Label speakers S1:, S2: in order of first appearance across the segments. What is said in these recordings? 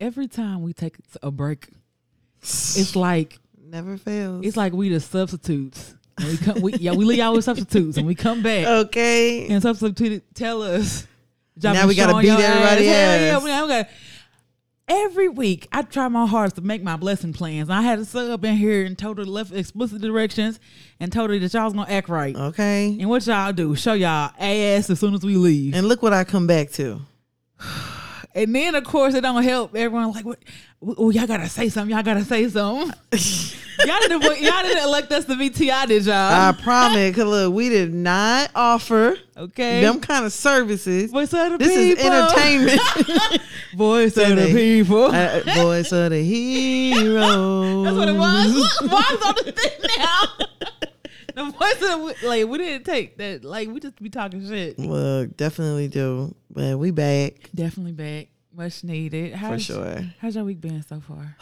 S1: every time we take a break, it's like
S2: Never fails.
S1: it's like we the substitutes. And we come, we, yeah, we leave out with substitutes, and we come back
S2: okay.
S1: and substitute tell us. y'all
S2: Now
S1: been
S2: we gotta
S1: showing
S2: beat
S1: your
S2: everybody
S1: Hell yeah,
S2: ass.
S1: we, now we gotta- Every week, I try my hardest to make my blessing plans. I had a sub in here and told her left explicit directions and told her that y'all was gonna act right.
S2: okay.
S1: And what y'all do? Show y'all ass as soon as we leave.
S2: And look what I come back to.
S1: And then of course it don't help. Everyone like, what? Oh, y'all gotta say something. Y'all gotta say something. y'all didn't. Y'all didn't elect us to be Ti, did
S2: I
S1: y'all?
S2: promise. 'cause look, we did not offer
S1: okay.
S2: them kind of services.
S1: voice of the
S2: This is
S1: people.
S2: entertainment.
S1: Voice of the
S2: Today.
S1: people.
S2: uh, voice of the hero.
S1: That's what it was. Look, why is on the thing now? the voice of the, like we didn't take that. Like we just be talking shit.
S2: Look, definitely do. But we back.
S1: Definitely back. Much needed. How's,
S2: sure.
S1: How's your week been so far?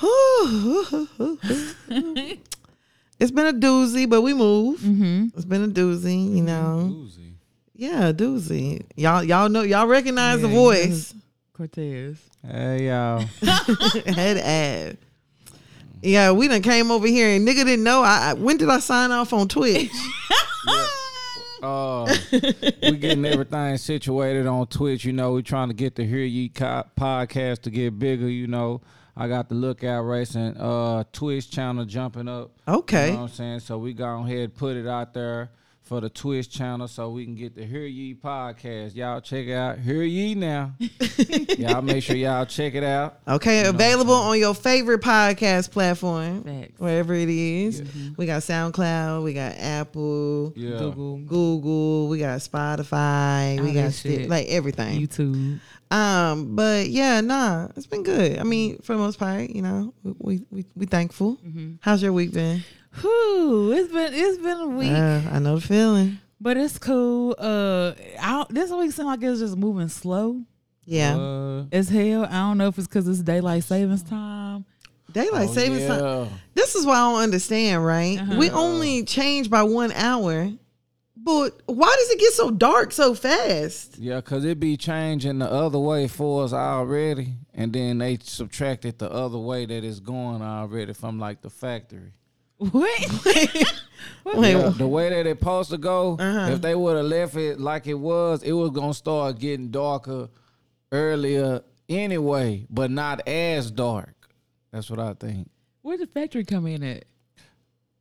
S2: it's been a doozy, but we move.
S1: Mm-hmm.
S2: It's been a doozy, you know.
S3: Uzi.
S2: Yeah, a doozy. Y'all, y'all know, y'all recognize the
S1: Yeah,
S2: voice.
S1: Cortez.
S3: Hey y'all.
S2: Head ad. Yeah, we done came over here and nigga didn't know. I, I when did I sign off on Twitch?
S3: Oh, we getting everything situated on Twitch. You know, we trying to get the Hear Ye co- podcast to get bigger. You know, I got the Lookout Racing uh, Twitch channel jumping up. You
S2: Okay.
S3: know what I'm saying? So we go ahead and put it out there for the Twitch channel so we can get the Hear Ye podcast. Y'all check it out Hear Ye now. y'all make sure y'all check it out.
S2: Okay, available on your favorite podcast platform,
S1: Facts. Mm-hmm.
S2: wherever it is. We got SoundCloud, we got Apple,
S3: Yeah.
S1: Google,
S2: Google, we got Spotify, we
S1: All
S2: got
S1: that
S2: sti-
S1: shit.
S2: like everything.
S1: YouTube.
S2: Um, but yeah, nah, it's been good. I mean, for the most part, you know, we we we, we thankful.
S1: Mm-hmm.
S2: How's your week been?
S1: Whew, it's been it's been a week,
S2: Uh, I know the feeling.
S1: but it's cool. Uh, I, don't- this week seemed like it's just moving slow
S2: Yeah,
S3: Uh,
S1: as hell. I don't know if it's because it's daylight savings time.
S2: daylight
S3: oh,
S2: savings
S3: yeah.
S2: time. This is why I don't understand. Right,
S1: Uh-huh.
S2: we only change by one hour, but why does it get so dark so fast?
S3: Yeah, cause it be changing the other way for us already, and then they subtract it the other way that it's going already from like the factory.
S1: What?
S2: Wait,
S3: Yeah, the way that it supposed to go, if they would have left it like it was, it was gonna start getting darker earlier anyway, but not as dark. That's what I think.
S1: Where'd the factory come in at?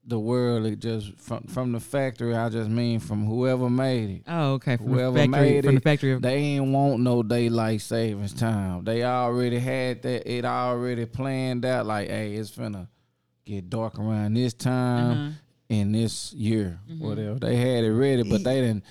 S3: The world, it just from from the factory. I just mean from whoever made it.
S1: Oh, okay. From
S3: Whoever
S1: the factory.
S3: made
S1: from the
S3: it,
S1: factory. Of,
S3: They ain't want no daylight savings time. They already had that. It already planned out. Like, hey, it's finna get dark around this
S1: Mm-hmm.
S3: time in this year, whatever. They had it ready, but they didn't.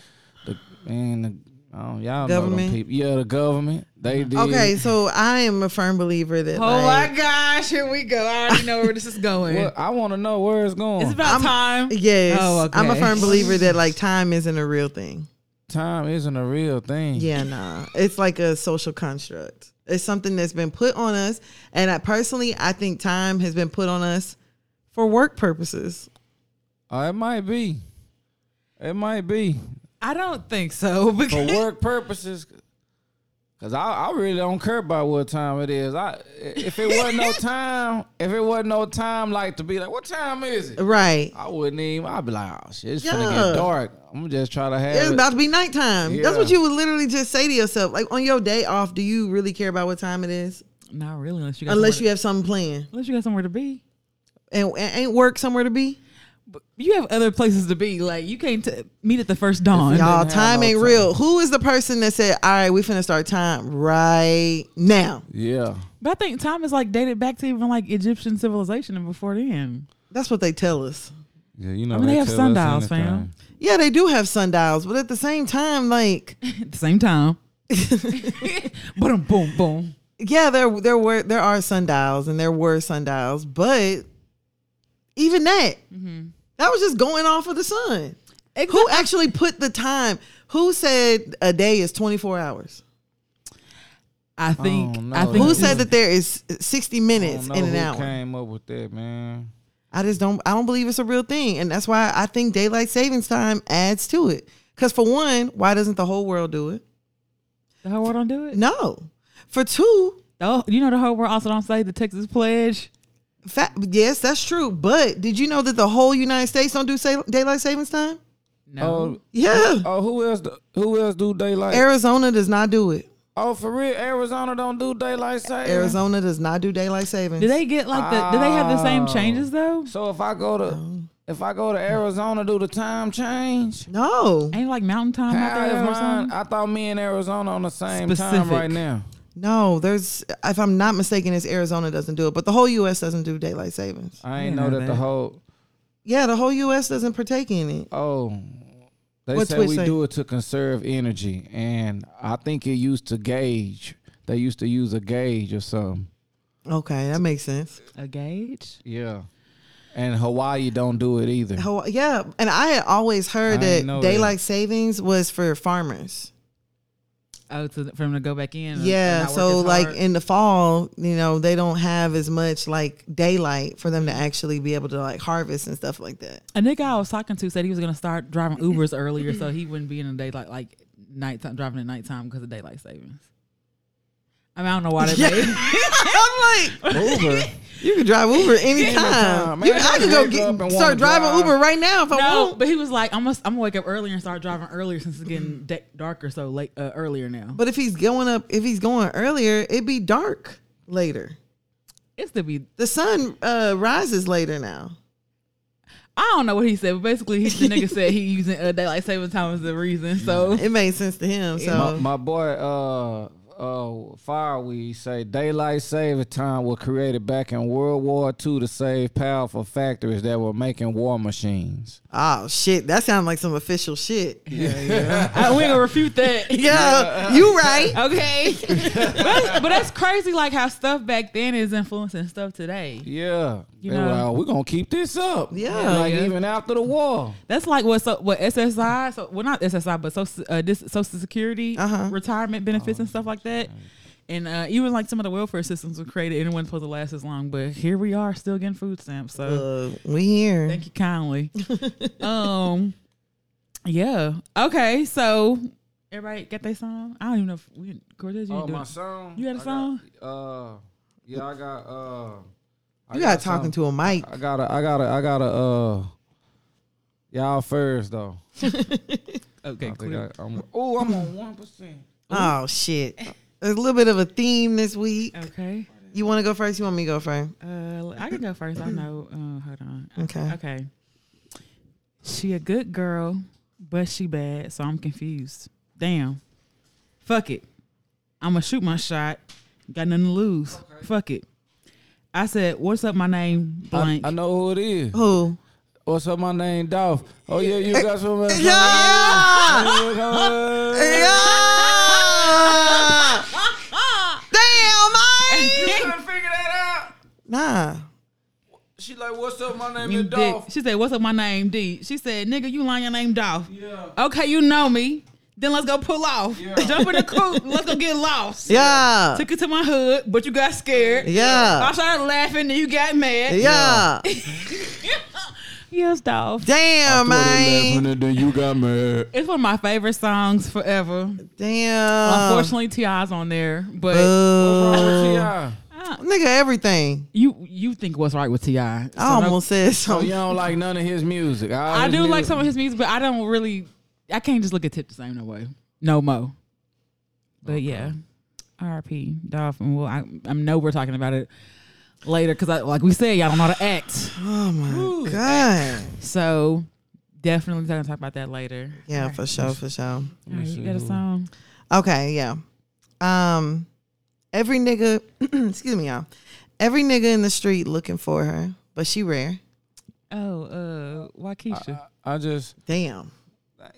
S3: The man, the, I don't, y'all know them
S2: Government?
S3: people. Yeah, the government. They
S1: Mm-hmm.
S3: did.
S2: Okay, so I am a firm believer that.
S1: oh
S2: like,
S1: my gosh! Here we go. I already know where this is going.
S3: Well, I want to know where it's going.
S1: it's about
S2: I'm-
S1: time.
S2: Yes,
S1: Oh, okay.
S2: I'm a firm believer that like time isn't a real thing.
S3: time isn't a real thing.
S2: Yeah, nah, it's like a social construct. It's something that's been put on us, and I personally, I think time has been put on us for work purposes.
S3: Uh, it might be. It might be.
S1: I don't think so.
S3: for
S1: Because
S3: work purposes. Cause I, I really don't care about what time it is. I if it wasn't no time, if it wasn't no time, like to be like, what time is it?
S2: Right?
S3: I wouldn't even. I'd be like, oh shit, it's gonna
S2: Yeah.
S3: get dark. I'm just trying to have
S2: It's
S3: it.
S2: about to be nighttime. That's what
S3: Yeah.
S2: you would literally just say to yourself. Like on your day off, do you really care about what time it is?
S1: not really, unless you got
S2: Unless you
S1: somewhere
S2: have something planned,
S1: to, unless you got somewhere to be.
S2: and, and ain't work somewhere to be.
S1: But you have other places to be. Like you can't t- meet at the first dawn.
S2: Y'all,
S3: didn't have
S2: time
S3: no
S2: ain't
S3: time.
S2: real. Who is the person that said, "All right, we finna start time right now"?
S3: yeah,
S1: But I think time is like dated back to even like Egyptian civilization and before then.
S2: That's what they tell us.
S3: yeah, you know.
S1: mean, they they have tell us sundials, fam. anything.
S2: Yeah, they do have sundials, but at the same time, like,
S1: At the same time. boom, boom, boom.
S2: yeah, there there were there are sundials and there were sundials, but even that,
S3: Mm-hmm.
S2: that was just going off of the sun. Who actually put the time? Who said a day is twenty four hours?
S1: I think
S3: Oh, no,
S1: I think
S2: Who
S3: Who-
S2: said that there is sixty
S3: I don't
S2: minutes
S3: know
S2: in
S3: who
S2: an hour?
S3: came up with that, man.
S2: I just don't I don't believe it's a real thing. And that's why I think daylight savings time adds to it. Cause for one, why doesn't the whole world do it?
S1: the whole world don't do it?
S2: No. For two,
S1: Oh, you know the whole world also don't say the Texas Pledge.
S2: Fa- yes, that's true. But did you know that the whole United States don't do sa- daylight savings time?
S1: No,
S2: Yeah,
S3: Oh, who else? do- Who else do daylight?
S2: Arizona does not do it.
S3: oh, for real, Arizona don't do daylight saving.
S2: Arizona does not do daylight savings.
S1: do they get like the? Do they have the same
S3: Oh.
S1: changes though?
S3: So if I go to if I go to Arizona, do the time change?
S2: No,
S1: Ain't like mountain time out
S3: How
S1: there
S3: is
S1: or
S3: mine?
S1: something?
S3: I thought me and Arizona on the same time
S1: Specific.
S3: right now.
S2: no. There's, if I'm not mistaken, it's Arizona doesn't do it, but the whole U.S. doesn't do daylight savings.
S3: I ain't
S1: didn't
S3: know,
S1: know
S3: that, the
S1: that.
S3: whole
S2: Yeah, the whole U.S. doesn't partake in it.
S3: oh. They
S2: What's
S3: say
S2: we
S3: we
S2: say?
S3: do it to conserve energy, and I think it used to gauge. They used to use a gauge or something.
S2: Okay, that makes sense.
S1: A gauge.
S3: Yeah, and Hawaii don't do it either.
S2: Hawaii, yeah, and I had always
S3: I
S2: heard
S3: didn't know
S2: that
S3: that.
S2: daylight savings was for farmers.
S1: Oh, to the, for them to go back in. and- Mm-hmm. and
S2: Yeah,
S1: not work
S2: so
S1: as
S2: like
S1: hard.
S2: in the fall, you know, they don't have as much like daylight for them to actually be able to like harvest and stuff like that.
S1: a nigga I was talking to said he was gonna start driving Ubers earlier, so he wouldn't be in the daylight like nighttime driving at nighttime because of daylight savings. I mean, I don't know why they
S2: Yeah.
S1: made.
S2: I'm like,
S3: Uber.
S2: you can drive Uber anytime.
S3: Anytime, man.
S2: You-
S3: I
S2: I could
S3: just
S2: go
S3: wake up and
S2: get,
S3: wanna
S2: start driving
S3: drive.
S2: Uber right now if I
S1: No,
S2: want.
S1: but he was like, I'm gonna, I'm gonna wake up earlier and start driving earlier since it's getting da- darker so late uh, earlier now.
S2: But if he's going up, if he's going earlier, it'd be dark later.
S1: it's to be.
S2: The sun uh, rises later now.
S1: I don't know what he said, but basically, he, the nigga said he using uh, daylight saving time as the reason. So
S2: It made sense to him. So
S3: My, my boy, uh, uh, Fireweed say daylight saving time was created back in World War II to save powerful factories that were making war machines.
S2: oh shit, that sounds like some official shit. Yeah,
S1: I, we ain't gonna refute that.
S2: you right.
S1: Okay, but, that's- but that's crazy. Like how stuff back then is influencing stuff today.
S3: Yeah,
S1: You
S3: They were
S1: know.
S3: like, we're gonna keep this up.
S2: Yeah.
S3: like
S1: Yeah.
S3: even after the war.
S1: That's like what so, what SSI, so well not SSI, but social uh, this Social Security
S2: Uh-huh.
S1: retirement benefits and stuff like
S3: Oh,
S1: that. And uh, even like some of the welfare systems were created, and it wasn't supposed to last as long. But here we are, still getting food stamps. So
S2: Uh, we here.
S1: thank you kindly. um, yeah. Okay. So everybody got their song. I don't even know if we Cortez. You didn't
S3: Oh,
S1: do
S3: my
S1: it.
S3: song.
S1: You got a
S3: I
S1: song?
S3: uh, yeah, I got. Uh, I
S2: You got talking to a mic.
S3: I gotta, I gotta, I gotta. Uh, y'all first though.
S1: Okay.
S3: I think
S1: Clear.
S3: I, I'm. Oh, I'm on one percent.
S2: Oh shit. There's a little bit of a theme this week.
S1: Okay.
S2: You want to go first? You want me to go first?
S1: Uh, I can go first. I know. Uh, hold on.
S2: Okay.
S1: Okay. She a good girl, but she bad, so I'm confused. Damn. Fuck it. I'ma shoot my shot. Got nothing to lose. Fuck it. I said, What's up, my name?
S3: I,
S1: Blank.
S3: I know who it is.
S2: Who?
S3: What's up? My name Dolph. Oh yeah, you got some. Yeah.
S2: Yeah. Ah! Damn, I.
S3: figure that out.
S2: Nah.
S3: She like, what's up? My name
S1: you
S3: is
S1: dick.
S3: Dolph.
S1: She said, What's up, my name? D. She said, Nigga, you lying your name Dolph.
S3: Yeah.
S1: Okay, you know me. Then let's go pull off.
S3: Yeah.
S1: Jump in the coupe. let's go get lost.
S2: Yeah.
S1: Took it to my hood, but you got scared. I
S2: Yeah.
S1: started laughing, then you got mad.
S2: Yeah.
S1: Yes, Dolph.
S2: Damn, man.
S3: then you got mad.
S1: It's one of my favorite songs forever.
S2: Damn.
S1: Unfortunately, Ti's on there, but
S2: Uh, Boo.
S1: Oh,
S3: Yeah.
S2: Nigga, everything.
S1: you you think what's right with Ti? So
S2: I almost
S1: Oh,
S2: said
S3: So
S2: something.
S3: you don't like none of his music. All
S1: I
S3: his
S1: do like
S3: music-
S1: some of his music, but I don't really. I can't just look at Tip the same no way, no mo. But yeah, R.P. Dolphin. Well, I I know we're talking about it later because I like we said y'all don't know how to act,
S2: Oh my god.
S1: so definitely gonna talk about that later.
S2: Yeah, for sure, for sure.
S1: All right, you got a song?
S2: Okay, yeah. Um, every nigga, excuse me, y'all. Every nigga in the street looking for her, but she rare.
S1: Oh, uh, Waukesha.
S3: I just.
S2: Damn.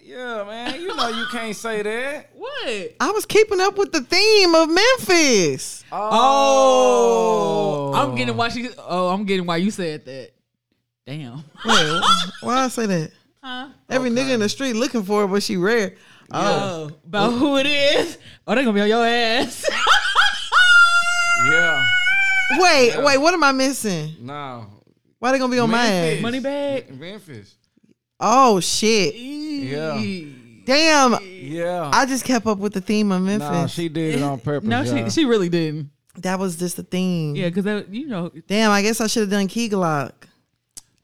S3: Yeah, man. You know you can't say that.
S1: what?
S2: I was keeping up with the theme of Memphis.
S1: Oh, I'm getting why she. Oh, I'm getting why you said that. Damn.
S2: Wait, why I say that?
S1: Huh?
S2: Every nigga in the street looking for her, but she rare. Oh,
S1: Oh, about who it is? Oh, they gonna be on your ass.
S3: Yeah.
S2: wait, wait, what am I missing?
S3: No.
S2: Why they gonna be on
S3: Memphis.
S2: my ass?
S1: Money bag.
S3: Memphis.
S2: Oh shit!
S1: Yeah.
S2: Damn,
S3: Yeah.
S2: I just kept up with the theme of Memphis.
S3: Nah, she did it on purpose.
S1: No,
S3: y'all.
S1: she she really didn't.
S2: That was just the theme.
S1: Yeah, because you know,
S2: Damn, I guess I should have done Key Glock.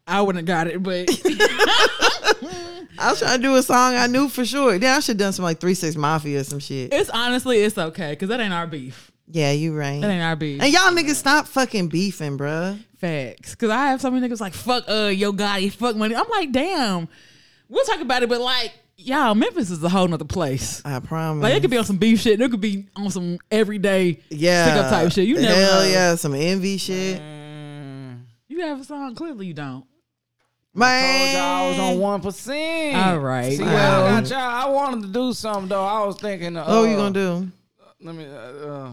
S1: I wouldn't have got it, but
S2: I was trying to do a song I knew for sure. Then I should have done some like Three Six Mafia or some shit.
S1: it's honestly it's okay because that ain't our beef.
S2: Yeah, you right.
S1: That ain't our beef.
S2: And y'all niggas stop fucking beefing, bruh.
S1: Facts. Because I have so many niggas like fuck uh Yo Gotti, fuck money. I'm like, damn. We'll talk about it, but like, y'all, Memphis is a whole nother place.
S2: I promise.
S1: Like it could be on some beef shit. and It could be on some everyday
S2: yeah,
S1: stick up type shit. You never
S2: hell
S1: know.
S2: yeah, some envy shit.
S1: You have a song, clearly you don't.
S3: Told
S2: Man,
S3: y'all I was on one percent.
S1: All right,
S3: See,
S1: well. Oh,
S3: I got y'all. I wanted to do something though. I was thinking. Uh,
S2: what were you gonna do?
S3: Let me. Uh, uh,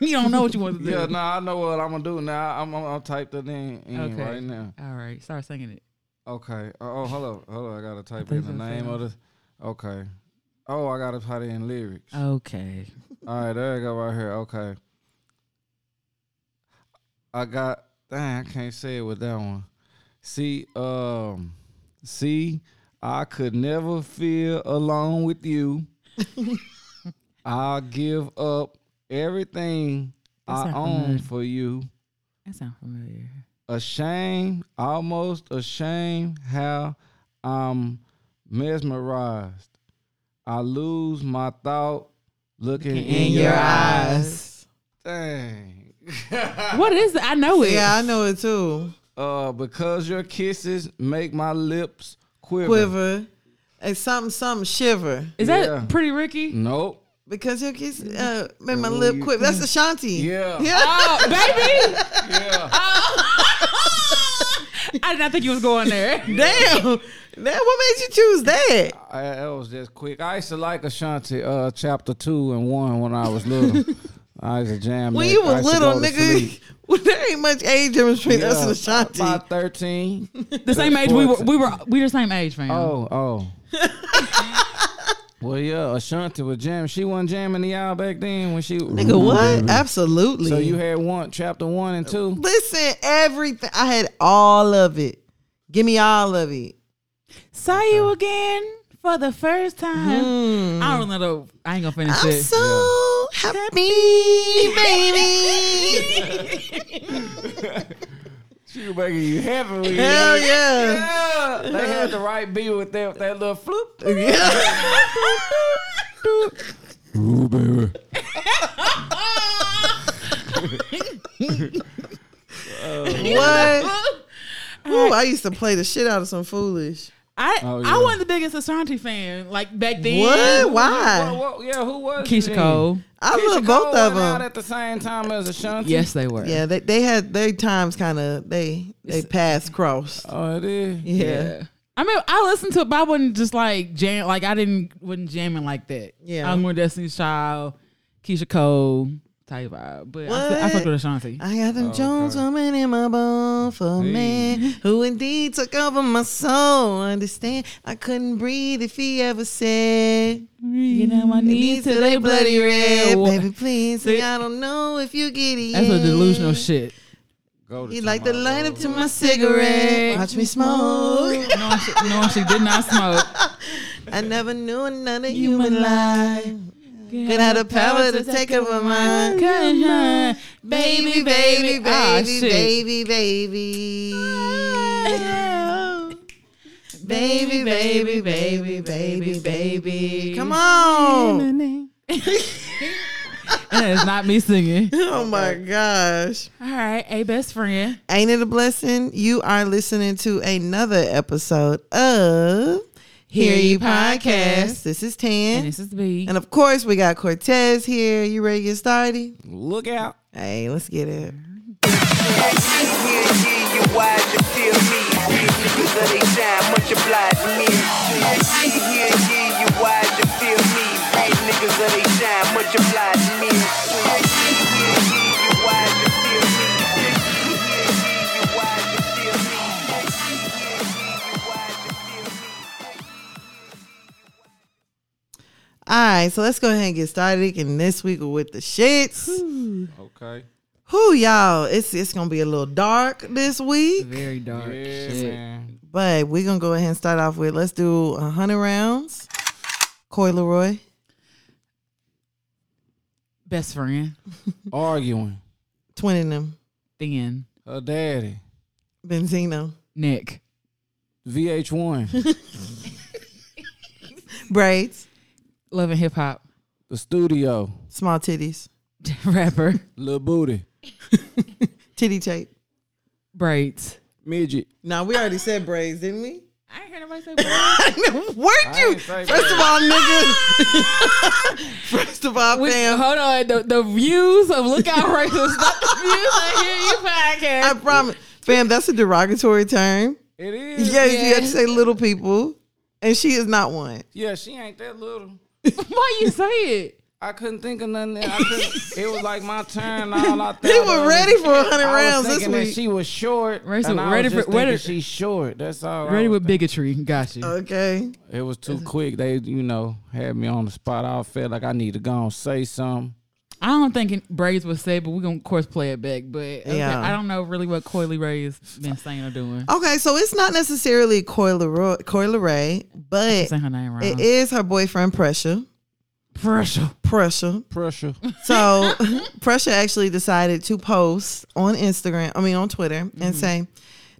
S1: You don't know what you want to do.
S3: yeah, no, nah, I know what I'm gonna do now. I'm, I'm, I'll type that in, in
S1: Okay.
S3: right now.
S1: All right, start singing it.
S3: Okay. Oh, oh, hello, hello. I gotta type
S1: think
S3: in the
S1: so,
S3: name of the. Okay. Oh, I gotta type in lyrics.
S1: Okay.
S3: All right, there you go, right here. Okay. I got. Dang, I can't say it with that one. See, um, see, I could never feel alone with you. I'll give up everything
S1: That
S3: I
S1: sound
S3: own
S1: familiar.
S3: for you.
S1: That sounds familiar.
S3: Ashamed, almost ashamed how I'm mesmerized. I lose my thought looking in your
S2: eyes.
S3: Dang. Ah.
S1: What is it? I know it.
S2: Yeah, I know it too.
S3: Uh, because your kisses make my lips quiver.
S2: Quiver. And something, something shiver.
S1: Is that
S3: Yeah. Mm.
S1: Pretty Ricky?
S3: Nope.
S2: Because your kiss
S3: Mm-hmm.
S2: uh, made my lip quiver. That's Ashanti.
S3: Yeah.
S1: Oh, baby! Oh.
S3: Yeah.
S1: I did not think you was going there.
S2: Damn. Damn, what made you choose that?
S3: I, that was just quick. I used to like Ashanti, uh, chapter two and one when I was little. I used to jam.
S2: When
S3: that.
S2: you
S3: I
S2: were
S3: used to
S2: little,
S3: go to
S2: nigga,
S3: sleep.
S2: well, there ain't much age difference between us and
S3: Yeah, Mm-hmm.
S2: Ashanti.
S3: About thirteen.
S1: The same age we were. We were. We the same age, fam.
S3: Oh, oh. well, yeah, Ashanti was jamming. She wasn't jamming to y'all back then when she.
S2: Nigga, what? Absolutely.
S3: Mm-hmm. So you had one chapter one and two.
S2: Listen, everything. I had all of it. Give me all of it.
S1: Saw you again for the first time.
S3: Mm-hmm. Mm.
S1: I don't know. Though. I ain't gonna finish
S2: I'm
S1: it.
S2: so happy, baby.
S3: She was making you happy. with it.
S2: Hell yeah.
S3: Yeah, they had the right beat with that, that little floop. Ooh, baby.
S2: What? Ooh, I used to play the shit out of some foolish.
S1: I I
S3: Oh, yeah.
S1: wasn't the biggest Ashanti fan like back then.
S2: What?
S3: Wha-
S2: Why?
S3: wha- yeah, who was it
S1: Keisha
S3: then?
S1: Cole.
S2: I
S3: Keisha
S2: love both
S3: Cole
S2: of
S3: went out
S2: them.
S3: at the same time as Ashanti.
S1: Yes, they were.
S2: Yeah, they, they had their times kind of they they passed crossed.
S3: Oh, it is.
S2: Yeah.
S1: Yeah. I mean, I listened to it, but I wasn't just like jam. Like I didn't wasn't jamming like that.
S2: Yeah.
S1: I'm with Destiny's Child, Keisha Cole type vibe. But I, fu- I
S2: What?
S1: fucked with Ashanti.
S2: I got them Jones woman in my bone for a man who indeed took over my soul. Understand? I couldn't breathe if he ever said.
S1: Mm, You know my knees till they bloody red.
S2: Baby, please say
S1: See?
S2: I don't know if you get it.
S1: That's a
S2: yet.
S1: delusional shit.
S3: Go to
S2: He like the
S3: tomorrow.
S2: light up to my cigarette. Watch me smoke.
S1: knowing, she, knowing she did not smoke.
S2: I never knew another
S1: Human
S2: human life. Could have the power to take over mine.
S1: Couldn't hide.
S2: Baby, baby, baby,
S1: Ah, shit.
S2: baby, baby. Baby, baby, baby, baby, baby. Come on.
S1: And it's not me singing.
S2: Oh my gosh.
S1: All right, a best friend.
S2: Ain't it a blessing? You are listening to another episode of Hear You Podcast. This is
S1: And
S2: Tan.
S1: this is B.
S2: And of course, we got Cortez here. You ready to get started?
S3: Look out.
S2: Hey, let's get it. All right, so let's go ahead and get started in this week with the shits.
S3: Okay.
S2: Who y'all? It's it's gonna be a little dark this week,
S1: Very dark.
S3: Yeah,
S1: shit.
S3: man.
S2: but we're gonna go ahead and start off with let's do a hundred rounds. Coy Leroy.
S1: Best friend.
S3: Arguing.
S2: Twin of them.
S1: Thin
S3: Her daddy,
S2: Benzino.
S1: neck.
S3: VH1,
S2: Braids.
S1: Loving hip hop.
S3: the studio,
S2: Small titties.
S1: Rapper.
S3: Lil Booty,
S2: Titty tape.
S1: Braids.
S3: Midget.
S2: Now we already said braids, didn't we?
S1: I ain't heard nobody say braids.
S2: Weren't you?
S3: ain't say
S2: First of all, nigga. First of all,
S1: We,
S2: fam.
S1: hold on. The, the views of Lookout Racist, not the views of Hear You Podcast.
S2: I promise. Fam, that's a derogatory term.
S3: It is.
S2: Yes, you have to
S1: Yes.
S2: say little people. And she is not one.
S3: Yeah, she ain't that little.
S1: Why you say it?
S3: I couldn't think of nothing. I couldn't, it was like my turn. All I thought
S2: They were
S3: of-
S2: ready for 100
S3: I was
S2: rounds this
S3: thinking that
S2: week.
S3: she was short.
S1: Ready
S3: and
S1: with-
S3: I
S1: ready
S3: was just
S1: for- ready-
S3: thinking she's short. That's all. I
S1: Ready
S3: was
S1: with bigotry. Got
S2: Uh,
S1: you.
S2: okay.
S3: It was too quick. They, you know, had me on the spot. I felt like I need to go and say something.
S1: I don't think it- braids was said, but we're going to, of course, play it back. But okay,
S2: Yeah. Uh,
S1: I don't know really what Coily Ray has been saying or doing.
S2: Okay, so it's not necessarily Coileray, Coileray but
S1: Say her name wrong.
S2: it is her boyfriend, Pressure.
S1: Pressure.
S2: Pressure.
S3: Pressure.
S2: So Pressure actually decided to post on Instagram, I mean on Twitter, and say,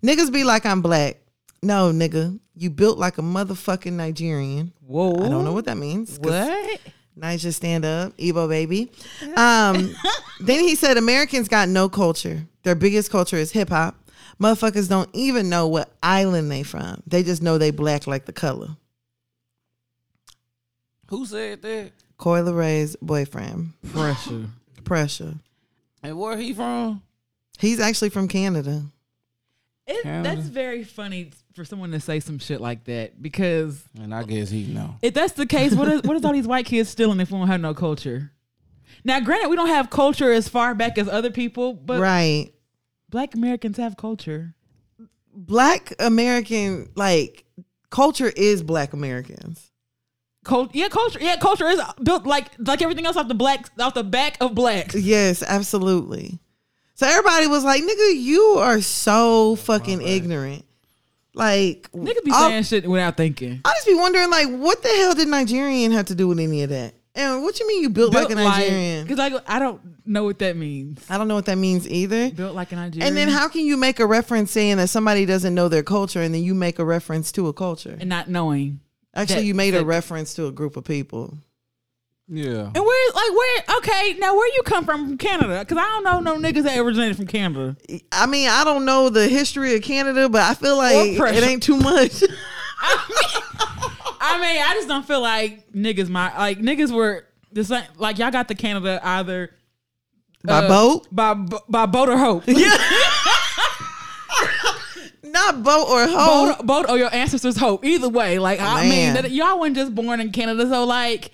S2: niggas be like I'm black. No, nigga, you built like a motherfucking Nigerian.
S1: Whoa.
S2: I don't know what that means. 'cause
S1: What?
S2: Niger stand up, Igbo baby. Um, then he said Americans got no culture. Their biggest culture is hip hop. Motherfuckers don't even know what island they from. They just know they black like the color.
S3: Who said that?
S2: Coy Ray's boyfriend,
S1: Pressure.
S2: Pressure.
S3: And where he from?
S2: He's actually from Canada.
S1: It,
S3: Canada.
S1: that's very funny for someone to say some shit like that because
S3: And I guess he know.
S1: if that's the case, what is what is all these white kids stealing if we don't have no culture? Now, granted, we don't have culture as far back as other people, but
S2: right.
S1: Black Americans have culture.
S2: Black American, like, culture is black Americans.
S1: Cult, yeah, culture. Yeah, culture is built like like everything else off the black off the back of black.
S2: Yes, absolutely. So everybody was like, nigga, you are so fucking ignorant. Like,
S1: Niggas be
S2: all-
S1: saying shit without thinking.
S2: I just be wondering, like, what the hell did Nigerian have to do with any of that? And what you mean you built, like a Nigerian?
S1: because like I don't know what that means.
S2: I don't know what that means either.
S1: Built like a Nigerian.
S2: And then how can you make a reference saying that somebody doesn't know their culture and then you make a reference to a culture?
S1: And not knowing.
S2: Actually,
S1: that-
S2: you made a
S1: that-
S2: reference to a group of people.
S3: Yeah.
S1: And where, like, where? Okay, now where you come from? From Canada? Because I don't know no niggas that originated from Canada.
S2: I mean, I don't know the history of Canada, but I feel like it
S1: pressure.
S2: ain't too much.
S1: I mean, I just don't feel like niggas. My like niggas were the same. Like y'all got to Canada either
S2: By
S1: uh,
S2: boat?
S1: by bo- by boat or hope.
S2: Not boat or hoe.
S1: boat, boat or your ancestors' hope. Either way, like I mean,
S2: Man.
S1: that, y'all weren't just born in Canada, so like.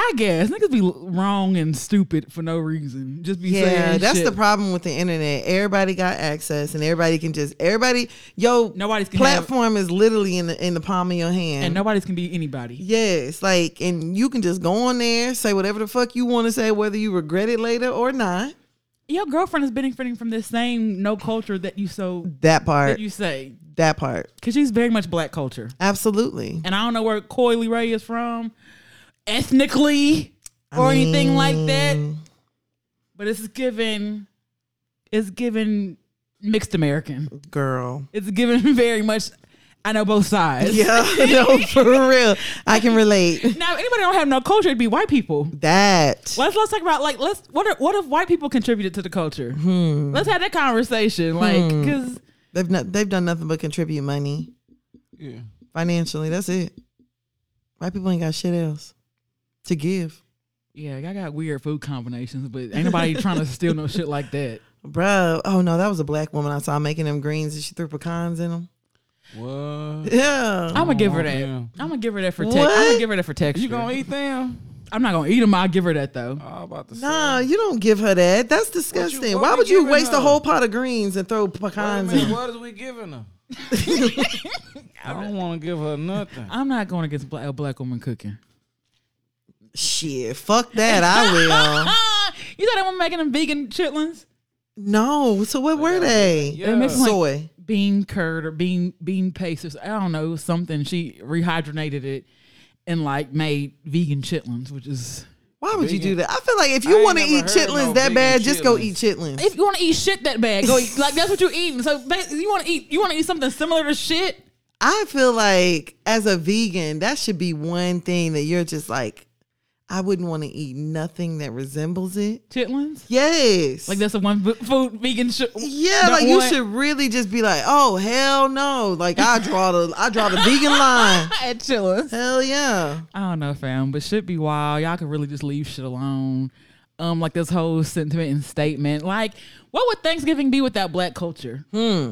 S1: I guess niggas be wrong and stupid for no reason. Just be
S2: Yeah,
S1: saying
S2: that's
S1: shit.
S2: the problem with the internet. Everybody got access, and everybody can just everybody. Yo,
S1: Nobody's can have-
S2: platform is literally in the in the palm of your hand.
S1: and nobody's can be anybody.
S2: yes, like, and you can just go on there, say whatever the fuck you want to say, whether you regret it later or not.
S1: Your girlfriend is benefiting from this same no culture that you so
S2: That
S1: that
S2: part,
S1: you say
S2: that part,
S1: because she's very much black culture,
S2: absolutely.
S1: and I don't know where Coily Ray is from, ethnically or anything like that.
S2: Mm,
S1: But it's given, it's given mixed American.
S2: Girl,
S1: It's given very much. I know both sides.
S2: yeah, no, for real, I can relate.
S1: Now, if anybody don't have no culture, it'd be white people.
S2: That
S1: Let's let's talk about like let's what are, what if white people contributed to the culture? Let's have that conversation, like because.
S2: they've not they've done nothing but contribute money
S3: Yeah.
S2: financially. That's it. White people ain't got shit else to give.
S1: Yeah, I got weird food combinations, but ain't nobody trying to steal no shit like that.
S2: Bruh, oh no, that was a black woman I saw making them greens and she threw pecans in them.
S3: What?
S2: Yeah.
S1: I'm gonna give her that.
S3: Yeah.
S1: I'm gonna give her that for. Te- I'm
S2: What?
S1: gonna give her that for texture.
S3: You gonna eat them?
S1: I'm not gonna eat them. I'll give her that though.
S3: I was about to say.
S2: Nah, you don't give her that. That's disgusting.
S3: what
S2: Why
S3: we
S2: would you
S3: giving
S2: waste
S3: her?
S2: a whole pot of greens and throw
S3: Wait a
S2: pecans
S3: minute,
S2: in?
S3: what is we giving her? I don't want to give her nothing.
S1: I'm not going against black, a black woman cooking.
S2: Shit, fuck that. I will.
S3: Uh-huh.
S1: Ah, you thought I'm making them vegan chitlins?
S2: No, so what were they?
S3: Yeah.
S1: It makes me like
S2: Soy.
S1: bean curd or bean bean paste. or s- I don't know something. She rehydrated it and like made vegan chitlins, which is
S2: Why would you
S3: Vegan.
S2: do that? I feel like if
S3: I
S2: you
S3: ain't
S2: want to
S3: never
S2: eat
S3: heard
S2: chitlins
S3: no
S2: that
S3: vegan
S2: bad, just go
S3: chitlins.
S2: eat chitlins.
S1: If you want to eat shit that bad, go eat. Like that's what you're eating. So ba- you want to eat, you want to eat something similar to shit.
S2: I feel like as a vegan, that should be one thing that you're just like, I wouldn't want to eat nothing that resembles it.
S1: Chitlins.
S2: Yes.
S1: Like that's the one v- food vegan shit.
S2: yeah,
S1: that
S2: like you
S1: one-
S2: should really just be like, oh hell no. Like I draw the I draw the vegan line.
S1: at Chitlins.
S2: Hell yeah.
S1: I don't know, fam, but shit be wild. Y'all could really just leave shit alone. Um, like this whole sentiment and statement. Like, what would Thanksgiving be without black culture? Hmm.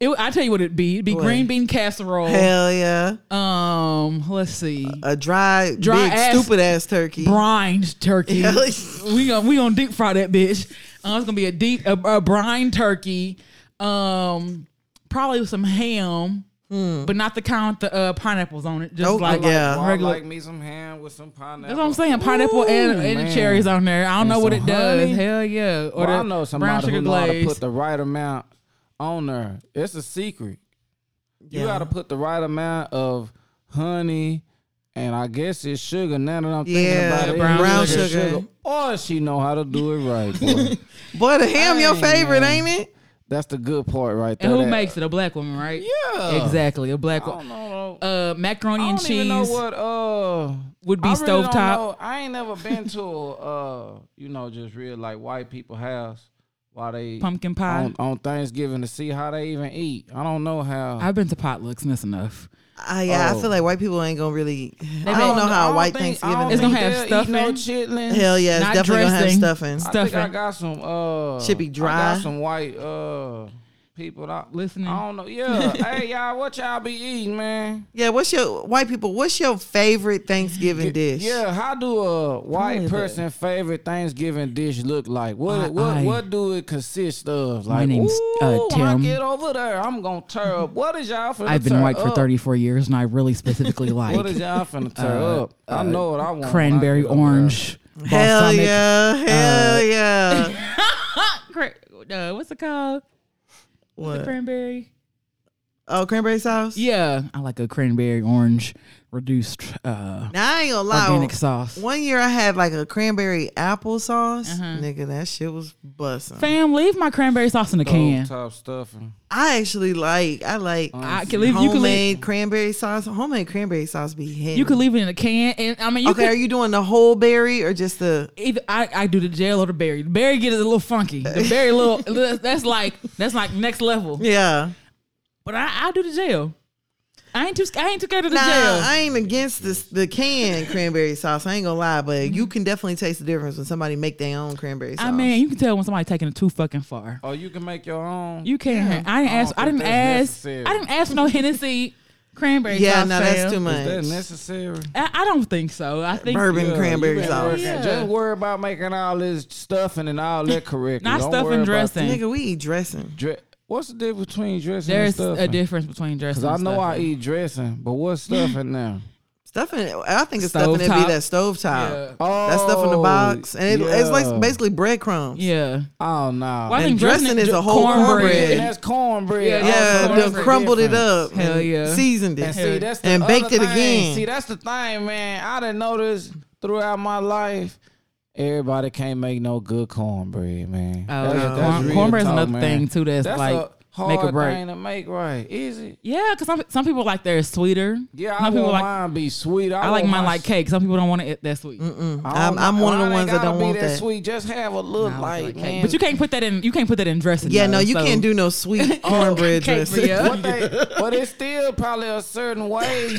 S1: It, I tell you what it'd be. It'd be
S2: What?
S1: green bean casserole.
S2: Hell yeah.
S1: Um, let's see,
S2: A dry,
S1: Dry
S2: big,
S1: ass-
S2: stupid ass turkey.
S1: brined turkey.
S2: Hell
S1: we gonna we gonna deep fry that bitch. Uh, it's gonna be a deep a, a brine turkey. Um, probably with some ham,
S3: Hmm.
S1: but not the kind with the uh, pineapples on it. Just
S2: Oh,
S1: like
S2: yeah.
S3: Well, I
S1: regular.
S3: like me some ham with some pineapple.
S1: That's what I'm saying. Pineapple and, and the
S3: man.
S1: cherries on there. I don't
S3: And
S1: know what
S3: some
S1: it does.
S3: honey.
S1: Hell yeah. Or
S3: Well,
S1: the
S3: I know
S1: brown
S3: somebody
S1: sugar
S3: who know how to
S1: glaze.
S3: put the right amount on there. It's a secret.
S2: Yeah.
S3: You got to put the right amount of honey, and I guess it's sugar. Now that I'm thinking
S2: Yeah,
S3: about it,
S1: brown
S3: brown
S2: sugar.
S3: sugar. Or she know how to do it right. Boy.
S2: Boy, the ham your
S3: Dang,
S2: favorite,
S3: man.
S2: ain't it?
S3: That's the good part right there.
S1: and who
S3: That-
S1: makes it? A black woman, right?
S3: Yeah,
S1: Exactly. A black
S3: I don't
S1: woman.
S3: know.
S1: Uh, macaroni
S3: I
S1: and
S3: don't even know
S1: cheese.
S3: what uh
S1: would be
S3: I really don't
S1: stovetop.
S3: know. I ain't never been to uh you know just real like white people house while they
S1: Pumpkin pie.
S3: on, on Thanksgiving to see how they even eat. I don't know how.
S1: I've been to potlucks, and that's enough.
S2: I, yeah, I
S3: Oh.
S2: feel like white people ain't gonna really.
S1: may-
S2: I don't know
S3: I
S2: how
S3: don't
S2: white
S3: think- I
S2: Thanksgiving.
S3: don't
S2: is.
S1: It's gonna
S3: think
S1: have
S3: they'll eat No chitlins.
S2: Hell yeah, it's
S1: Not
S2: definitely
S1: dressing.
S2: gonna have stuffing.
S3: I think I
S1: stuffing.
S3: got some. Uh,
S2: Should be
S3: I
S2: dry.
S3: got some white uh people that
S1: Listening.
S3: I don't know. Yeah. hey y'all, what y'all be eating, man?
S2: Yeah, what's your white people? What's your favorite Thanksgiving dish?
S3: Yeah, how do a
S2: Probably
S3: white
S2: the-
S3: person favorite Thanksgiving dish look like? What
S1: I-
S3: what
S1: I-
S3: what do it consist of? Like,
S1: name's, uh,
S3: ooh, when I
S1: Tim.
S3: get over there, I'm gonna tear up. What is y'all finna
S1: I've been
S3: tear
S1: white for
S3: up?
S1: 34 years, and I really specifically
S3: Oh. What is
S1: like uh,
S3: y'all finna tear up? I know what I want. when I
S1: cranberry
S3: get over there.
S1: orange.
S2: hell
S1: balsamic-
S2: yeah,
S1: Uh,
S2: hell yeah.
S1: Cra- uh, what's it called? The
S2: What?
S1: cranberry.
S2: Oh, cranberry sauce.
S1: Yeah, I like a cranberry orange reduced uh,
S2: Now I ain't gonna lie.
S1: organic sauce.
S2: One year I had like a cranberry applesauce. Nigga, that shit was busting.
S1: Fam, leave my cranberry sauce in the can.
S3: Stovetop stuffing.
S2: I actually like. I like.
S1: I can leave. You can leave.
S2: homemade cranberry sauce. Homemade cranberry sauce be hitting.
S1: You could leave it in a can, and I mean, you
S2: okay, are
S1: could
S2: you doing the whole berry or just the?
S1: either I, I do the gel or the berry. The berry gets a little funky. The berry little that's like that's like next level.
S2: Yeah.
S1: But I, I do the gel. I ain't too sc- I ain't too scared of the
S2: Nah,
S1: gel.
S2: I ain't against this the canned cranberry sauce. I ain't gonna lie, but you can definitely taste the difference when somebody make their own cranberry sauce.
S1: Mm-hmm. I mean, you can tell when somebody's taking it too fucking far.
S3: Or oh, you can make your own.
S1: You can't. I didn't
S3: I don't
S1: ask. I,
S3: think
S1: didn't ask.
S3: that's necessary.
S1: I didn't ask for no Hennessy cranberry
S2: yeah,
S1: sauce.
S2: no, that's too
S3: Is that
S2: much.
S3: necessary?
S1: I, I don't think so. I think
S2: Bourbon
S3: Yeah,
S2: cranberry
S3: you been
S2: sauce.
S3: working.
S1: Yeah.
S3: Just worry about making all this stuffing and all that correctly.
S1: Not
S3: Don't
S1: stuffing,
S3: worry about
S1: dressing.
S2: Nigga, we eat dressing.
S3: Dre- What's the difference between dressing
S1: There's
S3: and
S1: a
S3: stuffing?
S1: difference between dressing.
S3: Cause I
S1: and
S3: know I
S1: stuffing.
S3: eat dressing, but what's stuffing now?
S2: Stuffing, I think it's stuffing that be
S1: Stovetop.
S2: that stovetop. top.
S3: Oh,
S2: That stuff in the box, and it, it's
S3: yeah.
S2: like basically breadcrumbs.
S1: Yeah.
S3: Oh no.
S1: Well, I
S2: And
S1: think
S2: dressing is
S1: ju-
S2: a whole cornbread.
S3: And that's cornbread.
S1: Yeah,
S2: Yeah,
S1: Oh,
S2: they
S1: cornbread
S2: crumbled it up,
S1: Hell
S2: and
S1: yeah.
S2: seasoned it,
S3: And see, that's the
S2: and
S3: other
S2: baked it
S3: thing.
S2: again.
S3: See, that's the thing, man. I didn't notice throughout my life. Everybody can't make no good cornbread, man.
S1: Oh, yeah.
S3: that's
S1: Corn,
S3: real
S1: cornbread's
S3: talk,
S1: another
S3: man.
S1: thing too. That's,
S3: That's
S1: like
S3: a hard
S1: make a break.
S3: thing to make right. Is it?
S1: Yeah, because some, some people like theirs sweeter.
S3: Yeah, I
S1: some
S3: want
S1: people like
S3: mine be sweet. I,
S1: I like
S3: want
S1: mine
S3: my
S1: like cake. Some people don't want it that sweet.
S3: I don't-
S2: I'm- I'm one of the
S3: mine ain't
S2: ones that
S3: gotta
S2: don't
S3: be
S2: want that.
S3: sweet. Just have a little light, man.
S1: But you can't put that in. You can't put that in dressing.
S2: yeah,
S1: though,
S2: no, you
S1: so- Oh,
S2: can't do no sweet cornbread
S1: Cake for
S2: dressing.
S1: ya.
S3: But they, but it's still probably a certain way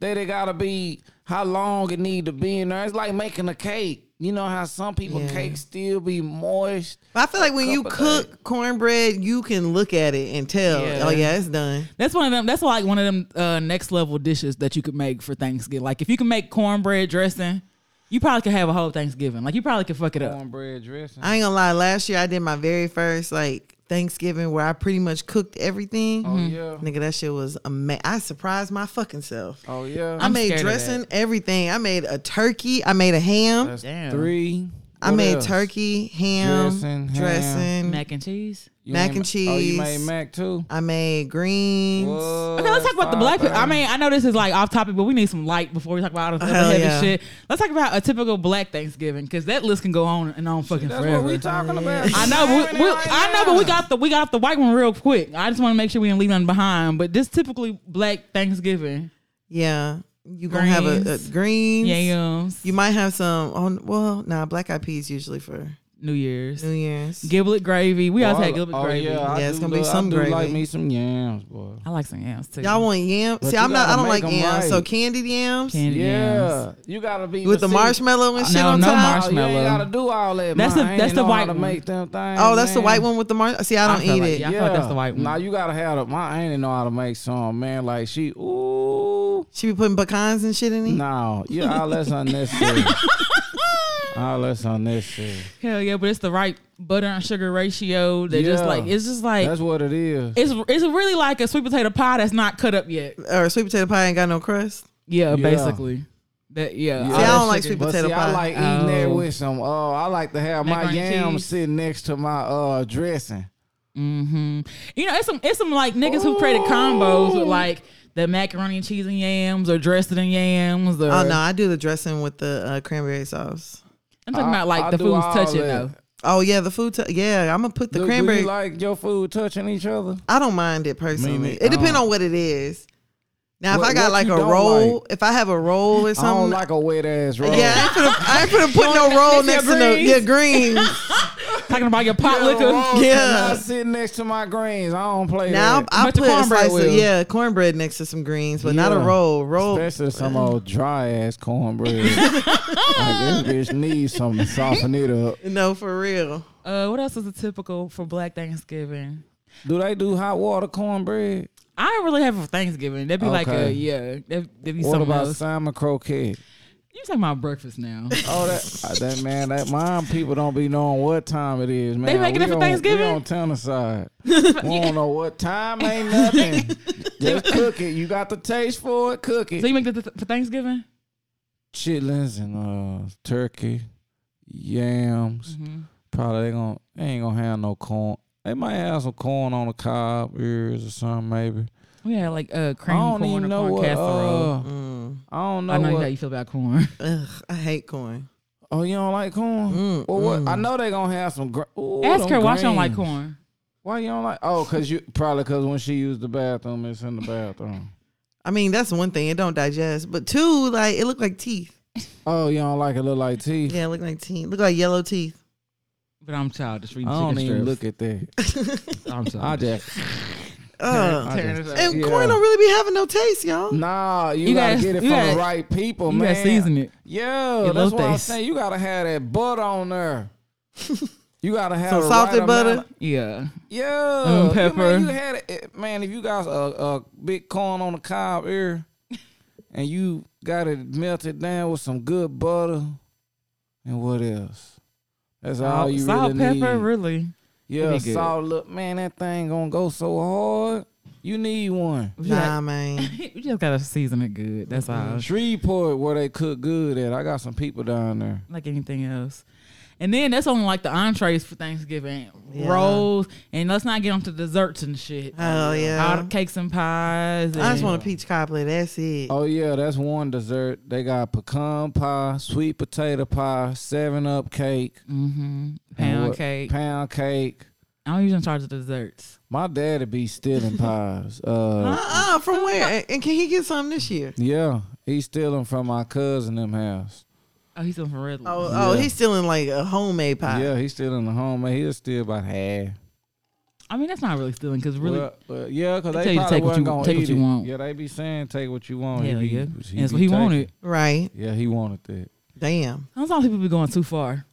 S3: that it gotta be how long it need to be in there. It's like making a cake. You know how some people
S2: Yeah.
S3: cake still be moist.
S2: But I feel like when you
S3: cup of
S2: cook cornbread, you can look at it and tell,
S1: Yeah.
S2: oh yeah, it's done.
S1: That's one of them. That's like one of them uh, next level dishes that you could make for Thanksgiving. Like if you can make cornbread dressing, you probably could have a whole Thanksgiving. Like you probably could fuck it up.
S3: Cornbread dressing.
S2: I ain't gonna lie. Last year, I did my very first like Thanksgiving where I pretty much cooked everything.
S3: Oh yeah.
S2: Nigga, that shit was amazing. I surprised my fucking self.
S3: Oh yeah.
S2: I made
S1: scared of that.
S2: dressing, everything. I made a turkey. I made a ham.
S3: That's
S1: Damn.
S3: three.
S2: I
S3: What
S2: made
S3: else?
S2: turkey, ham,
S3: Dressing, ham.
S2: dressing.
S1: Mac and cheese.
S3: You
S2: Mac
S3: made
S2: and
S3: ma- Oh, you
S2: cheese.
S3: made mac too.
S2: I made greens.
S3: Whoa,
S1: Okay, let's talk about the black people. I
S3: fire.
S1: mean, I know this is like off topic, but we need some light before we talk about all this other
S2: Hell
S1: heavy
S2: yeah.
S1: shit. Let's talk about a typical black Thanksgiving because that list can go on and on fucking
S3: That's
S1: forever.
S3: what we talking about.
S1: I know, but we, we, I know, but we got the we got the white one real quick. I just want to make sure we didn't leave nothing behind. But this typically black Thanksgiving
S2: Yeah, you gonna have a, a
S1: Greens.
S2: greens.
S1: yams,
S2: You might have some on. Well, nah, black eyed peas usually for
S1: New Year's,
S2: New Year's.
S1: giblet gravy. We always
S3: Oh,
S1: had giblet
S3: oh,
S1: gravy.
S3: Yeah, I
S2: Yeah, it's
S3: do
S2: gonna be
S3: love-
S2: some
S3: I do like
S2: gravy.
S3: me some yams, boy.
S1: I like some yams too.
S2: Y'all want yams?
S3: But
S2: See,
S3: you
S2: I'm not.
S3: gotta
S2: I don't
S3: make
S2: like
S3: 'em
S2: yams. So
S3: right.
S2: candied yams
S1: Candy
S3: Yeah,
S1: yams.
S3: you gotta be
S2: with the
S3: see,
S2: marshmallow and
S1: I
S2: shit
S1: know,
S2: on
S1: no
S2: top.
S1: marshmallow.
S3: Oh, You ain't gotta do all that.
S1: That's
S3: man.
S1: the-
S3: I
S1: that's
S3: ain't
S1: the
S3: know
S1: white
S3: how to
S1: one.
S3: Make them things,
S2: Oh, that's the
S3: man.
S2: white one with the marshmallow. See, I
S1: I
S2: don't
S1: feel
S2: eat
S1: like-
S2: it.
S1: yeah. I thought that's the white one.
S3: Now you gotta have the my auntie know how to make some man. Like she ooh
S2: She be putting pecans and shit in it.
S3: no yeah all that's unnecessary. all that's unnecessary.
S1: Hell yeah, but it's the right butter and sugar ratio. That just
S3: Yeah.
S1: like it's just like
S3: that's what it is.
S1: it's it's really like a sweet potato pie that's not cut up yet.
S2: Or sweet potato pie ain't got no crust.
S1: Yeah,
S3: Yeah.
S1: basically. That yeah. all
S3: See,
S1: that
S3: I
S2: don't like
S1: sugar.
S2: sweet
S3: But
S2: potato
S3: see, I
S2: pie.
S3: like eating that
S1: Oh.
S3: with some. Oh, I like to have my
S1: Macaroni and
S3: yams
S1: cheese.
S3: sitting next to my uh dressing.
S1: You know, it's some it's some like niggas who created combos with like the macaroni and cheese and yams or dressing and yams or
S2: Oh no, I do the dressing with the uh, cranberry sauce.
S1: I'm talking about like
S3: I- I
S1: the
S3: do
S1: food's
S3: all
S1: touching
S3: that.
S1: though.
S2: Oh yeah, the food. T- yeah, I'm gonna put the
S3: Do- Do
S2: cranberry.
S3: you like your food touching each other?
S2: I don't mind it personally.
S3: neither.
S2: It depends
S3: Uh-uh.
S2: on what it is. Now,
S3: What-
S2: if I got
S3: what
S2: like
S3: you
S2: a
S3: don't
S2: roll,
S3: like?
S2: if I have a roll or
S3: I don't
S2: something,
S3: like a wet ass roll.
S2: yeah, I ain't finna, I ain't finna put no roll
S1: next
S2: next
S1: to
S2: to
S1: your
S2: no
S1: greens.
S2: yeah green.
S1: Talking about your pot
S3: Yeah,
S1: liquor.
S3: rolls
S2: Yeah.
S3: cannot sit next to my grains. I don't play
S2: Now
S3: that.
S2: I
S1: But the
S2: put a
S1: cornbread
S2: slice of,
S1: will.
S2: yeah cornbread next to some greens, but not a
S3: Yeah.
S2: roll. Roll.
S3: Especially some old dry ass cornbread. like this bitch needs something to soften it up.
S2: No, for real.
S1: Uh what else is a typical for black Thanksgiving?
S3: Do they do hot water cornbread?
S1: I don't really have a Thanksgiving. That'd be like a
S3: Okay.
S1: yeah. That'd, that'd be
S3: What
S1: something
S3: about
S1: else.
S3: salmon croquette?
S1: You talking about breakfast now?
S3: Oh, that, uh, that man, that mine people don't be knowing what time it is, man.
S1: making it
S3: We
S1: for
S3: on-
S1: Thanksgiving?
S3: We on Tanner side. we don't know what time ain't nothing. Just cook it. You got the taste for it. Cook
S1: so
S3: it.
S1: you make that th- for Thanksgiving?
S3: Chitlins and uh, turkey, yams. Probably they gonna they ain't gonna have no corn. They might have some corn on the cob ears or something maybe.
S1: We had like uh
S3: I
S1: cream
S3: don't
S1: corn
S3: even
S1: or
S3: know
S1: corn
S3: what.
S1: casserole.
S3: uh,
S2: Mm.
S3: I don't know.
S1: I know
S3: what,
S1: how you feel about corn.
S2: Ugh, I hate corn.
S3: Oh, you don't like corn?
S2: Mm,
S3: well, what? I know they gonna have some. Gra- Ooh,
S1: Ask
S3: them
S1: her why she don't like
S3: greens.
S1: corn.
S3: Why you don't like? Oh, cause you probably cause when she used the bathroom, it's in the bathroom.
S2: I mean, that's one thing. It don't digest. But two, like it look like teeth.
S3: Oh, you don't like it look like teeth.
S2: Yeah, it look like teeth. Look like yellow teeth.
S1: But I'm childish. Reading
S3: I don't
S1: chicken
S3: even
S1: strips.
S3: look at that.
S1: I'm childish.
S3: I just,
S2: Ugh.
S3: I just
S2: And
S3: yeah.
S2: corn don't really be having no taste, y'all.
S3: Nah, you,
S1: You
S3: gotta
S1: gotta-
S3: get it
S1: you
S3: from
S1: gotta-
S3: the right people,
S1: you
S3: Oh, man.
S1: gotta season it.
S3: Yeah,
S1: Get
S3: that's
S1: those
S3: what I'm
S1: things.
S3: saying. You gotta have that butter on there. you gotta have
S2: Some
S3: the
S2: salted
S3: right
S2: butter?
S3: amount of-
S1: Yeah.
S3: yeah,
S1: Lemon
S3: You-
S1: Mm, pepper.
S3: man, You, had it, it- man. If you got a, a big corn on the cob ear, and you got it melted down with some good butter, and what else? That's all
S1: Salt,
S3: you
S1: salt,
S3: really
S1: pepper,
S3: need.
S1: really.
S3: yeah,
S1: be good.
S3: salt. Look, man, that thing gonna go so hard. You need one.
S2: Nah, man.
S1: You just gotta season it good. That's all.
S3: Mm-hmm. Shreveport, where they cook good at. I got some people down there.
S1: Like anything else. And then that's only like the entrees for Thanksgiving.
S2: Yeah.
S1: Rolls. And let's not get onto desserts and shit.
S3: Uh,
S2: Hell
S1: All the
S2: yeah.
S1: cakes and pies. And
S2: I just want a peach cobbler. That's it.
S3: Oh yeah, that's one dessert. They got pecan pie, sweet potato pie, seven up cake, and
S1: mm-hmm, pound
S3: what-
S1: cake.
S3: pound cake.
S1: I don't usually charge the desserts.
S3: My daddy be stealing pies. Uh,
S2: Uh-uh, from where? And can he get some this year?
S3: yeah, he stealing from my cousin them house.
S1: Oh, he's doing for red.
S2: Oh, oh,
S3: Yeah.
S2: he's stealing like a homemade pie.
S3: Yeah, he's stealing the home. Man, he'll steal about half.
S1: I mean, that's not really stealing because really,
S3: Well, well, yeah, cause
S1: They tell you
S3: they,
S1: to take
S3: probably
S1: what you-
S3: wasn't gonna
S1: take what
S3: eat
S1: you
S3: it.
S1: want.
S3: Yeah, they be saying take what you want. He
S1: hell
S3: be-
S1: yeah. And
S3: he
S1: that's
S3: be
S1: what he
S3: taking-
S1: wanted.
S2: Right.
S3: Yeah, he wanted that.
S2: Damn.
S1: Sometimes people be going too far.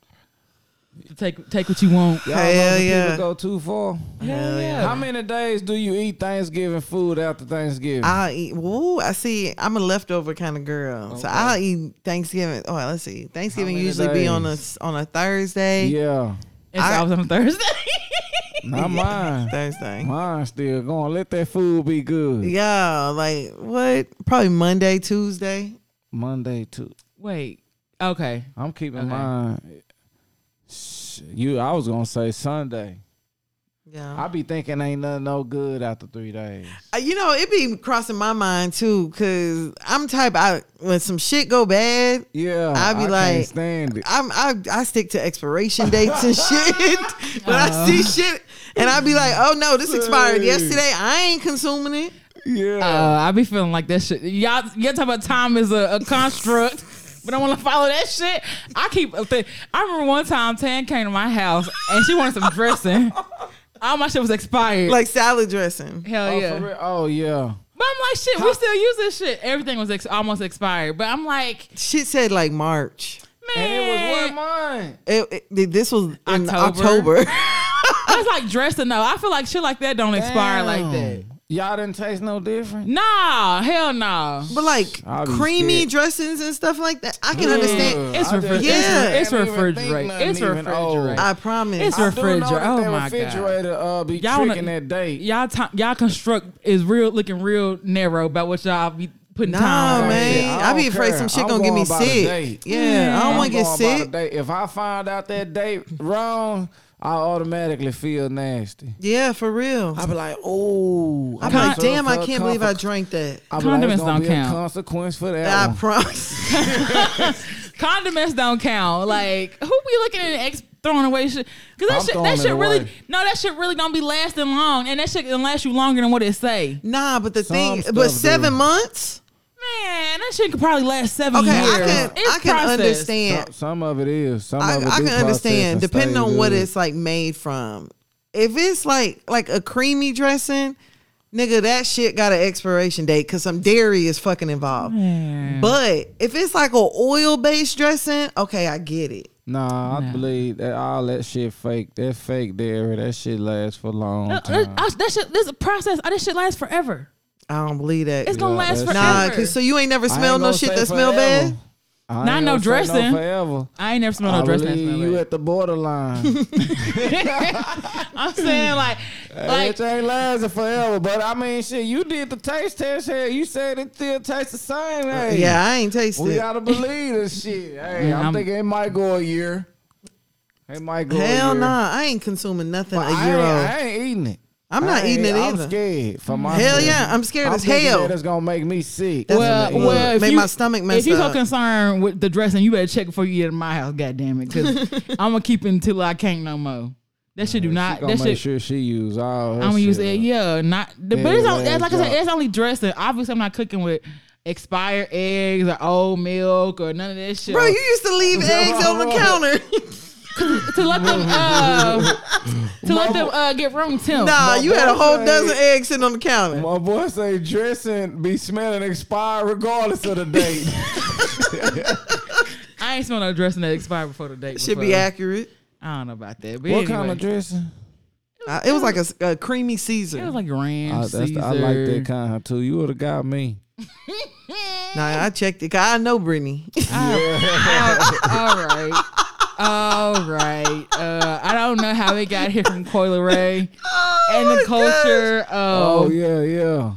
S1: To take take what you want.
S3: Y'all
S2: Hell
S3: know when
S2: yeah.
S3: people go too far.
S1: Hell yeah.
S3: How many days do you eat Thanksgiving food after Thanksgiving?
S2: I'll eat. Woo, I see. I'm a leftover kind of girl, so I'll eat Thanksgiving. Oh, let's see. Thanksgiving
S3: many
S2: usually be on a s- on a Thursday.
S3: yeah,
S1: It's
S2: I-
S1: always on Thursday.
S3: not mine.
S2: Thursday.
S3: Mine still going. Let that food be good.
S2: Yeah, like what? Probably Monday, Tuesday.
S3: Monday too.
S1: Wait. Okay.
S3: I'm keeping
S1: Okay.
S3: mine. Shit, You, I was gonna say Sunday.
S2: Yeah.
S3: I be thinking ain't nothing no good after three days.
S2: Uh, you know, it be crossing my mind too, cause I'm type I when some shit go bad,
S3: Yeah,
S2: I be like,
S3: can't stand it.
S2: I'm I, I stick to expiration dates and shit. when I see shit and I be like, oh no, this expired
S3: Uh-huh. Hey.
S2: yesterday. I ain't consuming it.
S3: Yeah,
S1: Uh, I be feeling like that shit. Y'all, y'all talking about time is a, a construct, but I want to follow that shit. I keep. a thing- I remember one time Tan came to my house and she wanted some dressing. All my shit was expired.
S2: Like salad dressing.
S1: hell
S3: oh,
S1: yeah.
S3: for real? oh yeah.
S1: But I'm like, shit, we still use this shit. Everything was ex- almost expired. But I'm like,
S2: Shit said like March.
S1: man,
S3: And it was one month.
S2: It, it- this was in
S1: October.
S2: October.
S1: That's like dressing though. I feel like shit like that don't expire like that.
S3: Damn. Y'all didn't taste no different.
S1: Nah, hell no.
S2: but like
S3: I'll be
S2: creamy
S3: scared.
S2: dressings and stuff like that, I can understand.
S1: It's
S3: I
S1: refri-
S2: it's-
S3: just-
S2: Yeah.
S1: it's
S3: I didn't even
S1: refrigerate.
S3: think nothing
S1: It's
S3: even old.
S1: refrigerate.
S2: I promise.
S1: It's
S3: I do know
S1: refrigerator.
S3: that
S1: Oh
S3: that
S1: my God.
S3: refrigerator, Uh, be
S1: Y'all wanna-
S3: tricking that date.
S1: Y'all, ti y'all construct is real looking real narrow about what y'all be putting time.
S2: Nah,
S1: on.
S2: man.
S3: Yeah,
S2: I,
S3: I
S2: be
S3: don't
S2: afraid
S3: care.
S2: some shit
S3: I'm
S2: gonna get me
S3: going by the
S2: sick.
S3: date.
S2: Yeah, I don't
S1: Mm.
S2: want to get
S3: I'm going by the
S2: sick.
S3: date. If I find out that date wrong, I automatically feel nasty.
S2: Yeah, for real.
S3: I be like, oh,
S2: I'm like, damn, I can't believe I drank that.
S1: Condiments don't
S3: be
S1: count.
S3: A consequence for that.
S2: I
S3: one.
S2: promise.
S1: Condiments don't count. Like who be looking at ex- throwing away shit? Cause that
S3: I'm
S1: shit,
S3: throwing
S1: that
S3: it
S1: shit really
S3: away.
S1: no, that shit really don't be lasting long, and that shit can last you longer than what it say.
S2: Nah, but the
S3: Some
S2: thing,
S3: stuff
S2: but
S3: do.
S2: seven months.
S1: Man, that shit could probably last seven
S2: Okay,
S1: years.
S2: I can,
S1: It's
S2: I can
S1: processed.
S2: understand.
S3: some, some of it is. Some
S2: I,
S3: of it
S2: I
S3: do
S2: can
S3: process
S2: understand
S3: and
S2: depending
S3: stay
S2: on what
S3: good.
S2: it's like made from. If it's like like a creamy dressing, nigga, that shit got an expiration date because some dairy is fucking involved. But if it's like a oil based dressing, okay, I get it.
S3: Nah, I believe that all that shit fake. That fake dairy, that shit lasts for a long
S1: Uh,
S3: time.
S1: uh, that shit, this process, uh, this shit lasts forever.
S2: I don't believe that.
S1: It's gonna
S3: Yeah,
S1: last forever.
S3: that's-
S2: Nah, cause so you ain't never
S3: I ain't
S2: smelled no
S3: gonna
S2: shit
S3: say
S2: that smell
S3: forever.
S2: bad.
S3: I ain't
S1: Not no
S3: gonna say
S1: dressing.
S3: forever.
S1: I ain't never smelled
S3: I
S1: no dress that
S3: believe
S1: smell
S3: you
S1: like-
S3: at the borderline.
S1: I'm saying like, like
S3: it ain't lasting forever, but I mean, shit, you did the taste test here. You said it still tastes the same. Hey,
S2: Uh, Yeah, I ain't tasted.
S3: we
S2: it.
S3: gotta believe this shit. Hey,
S1: Yeah,
S3: I'm,
S1: I'm-
S3: thinking it might go a year. It might go. a
S2: Hell
S3: year.
S2: nah, I ain't consuming nothing
S3: But
S2: a
S3: I
S2: year
S3: ain't,
S2: old.
S3: I ain't eating it.
S2: I'm not
S3: I ain't-
S2: eating it
S3: I'm
S2: either.
S3: scared for my
S2: Hell yeah, I'm scared as
S3: thinking
S2: hell.
S3: that It's gonna make me sick.
S2: That's
S1: well,
S2: what it
S1: well,
S2: is.
S1: if
S2: Made
S1: you,
S2: my stomach
S1: If
S2: messed
S1: you so
S2: up.
S1: concerned with the dressing, you better check before you get in my house. God damn it, because I'm gonna keep it until I can't no more. That shit do not.
S3: gonna
S1: That
S3: make
S1: shit.
S3: sure she use all. Her
S1: I'm gonna
S3: shit.
S1: use it. Yeah, not. The, but it's
S3: Yeah,
S1: only, that's like I said,
S3: yeah.
S1: it's only dressing. Obviously, I'm not cooking with expired eggs or old milk or none of that shit.
S2: Bro, you used to leave eggs over counter.
S1: to let them uh, to let them uh, get room temp.
S2: nah, you had a
S3: boy
S2: whole
S3: said-
S2: dozen eggs sitting on the counter.
S3: My boy say dressing be smelling expired regardless of the date.
S1: I ain't smell no dressing that expired before the date.
S2: Should be
S1: before.
S2: accurate.
S1: I don't know about that. But
S3: what
S1: anyway,
S3: kind of dressing?
S2: Uh, it was like a, s- a creamy Caesar.
S1: It was like ranch.
S3: I, Oh, that's
S1: Caesar.
S3: the, I like that kind too. You would have got me.
S2: nah, I checked it. 'cause I know Brittany.
S1: Oh, all right. All right. Uh, I don't know how we got here from Coil Ray
S2: Oh
S1: and the culture of
S3: Oh, yeah, yeah.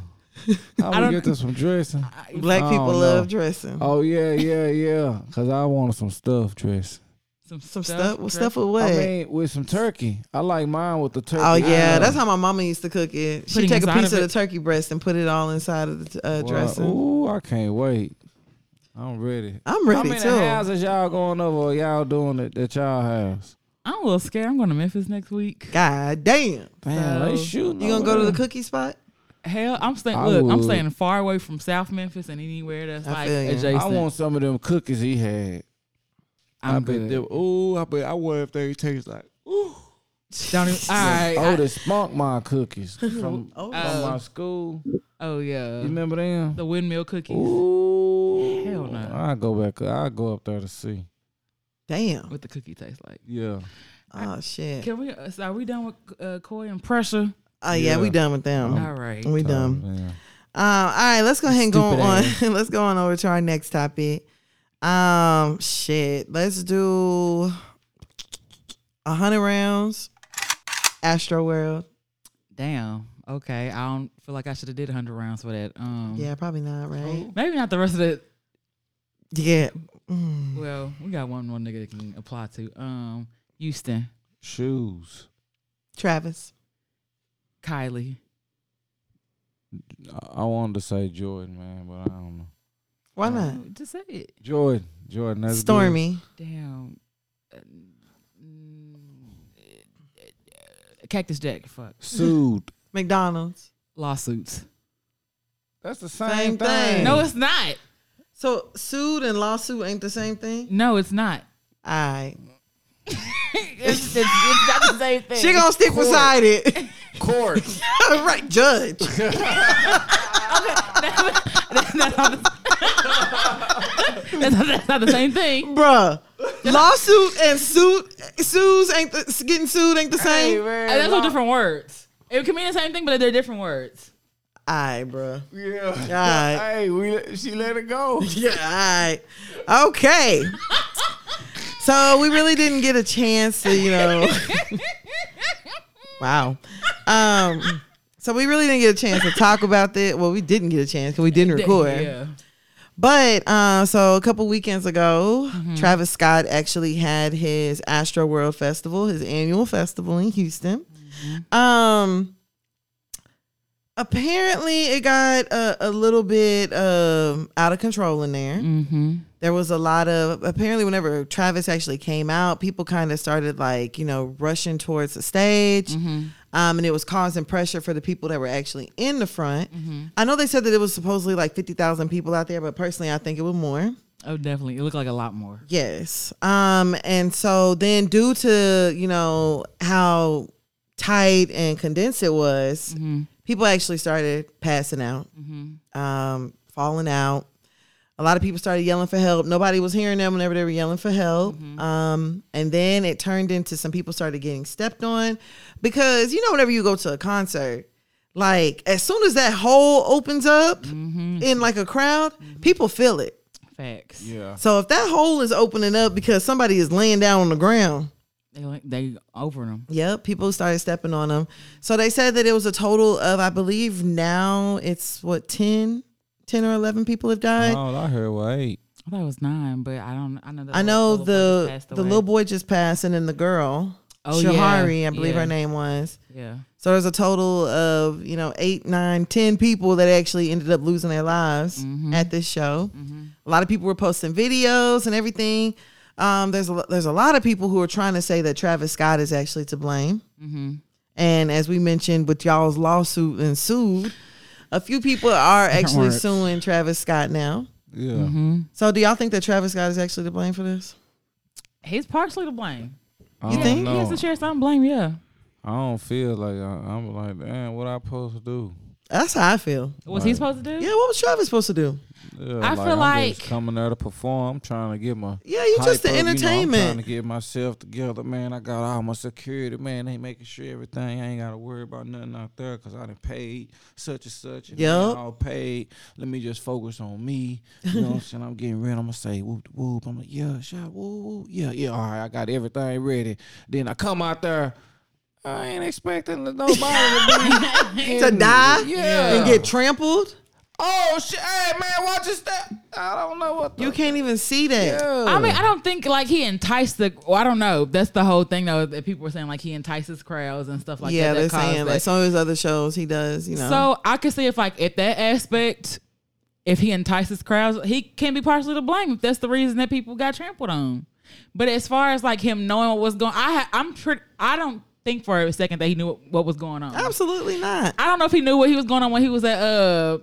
S3: I'm
S1: don't-
S3: gonna get this from dressing.
S2: Black
S3: I
S2: people
S3: don't
S2: love
S3: know.
S2: dressing.
S3: Oh yeah, yeah, yeah. Cause I wanted some stuff dressing.
S1: some,
S2: Some stuff. What stuff
S1: dressing.
S2: with what?
S3: I mean, with some turkey. I like mine with the turkey.
S2: oh yeah,
S3: Uh,
S2: that's how my mama used to cook it. She
S1: Putting
S2: take a
S1: inside
S2: piece
S1: of
S2: of,
S1: it.
S2: the turkey breast and put it all inside of the uh,
S3: well,
S2: dressing.
S3: Ooh, I can't wait. I'm ready.
S2: I'm
S3: How
S2: ready
S3: many
S2: too.
S3: houses y'all going over? Or y'all doing it at y'all house?
S1: I'm a little scared. I'm going to Memphis next week.
S2: God damn.
S3: Damn, they
S1: So,
S3: shooting.
S2: You gonna
S3: over
S2: go to the
S3: there.
S2: cookie spot?
S1: Hell, I'm staying.
S3: I
S1: Look, I'm
S3: would.
S1: staying far away from South Memphis and anywhere that's
S2: I
S1: like
S2: feel you. I
S1: adjacent.
S3: I want some of them cookies he had.
S1: I'm
S3: bet
S1: good.
S3: them- Ooh, I bet I wonder if they taste like.
S1: Don't even, all right.
S3: Oh,
S1: I-
S3: the spunk my cookies from,
S2: Oh,
S3: from my school. You
S1: oh yeah.
S3: remember them?
S1: The windmill cookies
S3: Ooh,
S1: Hell no.
S3: I go back. I go up there to see.
S2: damn.
S1: with the cookie taste like.
S3: Yeah,
S2: Oh shit.
S1: Can we? uh, so are we done with uh, Coy and pressure?
S2: Oh yeah, we
S3: Yeah.
S2: done with them.
S1: All right.
S2: We done.
S3: Man.
S2: Um, all right, let's go ahead and go
S3: Stupid
S2: on.
S3: ass.
S2: let's go on over to our next topic. Um, shit, let's do a hundred rounds. Astro World.
S1: Damn. Okay. I don't feel like I should have did 100 rounds for that. Um,
S2: Yeah, probably not
S3: Oh.
S2: right.
S1: Maybe not the rest of the.
S2: Yeah. Mm.
S1: Well, we got one more nigga that can apply to. Um, Houston,
S3: Shoes.
S2: Travis.
S1: Kylie.
S3: I, I wanted to say Jordan, man, but I don't know.
S2: Why not?
S1: Oh, Just say it.
S3: Jordan. Jordan. That's good.
S2: Stormy.
S1: Damn. Uh, mm, Cactus Jack. Fuck.
S3: Sued.
S2: McDonald's.
S1: Lawsuits.
S3: That's the same,
S2: Same
S3: thing.
S2: thing.
S1: No, it's not.
S2: So sued and lawsuit ain't the same thing.
S1: No, it's not.
S2: All right.
S1: It's, it's, it's not the same thing.
S2: She gonna stick beside it.
S3: court.
S2: right, judge.
S1: that's, not the, that's, not, that's not the same thing.
S2: Bruh. Lawsuit and suit sues ain't the, getting sued ain't the same. All
S1: And that's two different words. It can mean the same thing, but they're different words.
S2: right, bruh.
S3: Yeah.
S2: right.
S3: Hey, we let- she let it go.
S2: Yeah, all right. Okay. so we really didn't get a chance to, you know. wow. Um, so we really didn't get a chance to talk about that. Well, we didn't get a chance because we didn't record.
S1: Yeah.
S2: But uh, so a couple weekends ago, Travis Scott actually had his Astro World Festival, his annual festival in Houston. Um, apparently, it got a, a little bit um, out of control in there.
S1: Mm-hmm.
S2: There was a lot of apparently whenever Travis actually came out, people kind of started like you know rushing towards the stage, um, and it was causing pressure for the people that were actually in the front. I know they said that it was supposedly like fifty thousand people out there, but personally, I think it was more.
S1: Oh, definitely. It looked like a lot more.
S2: Yes. Um, and so then due to, you know, how tight and condensed it was, people actually started passing out, um, falling out. A lot of people started yelling for help. Nobody was hearing them whenever they were yelling for help. Um, and then it turned into some people started getting stepped on because, you know, whenever you go to a concert, like as soon as that hole opens up in like a crowd, people feel it.
S1: Facts.
S3: Yeah.
S2: So if that hole is opening up because somebody is laying down on the ground,
S1: They like they over them.
S2: yep, people started stepping on them. So they said that it was a total of, I believe now it's what, 10, 10 or 11 people have died.
S3: Oh, I heard what eight.
S1: I thought it was nine, but I don't. I know. The
S2: I know
S1: boy
S2: the
S1: just passed
S2: the
S1: away.
S2: little boy just passed and then the girl,
S1: Oh, yeah.
S2: Shahari, I believe
S1: Yeah.
S2: her name was.
S1: Yeah.
S2: So there's a total of, you know, eight, nine, ten people that actually ended up losing their lives
S3: Mm-hmm.
S2: at this show. A lot of people were posting videos and everything. Um, there's a, there's a lot of people who are trying to say that Travis Scott is actually to blame.
S3: Mm-hmm.
S2: And as we mentioned with y'all's lawsuit and sued, a few people are actually
S3: words.
S2: suing Travis Scott now.
S3: Yeah.
S1: Mm-hmm.
S2: So do y'all think that Travis Scott is actually to blame for this?
S1: He's partially to blame.
S3: I
S2: You
S3: don't
S2: think?
S1: He
S3: know.
S1: has to share some blame. Yeah.
S3: I don't feel like I, I'm like, man, what I supposed to do?
S2: That's how I feel.
S1: What's he supposed to do?
S2: Yeah, what was Travis supposed to do?
S3: Yeah,
S1: I feel
S3: I'm
S1: like-
S3: just coming there to perform, trying to get my
S2: Yeah, you just
S3: hype
S2: the
S3: up, you know, I'm trying to
S2: entertainment.
S3: get myself together, man. I got all my security, man. They making sure everything. I ain't got to worry about nothing out there because I done paid such and such. And they
S2: Yup.
S3: all paid. Let me just focus on me. You know what I'm saying? I'm getting ready. I'm gonna say whoop de whoop. I'm like yeah, shot whoop whoop. Yeah, yeah. All right, I got everything ready. Then I come out there. I ain't expecting nobody to be
S2: To die
S3: Yeah.
S2: and get trampled.
S3: Oh shit! Hey man, watch this. That I don't know what the
S2: You can't even see that.
S3: Yeah.
S1: I mean, I don't think like he enticed the. Well, I don't know. That's the whole thing though. That people were saying like he entices crowds and stuff like
S2: yeah,
S1: that.
S2: they're
S1: that caused
S2: saying
S1: that.
S2: like some of his other shows he does, you know.
S1: So I could see if like at that aspect, if he entices crowds, he can be partially to blame if that's the reason that people got trampled on. But as far as like him knowing what was going, I ha- I'm pretty. I don't think for a second that he knew what, what was going on.
S2: absolutely not.
S1: I don't know if he knew what he was going on when he was at uh,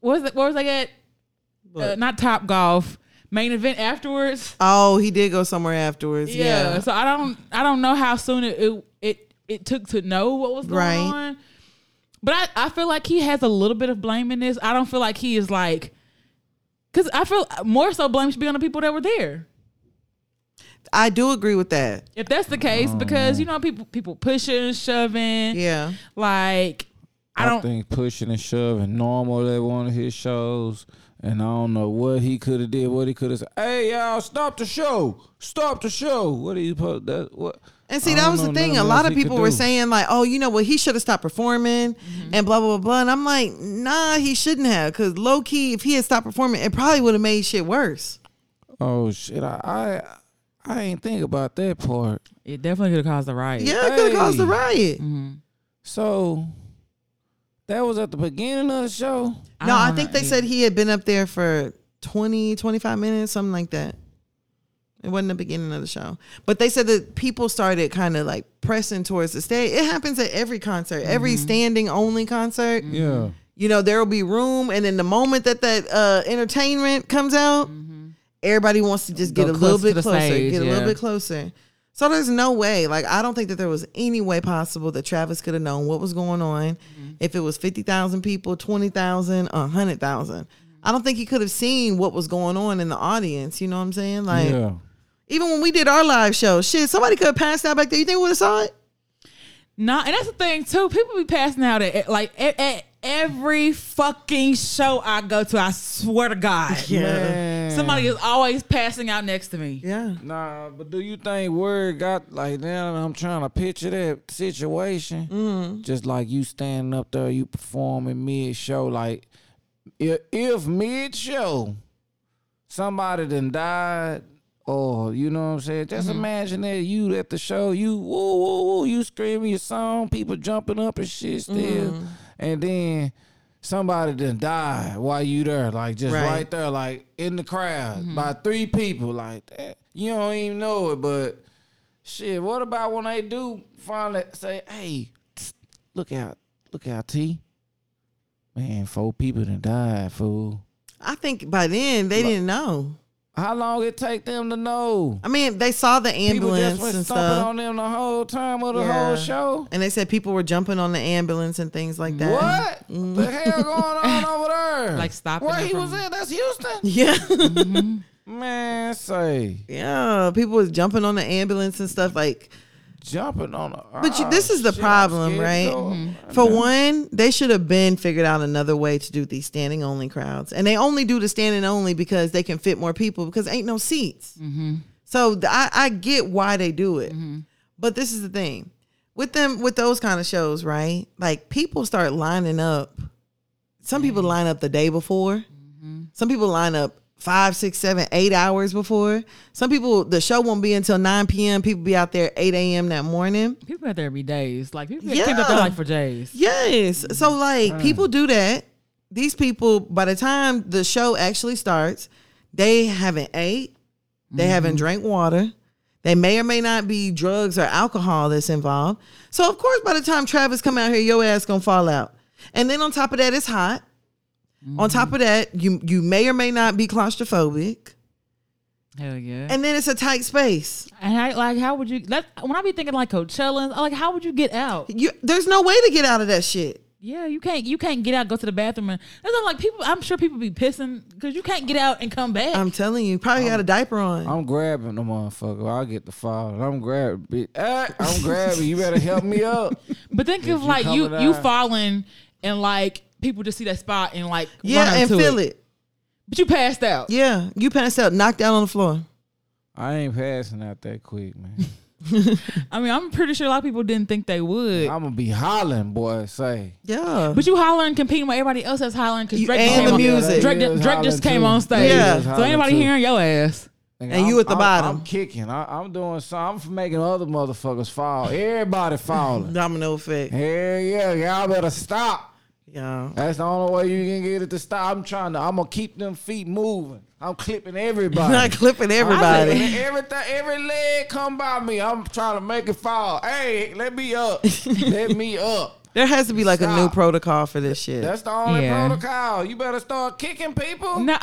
S1: what was it? Where was I at? Uh, not Top Golf main event afterwards.
S2: oh, he did go somewhere afterwards.
S1: Yeah.
S2: Yeah.
S1: So I don't I don't know how soon it it it, it took to know what was going
S2: Right.
S1: on. But I, I feel like he has a little bit of blame in this. I don't feel like he is like because I feel more so blame should be on the people that were there.
S2: I do agree with that.
S1: If that's the case,
S3: Oh,
S1: because you know people people pushing, shoving,
S2: Yeah.
S1: like I
S3: I
S1: don't.
S3: think pushing and shoving normal at one of his shows, and I don't know what he could have did. What he could have said. Hey y'all, stop the show! Stop the show! What are you po- that? What?
S2: And see,
S3: I
S2: that
S3: don't
S2: was the
S3: know
S2: thing.
S3: nothing
S2: A lot
S3: else
S2: of
S3: he could
S2: people were
S3: do.
S2: saying like, "Oh, you know what? He should have stopped performing,"
S1: Mm-hmm.
S2: and blah blah blah blah. And I'm like, "Nah, he shouldn't have." Because low key, if he had stopped performing, it probably would have made shit worse.
S3: Oh shit! I, I I ain't think about that part.
S1: It definitely could have caused a riot.
S2: Yeah, it could have caused a
S3: Hey.
S2: riot.
S3: So that was at the beginning of the show.
S2: No, I
S1: don't
S2: think
S1: know.
S2: they said he had been up there for 20, 25 minutes, something like that. It wasn't the beginning of the show. But they said that people started kind of like pressing towards the stage. It happens at every concert, every standing only concert.
S3: Yeah.
S2: You know, there will be room. And then the moment that that uh, entertainment comes out, everybody wants to just get
S1: Mm-hmm. Go
S2: a little
S1: close to
S2: bit
S1: the
S2: closer,
S1: stage,
S2: get a
S1: yeah.
S2: little bit closer. So there's no way. Like, I don't think that there was any way possible that Travis could have known what was going on.
S1: Mm-hmm.
S2: If it was 50,000 people, 20,000, or 100,000.
S1: Mm-hmm.
S2: I don't think he could have seen what was going on in the audience. You know what I'm saying? Like,
S3: yeah.
S2: even when we did our live show, shit, somebody could have passed out back there. You think we would have saw it?
S1: No, and that's the thing too. People be passing out at like at, at every fucking show I go to. I swear to God,
S3: Man.
S1: somebody is always passing out next to me.
S2: Yeah.
S3: Nah, but do you think word got like now that I'm trying to picture that situation? Just like you standing up there, you performing mid show, like if, if mid show somebody done died, or you know what I'm saying, just imagine that you at the show, you woo woo woo, you screaming your song, people jumping up and shit still, and then somebody done died while you there, like just
S2: Right.
S3: right, there, like in the crowd by three people, like that. You don't even know it, but shit, what about when they do finally say, hey, tsk, look out, look out, T. Man, four people done died, fool.
S2: I think by then they didn't know.
S3: How long it take them to know?
S2: I mean, they saw the
S3: People
S2: ambulance
S3: just went
S2: and
S3: stomping
S2: stuff.
S3: on them the whole time of the
S2: Yeah.
S3: whole show.
S2: And they said people were jumping on the ambulance and things like that.
S3: What
S2: Mm-hmm.
S3: the hell going on over there?
S1: Like, stopping
S3: Where
S1: them
S3: he was
S1: from-
S3: at? That's Houston.
S2: Yeah.
S3: Man, say
S2: yeah. People was jumping on the ambulance and stuff like
S3: jumping on. A,
S2: But you-
S3: oh,
S2: this is the
S3: shit, I'm
S2: problem,
S3: scared
S2: right?
S3: to go.
S2: for one, they should have been figured out another way to do these standing only crowds. And they only do the standing only because they can fit more people because ain't no seats. So th- I, I get why they do it. But this is the thing. With them with those kind of shows, right? Like people start lining up. Some people line up the day before. Some people line up five, six, seven, eight hours before. Some people the show won't be until nine PM. People be out there eight AM that morning.
S1: People out there be days. Like people yeah. kept up there
S2: Yeah.
S1: like for days.
S2: Yes. So like people do that. These people, by the time the show actually starts, they haven't ate, they haven't drank water. They may or may not be drugs or alcohol that's involved. So of course, by the time Travis come out here, your ass gonna fall out. And then on top of that, it's hot. On top of that, you you may or may not be claustrophobic.
S1: Hell yeah. And,
S2: And then it's a tight space.
S1: I, like, how would you? That when I be thinking like Coachella, and- like how would you get out?
S2: You, there's no way to get out of that shit.
S1: Yeah, you can't. You can't get out. Go to the bathroom. And that's not like people. I'm sure people be pissing because you can't get out and come back.
S2: I'm telling you, probably got a diaper on.
S3: I'm grabbing the motherfucker. I get the fall. I'm grabbing. bitch. Ah, I'm grabbing. You better help me up.
S1: But think of
S3: you
S1: like you
S3: covered
S1: you
S3: eye.
S1: falling and like people just see that spot and like
S2: yeah,
S1: run up
S2: and
S1: to
S2: feel it.
S1: But you passed out.
S2: Yeah, you passed out, knocked out on the floor.
S3: I ain't passing out that quick, man.
S1: I mean, I'm pretty sure a lot of people didn't think they would.
S3: I'm gonna be hollering, boy. Say.
S2: Yeah.
S1: But you hollering, competing with everybody else that's hollering because
S2: You-
S1: Drake,
S2: and
S1: came
S2: the
S1: on-
S2: music.
S1: Drake,
S3: Yeah, it's
S1: Drake just came
S3: hollering too.
S1: on stage.
S2: Yeah.
S1: So anybody hearing your ass?
S3: And
S2: you at the
S3: I'm,
S2: bottom.
S3: I'm kicking. I, I'm doing something. I'm making other motherfuckers fall. Everybody falling.
S2: Domino effect.
S3: Hell yeah, y'all better stop.
S2: Yeah.
S3: That's the only way you can get it to stop. I'm trying to. I'm gonna keep them feet moving. I'm clipping everybody.
S2: Not clipping
S3: I'm
S2: everybody.
S3: clipping everything, every leg come by me. I'm trying to make it fall. Hey, let me up. let me up.
S2: There has to be like a new
S3: Stop.
S2: protocol for this shit.
S3: That's the only
S1: Yeah.
S3: protocol. You better start kicking people.
S1: No,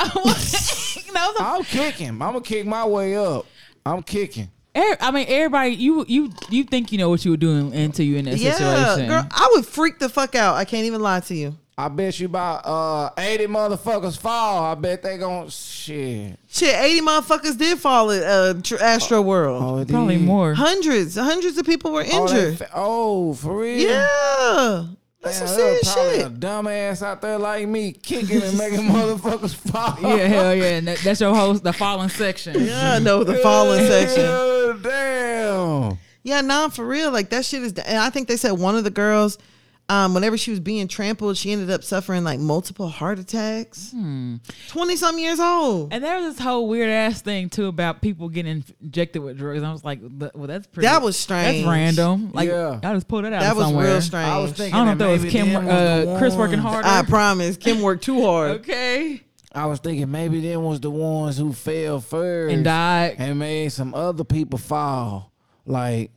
S1: no. the-
S3: I'm kicking. I'm gonna kick my way up. I'm kicking.
S1: er- I mean, everybody. You you you think you know what you were doing until you in that
S2: yeah,
S1: situation.
S2: girl, I would freak the fuck out. I can't even lie to you.
S3: I bet you about uh, 80 motherfuckers fall. I bet they gon' shit.
S2: Shit, 80 motherfuckers did fall at uh, tr-
S3: Oh,
S2: Astro World.
S3: it
S1: Probably
S3: did.
S1: more.
S2: Hundreds, hundreds of people were
S3: Oh, they
S2: injured.
S3: fa- oh, for real?
S2: yeah. That's
S3: Damn,
S2: some
S3: there was
S2: serious
S3: probably
S2: shit.
S3: a dumbass out there like me kicking and making motherfuckers fall.
S1: Yeah, hell yeah. And that, that's your host, the falling section.
S2: Yeah, no, the falling section.
S3: Yeah, Damn.
S2: Yeah, nah, for real. Like that shit is. And I think they said one of the girls. Um, whenever she was being trampled, she ended up suffering like multiple heart attacks.
S1: Hmm.
S2: Twenty some years old.
S1: And there was this whole weird ass thing too about people getting injected with drugs. I was like, "Th- well, that's pretty.
S2: That was strange.
S1: That's random. Like,
S3: Yeah.
S1: I just pulled that out.
S2: That
S1: of
S2: was
S1: somewhere.
S2: real strange.
S3: I was thinking.
S1: I don't know
S3: that
S1: if that was
S3: maybe
S1: Kim,
S3: them was the
S1: uh, Chris working hard.
S3: ones-
S2: I promise. Kim worked too hard.
S1: okay.
S3: I was thinking maybe them was the ones who fell first
S1: And died.
S3: and made some other people fall. Like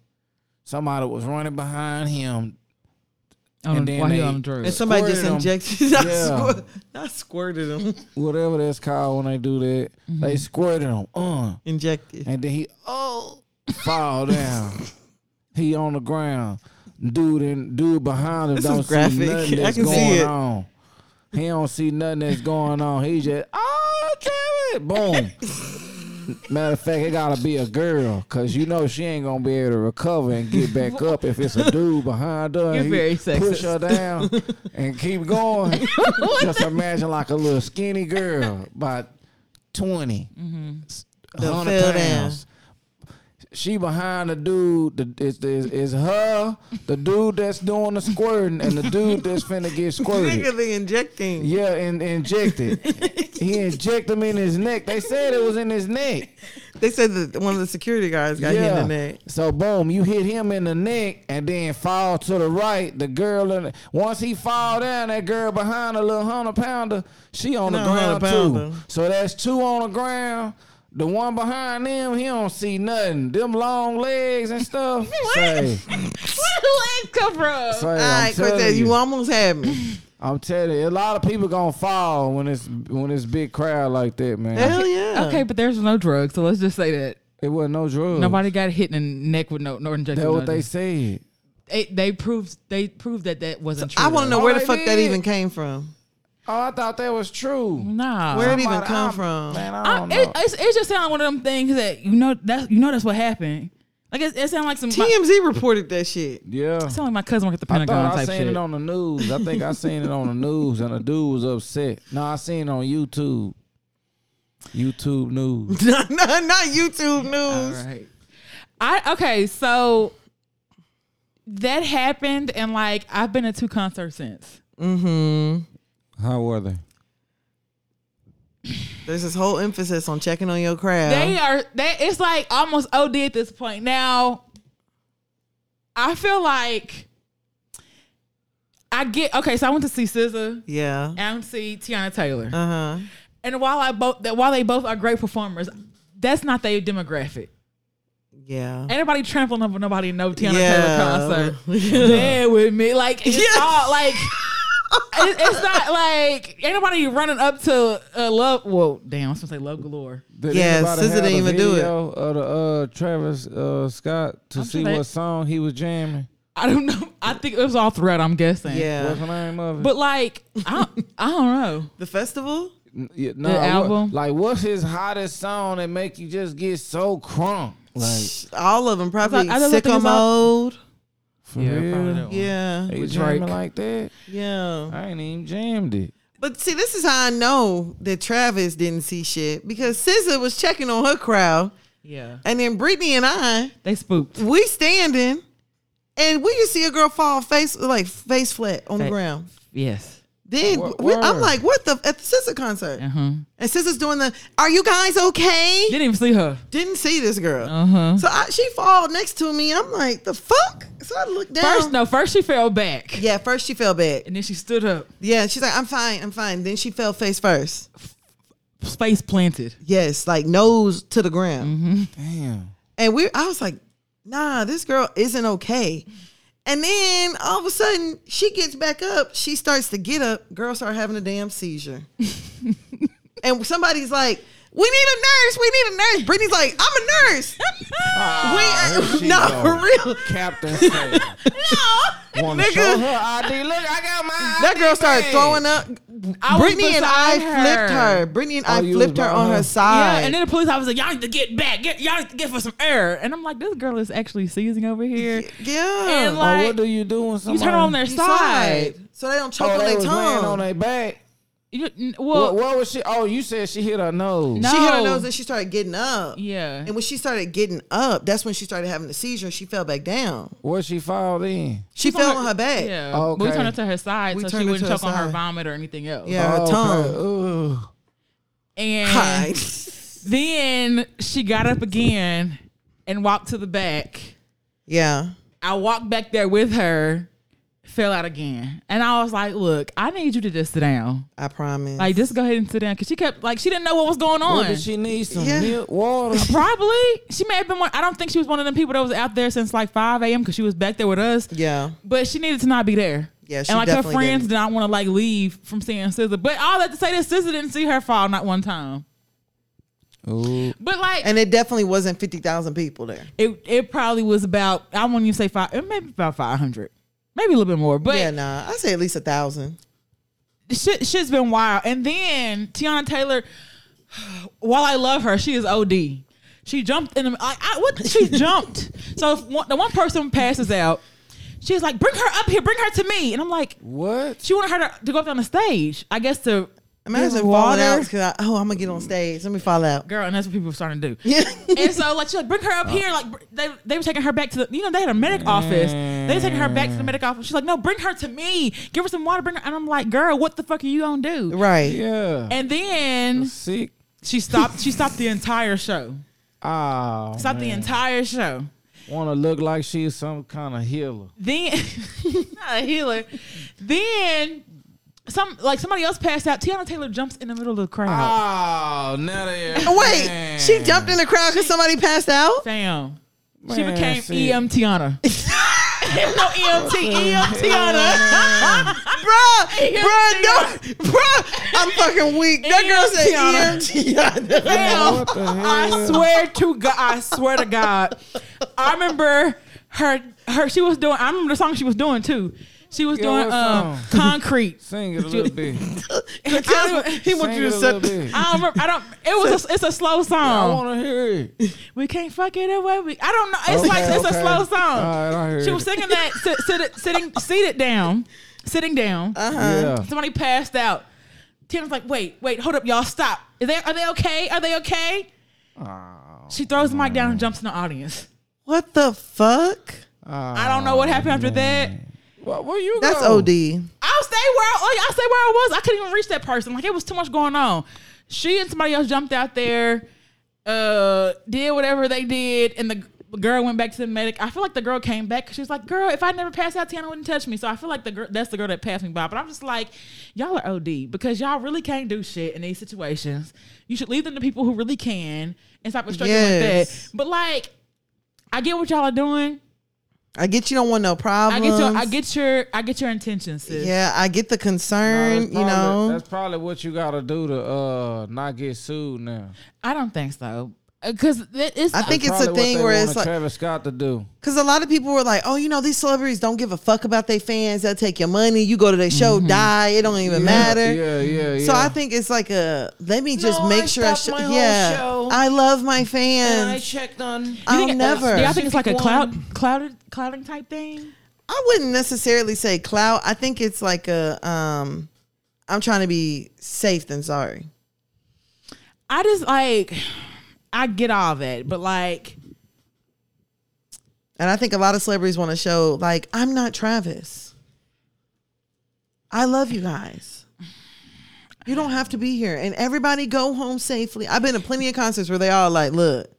S3: somebody was running behind him.
S1: on,
S3: and then
S1: while he
S3: they-
S1: on drugs.
S2: And somebody
S3: Squirted
S2: just
S3: him.
S2: injected. I,
S3: Yeah.
S2: squir- I squirted him.
S3: Whatever that's called when they do that, they squirted him. Uh,
S2: Injected.
S3: and then he oh fall down. he on the ground. Dude and dude behind him
S2: This
S3: don't
S2: is graphic.
S3: see nothing
S2: I
S3: that's
S2: can see
S3: going
S2: it.
S3: on. He don't see nothing that's going on. He just oh damn it, boom. Matter of fact, it gotta be a girl, cause you know she ain't gonna be able to recover and get back up if it's a dude behind her.
S1: You're
S3: He
S1: very sexist.
S3: Push her down and keep going. Just imagine like a little skinny girl, about 20
S2: That
S3: 100
S2: fell
S3: pounds. She behind the dude. The, it's, it's, it's her, the dude that's doing the squirting, and the dude that's finna get squirted.
S2: Nigga, they injecting.
S3: Yeah, and injected. he injected him in his neck. They said it was in his neck.
S2: They said that one of the security guards got hit in the neck.
S3: So boom, you hit him in the neck and then fall to the right. The girl in once he fall down, that girl behind the little hundred pounder, she on the
S2: Not
S3: ground
S2: 100-pounder.
S3: too. So that's two on the ground. The one behind them, he don't see nothing. Them long legs and stuff. Say,
S1: Where the legs come from?
S3: say,
S2: All
S3: I'm
S2: right,
S3: telling
S2: Cortez,
S3: you,
S2: you almost had me.
S3: I'm telling you, a lot of people gonna fall when it's when it's big crowd like that, man.
S2: Hell yeah.
S1: Okay, but there's no drugs, so let's just say that
S3: It wasn't no drugs.
S1: nobody got hit in the neck with no nor injected.
S3: That's what
S1: nothing.
S3: they said.
S1: they they proved they proved that that wasn't true.
S2: I want to know
S3: Oh,
S2: where the
S3: they
S2: fuck that
S3: did.
S2: even came from.
S3: Oh, I thought that was true.
S2: Mm.
S1: though. Nah,
S2: Where it even
S3: Somebody-
S2: come
S3: I'm-
S2: from?
S3: Man, I
S1: I,
S2: Uh,
S3: don't know.
S1: it, it's, it just sounds like one of them things that you know that you know that's what happened. Like it, it sounds like some. My,
S2: TMZ reported that shit.
S3: yeah.
S1: it sound like my cousin worked at the
S3: I
S1: Pentagon
S3: thought I
S1: type
S3: seen
S1: shit.
S3: it on the news. I think I seen it on the news, and the dude was upset. No, I seen it on YouTube. YouTube news.
S2: not, not not YouTube news.
S1: right. I okay, so that happened, and like I've been to two concerts since.
S3: How were they?
S2: There's this whole emphasis on checking on your crowd.
S1: They are that it's like almost OD at this point. Now I feel like I get okay, so I went to see SZA
S2: yeah.
S1: and I went to see Tiana Taylor.
S2: Uh huh.
S1: and while I both that while they both are great performers, that's not their demographic.
S2: Yeah.
S1: Ain't nobody trampling over nobody in no Tiana
S2: Yeah.
S1: Taylor concert. Bear with me. Like it's
S2: Yes.
S1: all like it- it's not like ain't nobody running up to uh, love. Well, damn, I was gonna say love galore.
S3: Did
S2: Yeah,
S3: anybody
S2: SZA
S3: have
S2: didn't
S3: a
S2: even do it.
S3: video Of the uh, Travis uh, Scott to
S1: I'm
S3: see
S1: sure they-
S3: what song he was jamming.
S1: I don't know. I think it was all throughout. I'm guessing.
S2: Yeah.
S3: What's the name of it?
S1: But like, I don't, I don't know.
S2: The festival?
S3: N- yeah, no,
S1: the
S3: what-
S1: album?
S3: like, what's his hottest song that make you just get so crunk? Like,
S2: All of them probably.
S1: I don't think
S2: Sicko
S1: it's
S2: mode.
S3: for real?
S2: Yeah.
S3: He
S1: With
S3: jamming
S1: Drake.
S3: like that?
S2: Yeah.
S3: I ain't even jammed it.
S2: But see, this is how I know that Travis didn't see shit because SZA was checking on her crowd,
S1: Yeah,
S2: and then Brittany and I,
S1: they spooked.
S2: we standing, and we just see a girl fall face like face flat on the
S1: Fa-
S2: ground.
S1: Yes.
S2: Then
S3: What
S2: we, I'm
S3: word?
S2: like, what the at the SZA concert,
S1: Uh huh.
S2: and SZA's doing the "Are you guys okay?"
S1: Didn't even see her.
S2: Didn't see this girl,
S1: Uh huh.
S2: so I, she fall next to me. I'm like, the fuck. So I look down.
S1: First, no. First, she fell back,
S2: yeah, first she fell back.
S1: and then she stood up,
S2: Yeah, she's like, I'm fine, I'm fine. Then she fell face first.
S1: face planted.
S2: Yes, like nose to the ground.
S3: Damn.
S2: And we I was like, nah, this girl isn't okay. And then all of a sudden she gets back up, she starts to get up, girl start having a damn seizure. and somebody's like, We need a nurse, we need a nurse. Brittany's like, I'm a nurse.
S3: Ah, here
S2: we
S3: she
S2: no
S3: go.
S2: for real.
S3: Captain Save.
S2: No.
S3: Want to show
S2: Nigga.
S3: her ID? Look, I got my
S2: That
S3: ID
S2: girl started
S3: bag.
S2: throwing up.
S1: I was
S2: Brittany and I
S1: beside
S2: flipped her.
S1: her.
S2: Brittany and
S3: Oh,
S2: I
S3: you was
S2: flipped her
S3: by
S2: on
S3: her?
S2: her side.
S1: Yeah, and then the police officer, y'all need to get back. Get, y'all need to get for some air. And I'm like, this girl is actually seizing over here.
S2: yeah.
S1: And
S3: Oh,
S1: like,
S3: what do you do when
S1: you
S3: somebody?
S1: turn on their
S2: You
S1: side.
S2: So they don't choke
S3: Oh,
S2: on
S3: they
S2: their
S3: was laying on
S2: tongue.
S3: their back.
S1: You, n- well,
S3: What, what was she? Oh, you said she hit her nose.
S1: No.
S2: She hit her nose and she started getting up.
S1: yeah.
S2: And when she started getting up, that's when she started having the seizure and she fell back down.
S3: Where she fall in?
S2: She,
S1: turned
S2: fell on her back.
S1: Yeah.
S3: Oh,
S1: But we
S3: okay.
S1: turned her to her side
S2: We
S1: so
S2: turned
S1: she
S2: her
S1: wouldn't
S2: to her
S1: choke on her
S2: side.
S1: vomit or anything else.
S2: Yeah, her
S3: Oh, okay.
S2: tongue.
S3: Ooh.
S1: And
S2: Hi.
S1: then she got up again and walked to the back.
S2: yeah.
S1: I walked back there with her, fell out again. And I was like, look, I need you to just sit down.
S2: I promise.
S1: Like, just go ahead and sit down. Cause she kept, like, she didn't know what was going on.
S3: What, did she need some
S2: Yeah.
S3: milk, water?
S1: Probably. She may have been one. I don't think she was one of them people that was out there since like 5 a.m. because she was back there with us.
S2: yeah.
S1: But she needed to not be there.
S2: Yeah, she
S1: And like her
S2: definitely
S1: friends
S2: didn't.
S1: did not want to like leave from seeing SZA. But all that to say that SZA didn't see her fall not one time.
S3: Ooh.
S1: But like
S2: And it definitely wasn't 50,000 people there.
S1: it it probably was about I wouldn't even say five maybe about five hundred. Maybe a little bit more. But
S2: yeah, nah. I say at least a thousand.
S1: shit, shit's been wild. And then Tiana Taylor, while I love her, she is OD. She jumped in the I, I what she jumped. So if one, the one person passes out, she's like, "Bring her up here, bring her to me." And I'm like,
S3: What?
S1: she wanted her to, to go up on the stage, I guess to
S2: Imagine
S1: give
S2: falling out because I, oh, I'm gonna get on stage. Let me fall out.
S1: Girl, and that's what people were starting to do.
S2: Yeah.
S1: and so like she like bring her up here like br- they they were taking her back to the you know they had a medic office they were taking her back to the medic office she's like no bring her to me give her some water bring her and I'm like girl what the fuck are you gonna do
S2: Right.
S3: Yeah.
S1: and then
S3: Sick.
S1: she stopped she stopped the entire show
S3: Oh,
S1: stopped the
S3: man.
S1: entire show
S3: Want to look like she's some kind of healer.
S1: then not a healer then some like somebody else passed out Tiana Taylor jumps in the middle of the crowd
S3: Oh, now they.
S2: Wait, she jumped in the crowd because somebody passed out.
S1: damn she
S3: Man,
S1: became E
S3: shit.
S1: EM Tiana no E EMT EM Tiana
S2: Bruh, bruh, don't, bruh. I'm fucking weak. That girl said E EMT.
S1: Damn.
S3: What the hell?
S1: I swear to God, I swear to God, I remember her. Her, she was doing. I remember the song she was doing too. She was
S3: Yeah,
S1: doing
S3: what
S1: um, concrete.
S3: Sing it a little bit. Sing
S1: I don't,
S2: He wants
S3: it
S2: you
S3: a
S2: to
S3: little
S2: set. the-
S3: bit.
S1: I don't remember. I don't. It was. A, it's a slow
S3: I
S1: song.
S3: want to hear it. It's
S1: We can't fuck it away. We. I don't know. It's like it's a slow song.
S2: Oh.
S3: All right, I heard
S1: she was
S3: it.
S1: singing that sit, sit, sitting seated down, sitting down.
S3: Uh-huh. Yeah.
S2: uh-huh.
S1: Somebody passed out. Tina's like, wait, wait, hold up, y'all, stop. Is they are they okay? Are they okay?
S3: Oh,
S1: She throws the mic down and jumps in the audience.
S2: What the fuck?
S1: I don't know what happened after that.
S3: Where, where you
S2: That's
S3: go?
S1: I'll
S2: OD.
S1: stay where I, oh, I'll stay where I was. I couldn't even reach that person. Like it was too much going on. She and somebody else jumped out there, uh, did whatever they did, and the g- girl went back to the medic. I feel like the girl came back because she was like, "Girl, if I never passed out, Tiana wouldn't touch me." So I feel like the girl that's the girl that passed me by. But I'm just like, y'all are OD because y'all really can't do shit in these situations. You should leave them to people who really can and stop obstructing
S2: Yes.
S1: like that. But like, I get what y'all are doing.
S2: I get you don't want no
S1: I
S2: problems.
S1: get your I get your I get your intentions, sis.
S2: Yeah, I get the
S3: No,
S2: concern.
S3: that's
S2: you
S3: probably-
S2: know.
S3: that's probably what you gotta do to uh not get sued now.
S1: I don't think so. Because it's. uh,
S2: I think it's
S3: Probably
S2: a
S3: what
S2: thing
S3: they
S2: where
S3: wanted
S2: it's like
S3: Travis Scott to do.
S2: Because a lot of people were like, oh, you know, these celebrities don't give a fuck about their fans. They'll take your money. You go to their show, die. It don't even matter.
S3: Mm-hmm. Yeah, yeah, yeah.
S2: So I think it's like a let me just
S3: No,
S2: make
S3: I
S2: sure I
S3: stopped
S2: sho-
S3: my whole
S2: yeah
S3: show.
S2: I love my fans.
S3: checked on.
S2: I,
S1: You
S2: will
S1: think it-
S2: never.
S1: Do y'all think it's like a
S3: One.
S1: cloud, clouded, clouding type thing?
S2: I wouldn't necessarily say clout. I think it's like a um, I'm trying to be safe than sorry.
S1: I just like, I get all that, but like,
S2: And I think a lot of celebrities want to show like I'm not Travis. I love you guys. You don't have to be here, and everybody go home safely. I've been to plenty of concerts where they all like, look,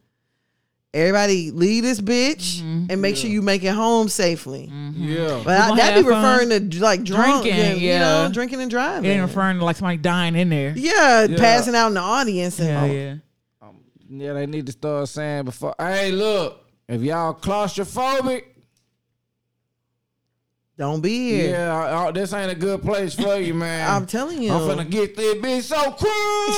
S2: everybody leave this bitch
S1: Mm-hmm.
S2: and make sure you make it home safely.
S3: Mm-hmm. Yeah.
S2: But I,
S1: gonna
S2: that'd be
S1: Mm-hmm. have fun.
S2: referring to like drunk,
S1: Drinking,
S2: and, you
S1: yeah.
S2: know, drinking and
S1: it
S2: driving.
S1: ain't referring to like somebody dying in there.
S2: yeah,
S3: Yeah.
S2: passing out in the audience. And, "Oh,
S1: Yeah, yeah.
S3: yeah, they need to start saying before. Hey, look, if y'all claustrophobic,
S2: Don't be here.
S3: yeah, I- I- this ain't a good place for you, man.
S2: I'm telling you.
S3: I'm finna get this bitch so cool.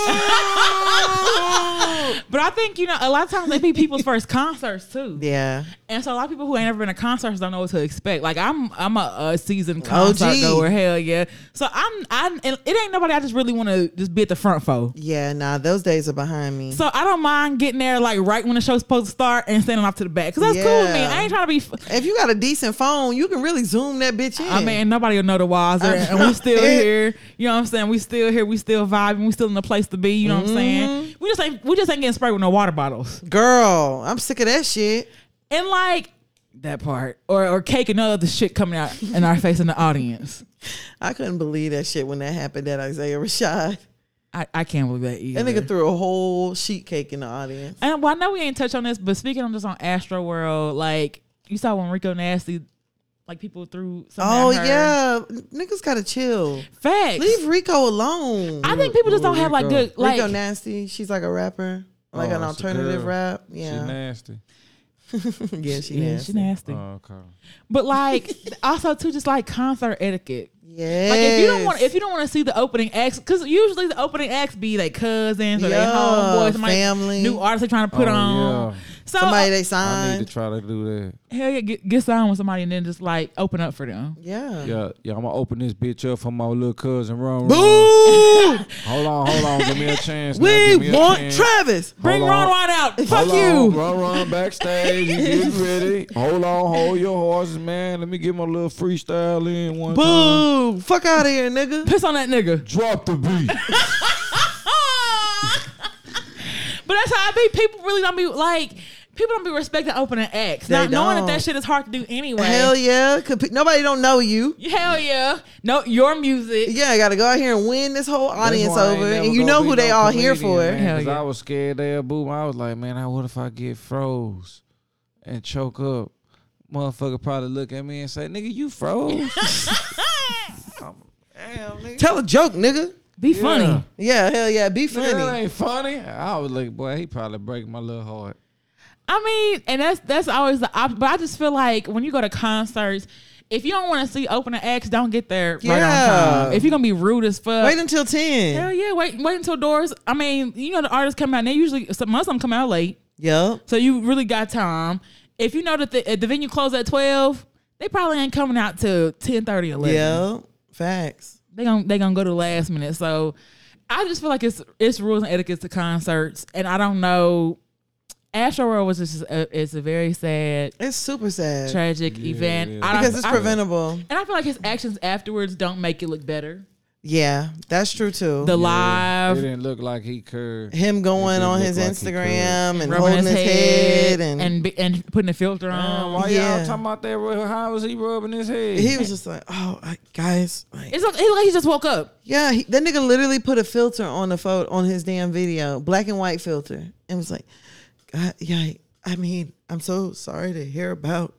S1: But I think you know a lot of times they be people's first concerts too,
S2: yeah.
S1: and so a lot of people who ain't ever been to concerts don't know what to expect. Like I'm, I'm a, a seasoned
S2: OG.
S1: concert goer, hell yeah. So I'm, I'm, and it ain't nobody I just really want to just be at the front for.
S2: Yeah, nah, those days are behind me.
S1: So I don't mind getting there like right when the show's supposed to start and standing off to the back because that's cool with me.
S2: Yeah.
S1: I ain't trying to be. F-
S2: If you got a decent phone, you can really zoom that that bitch in.
S1: I mean, ain't nobody will know the wiser, and we still here. You know what I'm saying? We still here. We still vibing. We still in the place to be. You know what I'm saying?
S2: Mm-hmm.
S1: We just ain't we just ain't getting sprayed with no water bottles.
S2: girl, I'm sick of that shit.
S1: And like that part, or or cake and all other shit coming out in our face in the audience.
S2: I couldn't believe that shit when that happened. That Isaiah Rashad,
S1: I, I can't believe that either.
S2: that nigga threw a whole sheet cake in the audience.
S1: And well, I know we ain't touched on this, but speaking on just on Astro World, like you saw when Rico Nasty, like people threw. Something
S2: Oh
S1: at her.
S2: yeah, niggas gotta chill.
S1: facts.
S2: Leave Rico alone.
S1: I think people just don't have like
S3: Rico.
S1: good like.
S2: Rico nasty. She's like a rapper, like
S3: Oh,
S2: an
S3: that's a
S2: alternative
S3: girl.
S2: rap.
S3: She
S2: Yeah,
S3: nasty.
S2: yeah, she
S1: yeah,
S2: nasty.
S1: she nasty.
S3: Oh, okay.
S1: But like, also too, just like concert etiquette.
S2: Yeah.
S1: Like if you don't want if you don't want to see the opening acts, because usually the opening acts be they cousins or they
S2: Yeah,
S1: homeboys, somebody-
S2: family.
S1: new artists they trying to put
S3: Oh,
S1: on.
S3: yeah.
S1: So uh,
S2: somebody they
S3: I need
S2: signed.
S3: to try to do that.
S1: hell yeah, get, get signed with somebody and then just like open up for them.
S2: yeah.
S3: Yeah, yeah, I'm gonna open this bitch up for my little cousin. Run, run.
S2: Boo!
S3: Hold on, hold on. Give me a chance. now,
S2: we
S3: give me a
S2: want
S3: chance.
S2: Travis.
S1: Bring
S3: on.
S1: Ron White out. Fuck
S3: Hold
S1: you.
S3: on, run, run backstage. You get ready. Hold on, hold your horses, man. Let me get my little freestyle in one
S2: Boo!
S3: time.
S2: Fuck out of here, nigga.
S1: Piss on that nigga.
S3: Drop the beat.
S1: But that's how I be. People really don't be like. People don't be respecting opening acts,
S2: They
S1: not knowing that
S2: don't.
S1: that shit is hard to do anyway.
S2: Hell yeah. Could pe- Nobody don't know you.
S1: Hell yeah. No, your music.
S2: Yeah, I gotta go out here and win this whole audience over. And you know who they all here for.
S1: Hell
S3: Because
S1: yeah.
S3: I was scared they'll boom. I was like, man, I- what if I get froze and choke up? Motherfucker probably look at me and say, nigga, you froze.
S2: Tell a joke, nigga.
S1: Be funny.
S2: Yeah, hell yeah. Be
S3: Nigga, that
S2: funny.
S3: ain't funny. I was like, boy, he probably break my little heart.
S1: I mean, and that's that's always the option. But I just feel like when you go to concerts, if you don't want to see opening acts, don't get there right
S2: Yeah.
S1: on time. If you're gonna be rude as fuck,
S2: Wait until 10.
S1: hell yeah, wait wait until doors. I mean, you know the artists come out. and They usually some, most of them come out late,
S2: Yup.
S1: so you really got time. If you know that the, the venue closed at twelve, they probably ain't coming out till 10, 11.
S2: Yup. Facts.
S1: they gonna they gonna go to the last minute. So I just feel like it's it's rules and etiquette to concerts, and I don't know. Astro World was just a, it's a very sad,
S2: It's super sad.
S1: tragic event.
S3: it is.
S1: I don't,
S2: because it's
S1: I-
S2: preventable.
S1: and I feel like his actions afterwards don't make it look better.
S2: Yeah, that's true too.
S1: The
S3: It
S1: live
S3: didn't look like he could.
S2: Him going
S3: It
S2: on
S3: looked
S2: his
S3: like he
S2: Instagram and
S1: rubbing
S2: holding
S1: his head,
S2: and,
S1: and and, be- and putting a filter on.
S3: Why
S2: Yeah.
S3: y'all talking about that? rub- How was he rubbing his head?
S2: he was just like, "Oh, I, guys, like,
S1: It's like, it's like he just woke up.
S2: yeah." He, that nigga literally put a filter on the photo on his damn video, black and white filter, and was like, God, "Yeah, I mean, I'm so sorry to hear about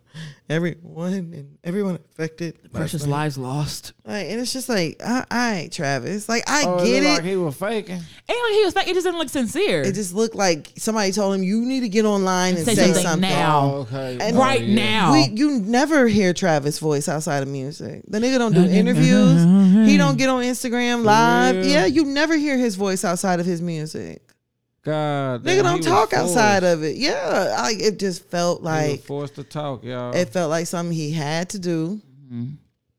S2: everyone and everyone affected." last
S1: Precious
S2: night."
S1: lives lost.
S2: Like, and it's just like, I, I ain't Travis. Like, I
S3: Oh,
S2: get
S3: looked
S2: it.
S3: Like he was faking.
S1: And like he was like, it just didn't look sincere.
S2: it just looked like somebody told him you need to get online and
S1: Say
S2: say,
S1: something
S2: something.
S1: now. Ow.
S3: Oh, okay.
S2: And-
S3: Oh,
S1: right
S3: yeah.
S1: now.
S2: We you never hear Travis' voice outside of music. The nigga don't do interviews. He don't get on Instagram live.
S3: real?
S2: Yeah, you never hear his voice outside of his music.
S3: God,
S2: Nigga don't talk outside of it. Yeah, I, it just felt like
S3: forced Mm-hmm. to talk, y'all.
S2: it felt like something he had to do.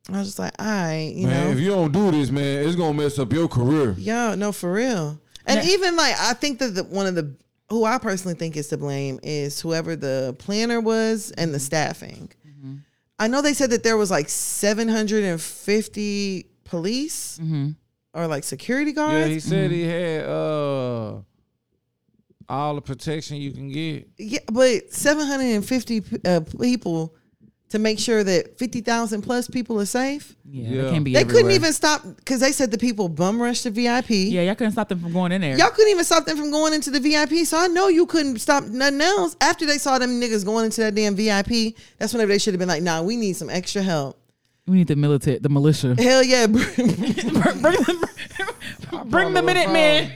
S2: I was just like, all right, you know.
S3: you don't do this, man, it's gonna mess up your career.
S2: Yeah, no, for real. And
S1: Now-
S2: even like I think that the, one of the who I personally think is to blame is whoever the planner was and the
S3: Mm-hmm.
S2: staffing. I know they said that there was like 750 police or like security
S3: Mm-hmm. Yeah,
S2: guards.
S3: he said
S2: Mm.
S3: he had uh all the protection you can get.
S2: Yeah, but 750 p- uh, people to make sure that 50,000 plus people are safe.
S1: yeah,
S3: Yeah.
S1: they can't be.
S2: They
S1: everywhere.
S2: couldn't even stop because they said the people bum rushed the VIP.
S1: Yeah, y'all couldn't stop them from going in there.
S2: Y'all couldn't even stop them from going into the VIP. So I know you couldn't stop nothing else. After they saw them niggas going into that damn VIP, that's whenever they should have been like, nah, we need some extra help.
S1: we need the militant, the militia.
S2: Hell yeah. bro.
S1: bring, bring the, bring the minute man.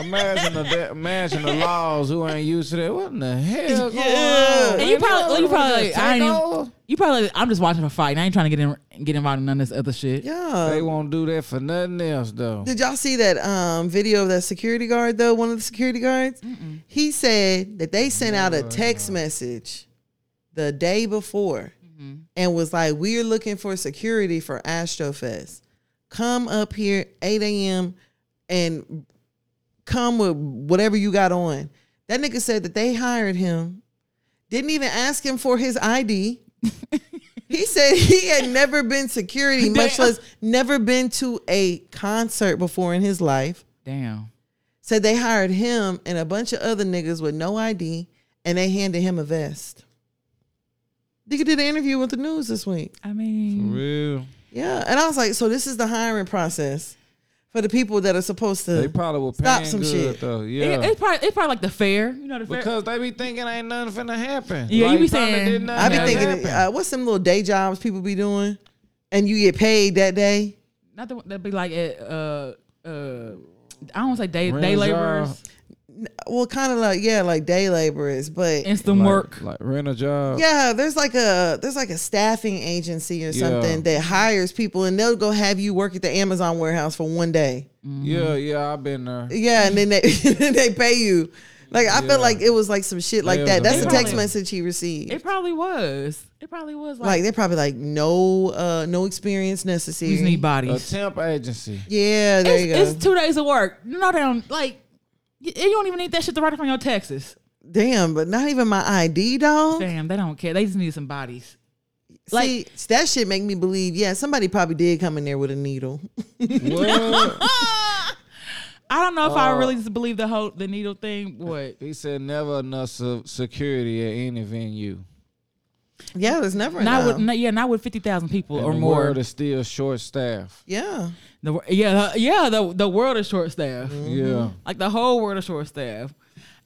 S3: imagine the de- imagine the laws who ain't used to that. What in the hell?
S2: Yeah.
S1: And you probably, you probably, like, I ain't
S3: know.
S1: even, you probably, like, I'm just watching a fight. And I ain't trying to get in, get involved in none of this other shit.
S3: They
S2: yeah.
S3: won't do that for nothing else though.
S2: Did y'all see that um, video of that security guard, though? One of the security guards? He said that they sent out a text message the day before and was like, we're looking for security for Astrofest. Come up here 8 a.m. and come with whatever you got on. That nigga said that they hired him, didn't even ask him for his ID. He said he had never been security, much
S1: Damn.
S2: less never been to a concert before in his life.
S1: Damn.
S2: Said they hired him and a bunch of other niggas with no ID, and they handed him a vest. Nigga did an interview with the news this week.
S1: I mean,
S3: real.
S2: Yeah, and I was like, so this is the hiring process for the people that are supposed to.
S3: They probably were
S2: Stop
S3: paying
S2: some
S3: good
S2: shit.
S3: though.
S1: it,
S3: Yeah.
S1: it's probably it's probably like the fair. You know the fair.
S3: because they be thinking ain't nothing finna happen.
S1: Yeah, you
S3: Like,
S1: be
S3: probably
S1: saying-
S3: did nothing
S2: I be
S3: happen.
S2: thinking, uh, what's some little day jobs people be doing, and you get paid that day?
S1: not the one that'd be like at uh uh I don't want to say day
S3: Rent
S1: day
S3: a
S1: laborers,
S3: job.
S2: Well, kind of like yeah, like day laborers, but
S1: instant
S3: Like-
S1: work.
S3: like rent a job.
S2: yeah, there's like a there's like a staffing agency or something
S3: Yeah.
S2: that hires people, and they'll go have you work at the Amazon warehouse for one day.
S3: Yeah, yeah, I've been there.
S2: Yeah, and then they they pay you. Like I
S3: Yeah.
S2: felt like it was like some shit like
S3: Yeah,
S2: that. That's
S3: they
S2: the text
S1: probably-
S2: message he received.
S1: It probably was. It probably was like,
S2: like they're probably like no uh no experience necessary.
S1: you just need
S3: A
S1: bodies.
S3: temp agency.
S2: Yeah, there you go.
S1: It's, it's two days of work. No down like you, you don't even need that shit to write up on your taxes.
S2: Damn, but not even my ID, dog.
S1: Damn, they don't care. They just need some bodies. like-
S2: See, that shit make me believe. Yeah, somebody probably did come in there with a needle.
S3: What?
S1: I don't know if
S3: Uh,
S1: I really just believe the whole the needle thing. What?
S3: he said never enough se- security at any venue.
S2: yeah, there's never
S1: Not
S2: enough.
S1: with no, yeah, not with fifty thousand people
S3: And
S1: or
S3: the
S1: more.
S3: world is still short staff.
S2: yeah,
S1: The wor- yeah, the, yeah, the the world is short staffed.
S2: Mm-hmm.
S3: Yeah.
S1: like the whole world of short staff.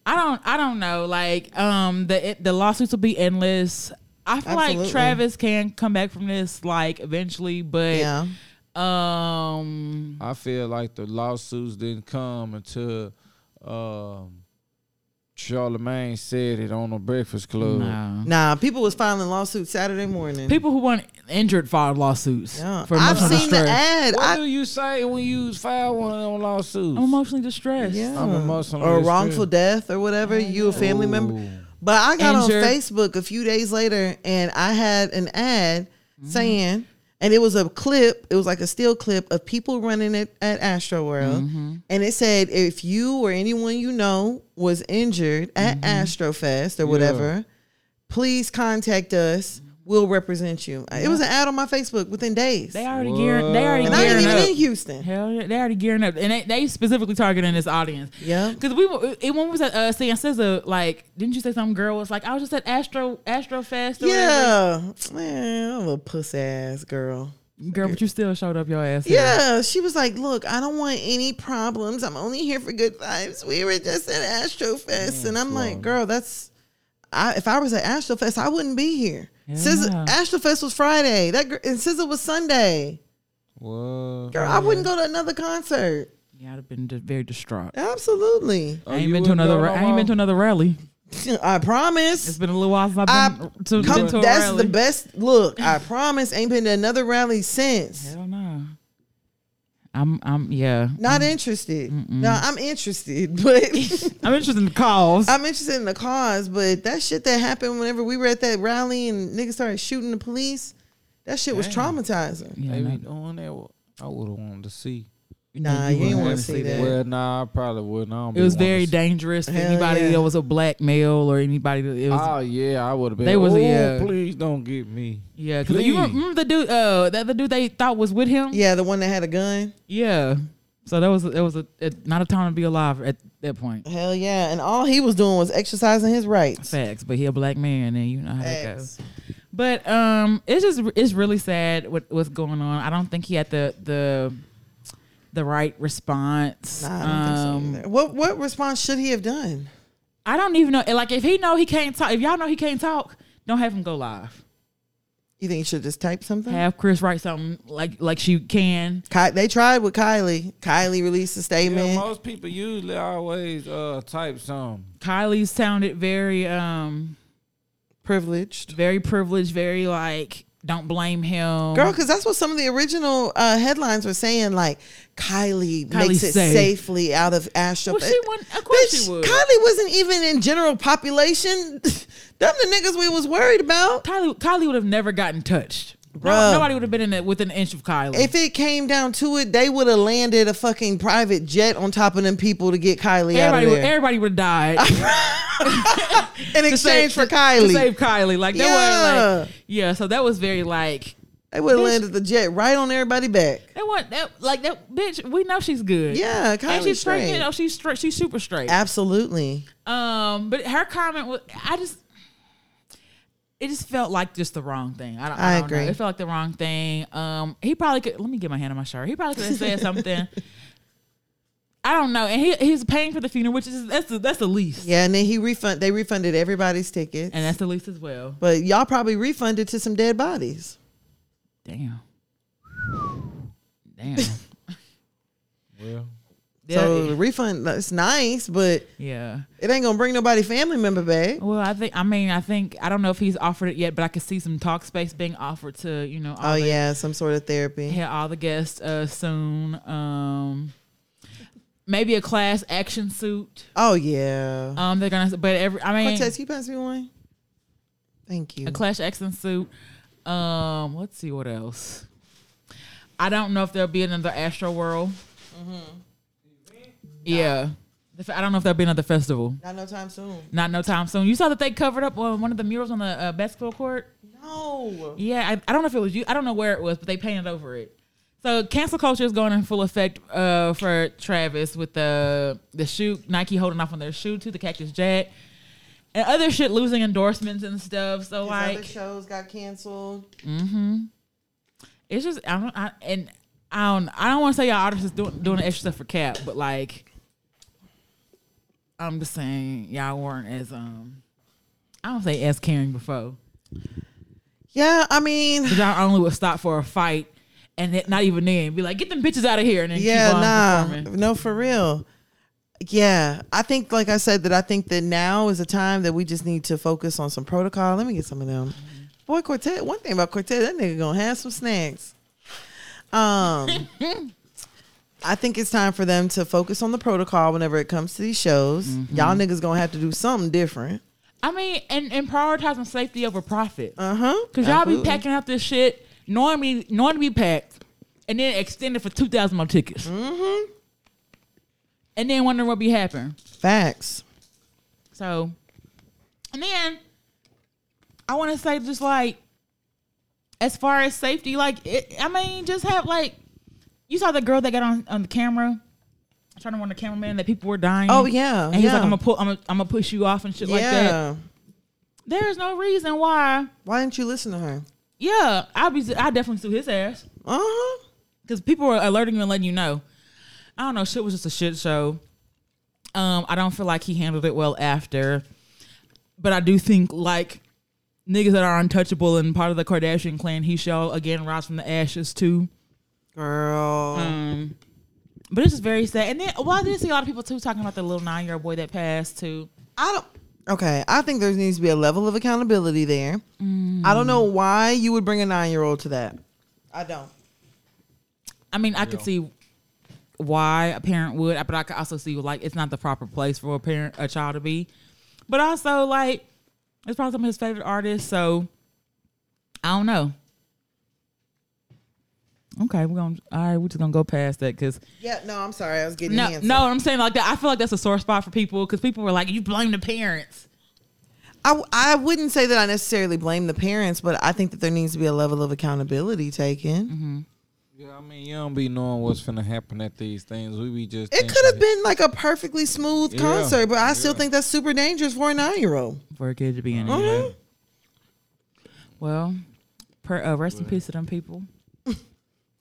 S1: I don't I don't know. Like um the it, the lawsuits will be endless. I feel
S2: Absolutely.
S1: like Travis can come back from this like eventually, but
S2: yeah.
S1: um
S3: I feel like the lawsuits didn't come until um, Charlemagne said it on the Breakfast Club.
S1: no.
S2: Nah, people was filing lawsuits Saturday morning.
S1: people who weren't injured filed lawsuits
S2: yeah.
S1: for
S2: I've
S1: emotional
S2: seen the
S1: distress.
S2: ad.
S3: What
S2: I,
S3: do you say when you file one of them lawsuits?
S1: I'm emotionally distressed.
S2: yeah.
S3: I'm emotionally
S2: or
S3: distressed.
S2: wrongful death or whatever. you a family member.
S3: Ooh.
S2: But I got
S1: Injured.
S2: on Facebook a few days later and I had an ad saying, and it was a clip, it was like a still clip of people running it at Astro World. And it said, if you or anyone you know was injured at Astrofest or whatever, please contact us. We'll represent you. It was an ad on my Facebook within days.
S1: They already gearing they already
S2: and I ain't
S1: gearing
S2: even
S1: up.
S2: in Houston.
S1: Hell yeah, they already gearing up, and they, they specifically targeting this audience.
S2: Yeah.
S1: because we were it, when we was at uh, seeing SZA, like didn't you say some girl was like I was just at Astro Astro Fest? Or whatever.
S2: Yeah. Man, I'm a puss ass girl.
S1: girl, but you still showed up your ass. here.
S2: Yeah, she was like, "Look, I don't want any problems. I'm only here for good vibes. We were just at Astrofest, and I'm like, girl, that's I. If I was at Astrofest, I wouldn't be here. SZA,
S1: Yeah.
S2: Astrofest was Friday. That gir- and SZA was Sunday. Girl,
S3: What?
S2: I wouldn't go to another concert.
S1: yeah, I'd have been just very distraught.
S2: Absolutely,
S3: Oh,
S1: I ain't
S3: you
S1: been to
S3: wouldn't go
S1: another. ra-
S3: no
S1: I ain't been to
S3: more?
S1: another rally.
S2: I
S1: It's
S2: promise.
S1: been a little while since
S2: I
S1: I've been to, been
S2: come,
S1: to a
S2: that's
S1: rally.
S2: the best. Look, I promise. Ain't been to another rally since.
S1: Hell no. I'm. I'm. Yeah.
S2: Not interested. No, I'm interested, but.
S1: I'm interested in the cause.
S2: I'm interested in the cause, but that shit that happened whenever we were at that rally and niggas started shooting the police, that shit was traumatizing.
S1: yeah,
S3: They
S1: no.
S3: be doing that. I would have wanted to see.
S2: Nah, you ain't
S1: wouldn't
S2: want
S1: wanna
S2: to see that.
S3: Well, nah, I probably wouldn't. I don't
S1: It
S3: be
S1: was
S3: wanting
S1: very
S3: to see-
S1: dangerous for
S2: Hell
S1: anybody
S2: yeah.
S1: that was a black male or anybody that it was.
S3: Oh yeah, I would have been.
S1: They was-
S3: oh,
S1: yeah.
S3: please don't get me.
S1: yeah, because you
S3: Please.
S1: remember the dude, uh, that the dude they thought was with him.
S2: Yeah, the one that had a gun.
S1: Yeah. So that was that was a, a not a time to be alive at that point.
S2: Hell yeah. And all he was doing was exercising his rights.
S1: Facts, but he a black man, and you know how that
S2: Facts.
S1: goes. But um, it's just it's really sad what what's going on. I don't think he had the the the right response.
S2: Nah, I don't
S1: Um,
S2: think so either. What what response should he have done?
S1: I don't even know. Like if he know he can't talk, if y'all know he can't talk, don't have him go live.
S2: You think he should just type something?
S1: Have Chris write something like like she can.
S2: Ky- they tried with Kylie. Kylie released a
S3: Yeah,
S2: statement.
S3: most people usually always uh type something.
S1: Kylie sounded very um
S2: privileged.
S1: very privileged, very like don't blame him.
S2: Girl, because that's what some of the original uh, headlines were saying. Like Kylie, makes it
S1: safe.
S2: safely out of Astro.
S1: well, she wouldn't. Of course
S2: Bitch,
S1: she would.
S2: Kylie wasn't even in general population. Them the niggas we was worried about.
S1: Kylie, Kylie would have never gotten touched. No,
S2: Bruh.
S1: nobody would have been in it with an inch of Kylie.
S2: If it came down to it, they would have landed a fucking private jet on top of them people to get Kylie
S1: everybody,
S2: out of
S1: would,
S2: there
S1: everybody would have died
S2: in
S1: to save-
S2: exchange for
S1: to-
S2: Kylie.
S1: To save Kylie, like that
S2: Yeah.
S1: was like yeah. So that was very like
S2: they would
S1: bitch.
S2: have landed the jet right on everybody back.
S1: that one that like that bitch. We know she's good.
S2: Yeah,
S1: and
S2: Kylie
S1: she's straight.
S2: straight.
S1: You know, she's straight. She's super straight.
S2: Absolutely.
S1: Um, but her comment was, I just, it just felt like just the wrong thing. I don't, I
S2: I
S1: don't
S2: agree.
S1: Know. It felt like the wrong thing. Um, he probably could. Let me get my hand on my shirt. He probably could have said something. I don't know. And he he's paying for the funeral, which is that's the, that's the least,
S2: Yeah, and then he refund. They refunded everybody's tickets,
S1: and that's the least as well.
S2: but y'all probably refunded to some dead bodies.
S1: Damn. Damn.
S3: Well,
S1: Yeah,
S2: so the
S1: it-
S2: refund that's nice, but
S1: yeah.
S2: it ain't gonna bring nobody family member back.
S1: Well, I think I mean I think I don't know if he's offered it yet, but I could see some talk space being offered to you know all
S2: Oh
S1: the
S2: yeah, some sort of therapy.
S1: hear all the guests uh, soon. Um, maybe a class action suit.
S2: Oh yeah.
S1: Um, they're gonna, but every I mean,
S2: Cortez, can you pass me one? Thank you.
S1: a class action suit. Um, let's see what else. I don't know if there'll be another Astro World. Yeah, The fe- I don't know if there'll be another festival.
S2: Not no time soon.
S1: Not no time soon. You saw that they covered up uh, one of the murals on the uh, basketball court.
S2: No.
S1: Yeah, I, I don't know if it was you. I don't know where it was, but they painted over it. So cancel culture is going in full effect uh, for Travis with the the shoe Nike holding off on their shoe to the Cactus Jack and other shit losing endorsements and stuff. So
S2: His other
S1: like
S2: shows got canceled.
S1: it's just I don't I, and I don't I don't want to say y'all artists is doing doing the extra stuff for Cap, but like I'm just saying y'all weren't as um I don't say as caring before.
S2: Yeah, I mean,
S1: Cause I only would stop for a fight, and it, not even then be like, "Get them bitches out of here!" And then
S2: yeah,
S1: keep on
S2: nah,
S1: performing.
S2: no, for real. Yeah, I think, like I said, that I think that now is a time that we just need to focus on some protocol. Let me get some of them.
S1: Mm-hmm.
S2: Boy, Cortez. One thing about Cortez, that nigga gonna have some snacks. Um, I think it's time for them to focus on the protocol whenever it comes to these shows.
S1: Mm-hmm.
S2: Y'all niggas gonna have to do something different.
S1: I mean, and and prioritizing safety over profit,
S2: Uh huh.
S1: cause y'all be packing out this shit, knowing me, knowing to be packed, and then extended for two thousand more tickets, mm-hmm. and then wondering what be happening.
S2: Facts.
S1: So, and then I want to say just like as far as safety, like it, I mean, just have like you saw the girl that got on on the camera trying to warn the cameraman that people were dying.
S2: Oh, yeah,
S1: and he's like,
S2: yeah.
S1: I'm gonna pull, I'm gonna, I'm gonna push you off and shit like that.
S2: yeah.
S1: There is no reason why.
S2: Why didn't you listen to her?
S1: Yeah, I'll be, I definitely sue his ass
S2: Uh huh.
S1: because people were alerting you and letting you know. I don't know. Shit was just a shit show. Um, I don't feel like he handled it well after, but I do think like niggas that are untouchable and part of the Kardashian clan, he shall again rise from the ashes too.
S2: Girl.
S1: Um, but it's just very sad. And then, well, I did see a lot of people too talking about the little nine year old boy that passed too.
S2: I don't. Okay, I think there needs to be a level of accountability there. I don't know why you would bring a nine year old to that. I don't.
S1: I mean, I could see why a parent would, but I could also see like it's not the proper place for a parent, a child to be. But also, like, it's probably some of his favorite artists, so I don't know. Okay, we're gonna all right. We're just gonna go past that because
S2: Yeah, no, I'm sorry. I was getting
S1: no,
S2: handsome.
S1: no, I'm saying like that. I feel like that's a sore spot for people because people were like, "You blame the parents."
S2: I, I wouldn't say that I necessarily blame the parents, but I think that there needs to be a level of accountability taken.
S1: Mm-hmm.
S3: yeah, I mean, you don't be knowing what's finna happen at these things. We be just.
S2: It
S3: thinking
S2: could have been like a perfectly smooth
S3: Yeah,
S2: concert, but I still
S3: yeah.
S2: think that's super dangerous for a nine year old.
S1: For a kid to be in it.
S3: Yeah.
S1: Mm-hmm. Well, per, uh, rest in peace to them people.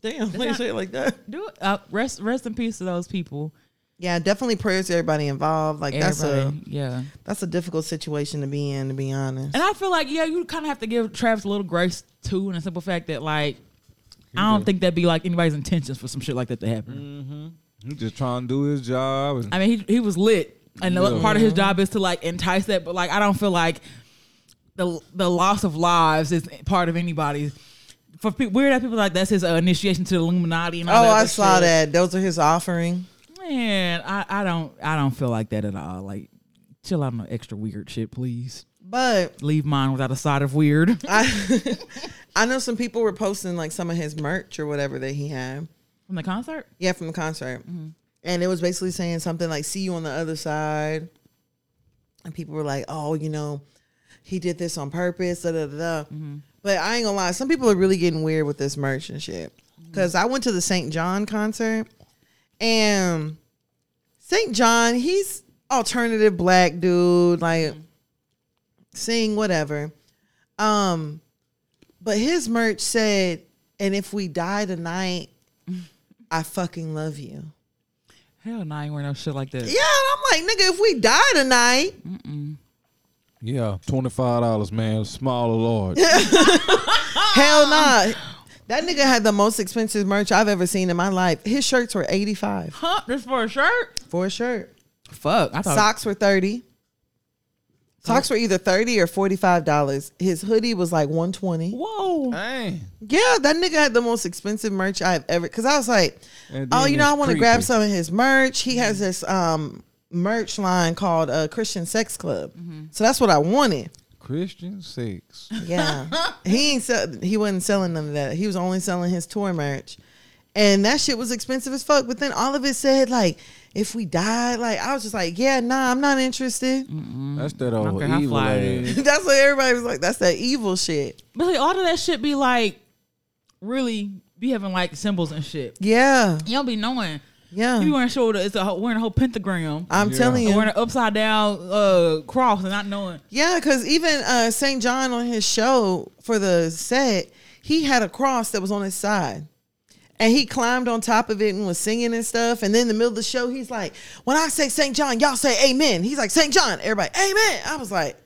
S2: Damn, like shit like that.
S1: Do uh, rest rest in peace to those people.
S2: Yeah, definitely prayers to everybody involved. Like
S1: Everybody, yeah.
S2: that's a that's a difficult situation to be in, to be honest.
S1: And I feel like, yeah, you kind of have to give Travis a little grace too, and the simple fact that, like, I don't think that'd be like anybody's intentions for some shit like that to happen.
S2: Mm.
S3: He just trying to do his job. And,
S1: I mean, he he was lit, and the
S3: Yeah.
S1: part of his job is to like entice that, but like, I don't feel like the the loss of lives is part of anybody's. For pe- weird ass people like that's his uh, initiation to the Illuminati and all
S2: Oh,
S1: that.
S2: I
S1: other
S2: saw
S1: shit.
S2: that. Those are his offering.
S1: Man, I, I don't I don't feel like that at all. Like, chill out on the extra weird shit, please.
S2: But
S1: Leave mine without a side of weird.
S2: I I know some people were posting like some of his merch or whatever that he had.
S1: From the concert?
S2: Yeah, from the concert. And it was basically saying something like, see you on the other side. And people were like, oh, you know, he did this on purpose, da da da. da. But I ain't gonna lie, some people are really getting weird with this merch and shit. Because I went to the St. John concert and St. John, he's alternative black dude, like sing whatever. Um, but his merch said, and if we die tonight, I fucking love you.
S1: Hell no, I ain't wearing no shit like that.
S2: Yeah, and I'm like, nigga, if we die tonight,
S3: Yeah, twenty five dollars, man. Small or large.
S2: hell nah. That nigga had the most expensive merch I've ever seen in my life. His shirts were 85
S1: Huh? This for a shirt?
S2: for a shirt.
S1: Fuck. I thought
S2: Socks were 30. Socks were either 30 or $45. His hoodie was like 120.
S1: Whoa.
S3: Dang.
S2: Yeah, that nigga had the most expensive merch I've ever. Cause I was like,
S3: And
S2: oh,
S3: then
S2: you know,
S3: it's
S2: I want to grab
S3: creepy.
S2: some of his merch. He has this um merch line called uh, Christian Sex Club. So that's what I wanted.
S3: Christian six.
S2: Yeah, he ain't sell- he wasn't selling none of that. He was only selling his tour merch, and that shit was expensive as fuck. But then all of it said like, if we died, like I was just like, yeah, nah, I'm not interested.
S3: That's that old
S1: care how
S3: evil
S1: fly it
S3: ass.
S1: is.
S2: that's what everybody was like. That's that evil shit.
S1: But like, all of that shit be like really be having like symbols and shit.
S2: Yeah,
S1: You don't be knowing. You be
S2: yeah.
S1: wearing shoulder, it's a whole, wearing a whole pentagram.
S2: I'm
S3: Yeah.
S2: telling you,
S1: Wearing an upside down uh cross and not knowing.
S2: Yeah, because even uh, St. John on his show for the set, he had a cross that was on his side. And he climbed on top of it and was singing and stuff. And then in the middle of the show, he's like, When I say St. John, y'all say amen. He's like, St. John, everybody, amen. I was like,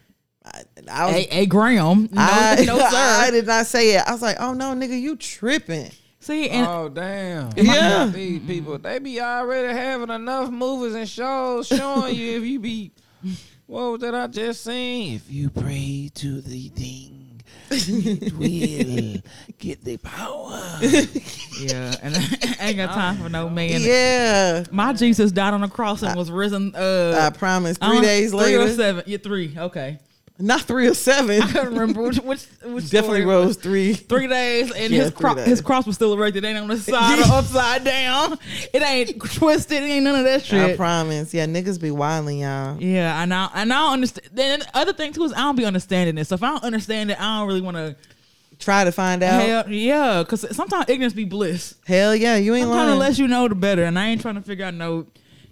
S2: I, I was.
S1: A, a gram. No,
S2: I,
S1: no sir.
S2: I did not say it. I was like, oh no, nigga, you tripping.
S1: See, and
S3: oh damn!
S2: Yeah.
S3: these people they be already having enough movies and shows showing you if you be. What was that I just seen? If you pray to the thing, it will get the power.
S1: yeah, and I ain't got time for no man.
S2: yeah.
S1: My Jesus died on the cross and was risen.
S2: I
S1: Uh,
S2: promise.
S1: I
S2: Three
S1: don't-
S2: days
S1: three or
S2: later.
S1: seven. Yeah, three. Okay,
S2: Not three or seven.
S1: I couldn't remember which which, which story
S2: Definitely
S1: it was.
S2: rose three.
S1: Three days and
S2: Yeah,
S1: his
S2: three
S1: cro-
S2: days.
S1: his cross was still erected. It ain't on the side or upside down. It ain't twisted. It ain't none of that
S2: I
S1: shit.
S2: promise. Yeah, niggas be wilding, y'all.
S1: yeah, and I and I don't understand. Then the other thing too is I don't be understanding it. So if I don't understand it, I don't really want to.
S2: Try to find out.
S1: Hell yeah, because sometimes ignorance be bliss.
S2: Hell yeah, you ain't
S1: Sometimes the
S2: lying.
S1: less you know, the better. And I ain't trying to figure out no,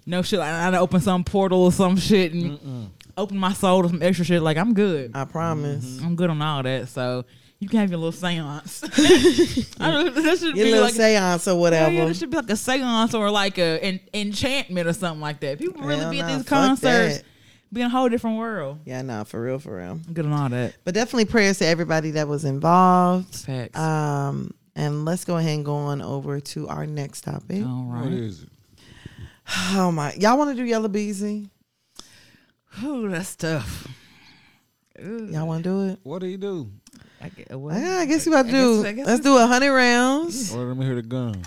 S1: no shit. Like, I gotta open some portal or some shit and open my soul to some extra shit. Like I'm good.
S2: I promise.
S1: I'm good on all that. So you can have your little seance. I don't, that should
S2: Your
S1: be
S2: little
S1: like.
S2: seance or
S1: Yeah,
S2: whatever.
S1: yeah, this should be like a seance or like a an enchantment or something like that. People really
S2: Hell
S1: be at
S2: nah,
S1: these
S2: fuck
S1: concerts,
S2: that.
S1: be in a whole different world.
S2: yeah, nah, for real, for real.
S1: I'm good on all that.
S2: But definitely prayers to everybody that was involved.
S1: Facts.
S2: Um, and let's go ahead and go on over to our next topic. Oh,
S1: all right.
S3: is it?
S2: my, y'all want to do Yellow Beezy?
S1: Ooh, that's tough. Ooh,
S2: Y'all want to do it?
S3: What do you do?
S1: I get, uh, well,
S2: Yeah, I guess we about to
S1: I
S2: do.
S1: guess- I guess
S2: let's do a hundred rounds.
S3: Or let me hear the gun.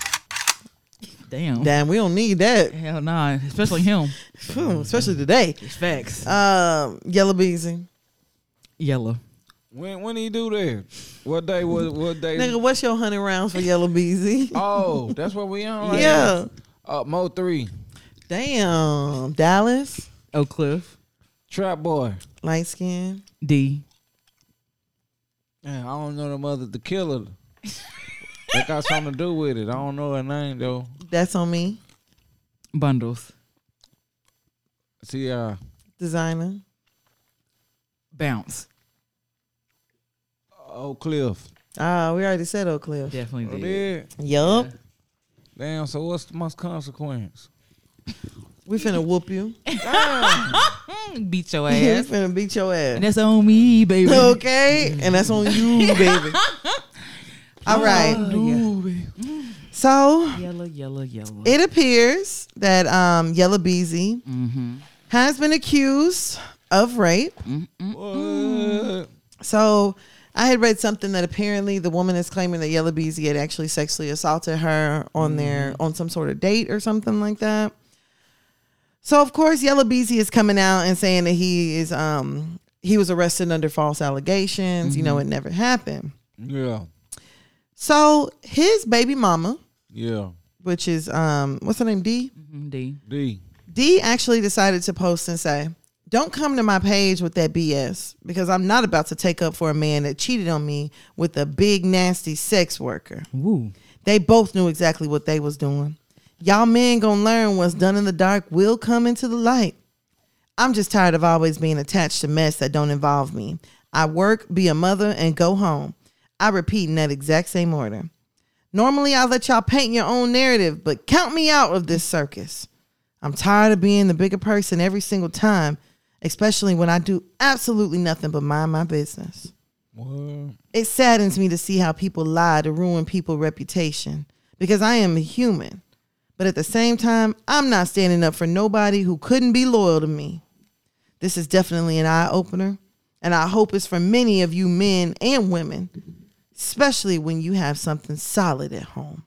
S1: damn.
S2: Damn, we don't need that,
S1: Hell nah, especially him. Mm-hmm.
S2: Phew, especially today.
S1: Facts.
S2: Um, Yellow Beezy,
S1: Yellow.
S3: When when do you do that? What day? What what day?
S2: nigga, what's your hundred rounds for Yellow Beezy?
S3: Oh, that's what we on. Right
S2: yeah,
S3: Now. Uh, Mo three,
S2: damn, Dallas,
S1: Oak Cliff.
S3: Trap Boy.
S2: light skin.
S1: D.
S3: Man, I don't know the mother, the killer. that got something to do with it. I don't know her name though.
S2: That's on me.
S1: Bundles.
S3: See, uh,
S2: Designer.
S1: Bounce.
S3: Oak Cliff.
S2: Ah, we already said Oak Cliff.
S1: Definitely
S3: Oh,
S1: did.
S3: there.
S2: Yup.
S3: Damn. So what's the most consequence?
S2: We finna whoop you.
S1: Mm, Beat your
S2: we
S1: ass.
S2: finna beat your
S1: and
S2: ass.
S1: that's on me, baby.
S2: Okay? And that's on you, baby. All right.
S3: Doobie.
S2: So
S1: Yellow, yellow, yellow.
S2: it appears that um, Yellow Beezy
S1: mm-hmm.
S2: has been accused of rape.
S3: What?
S2: So I had read something that apparently the woman is claiming that Yellow Beezy had actually sexually assaulted her on their on some sort of date or something like that. So of course Yellow Beezy is coming out and saying that he is um he was arrested under false allegations. You know, it never happened.
S3: Yeah.
S2: So his baby mama,
S3: Yeah.
S2: which is um, what's her name, D.
S1: Mhm, D.
S3: D.
S2: D actually decided to post and say, Don't come to my page with that BS because I'm not about to take up for a man that cheated on me with a big, nasty sex worker.
S1: Woo.
S2: They both knew exactly what they was doing. Y'all men gonna learn what's done in the dark will come into the light. I'm just tired of always being attached to mess that don't involve me. I work, be a mother, and go home. I repeat in that exact same order. Normally, I let y'all paint your own narrative, but count me out of this circus. I'm tired of being the bigger person every single time, especially when I do absolutely nothing but mind my business.
S3: What?
S2: It saddens me to see how people lie to ruin people's reputation because I am a human. But at the same time, I'm not standing up for nobody who couldn't be loyal to me. This is definitely an eye opener, and I hope it's for many of you men and women, especially when you have something solid at home.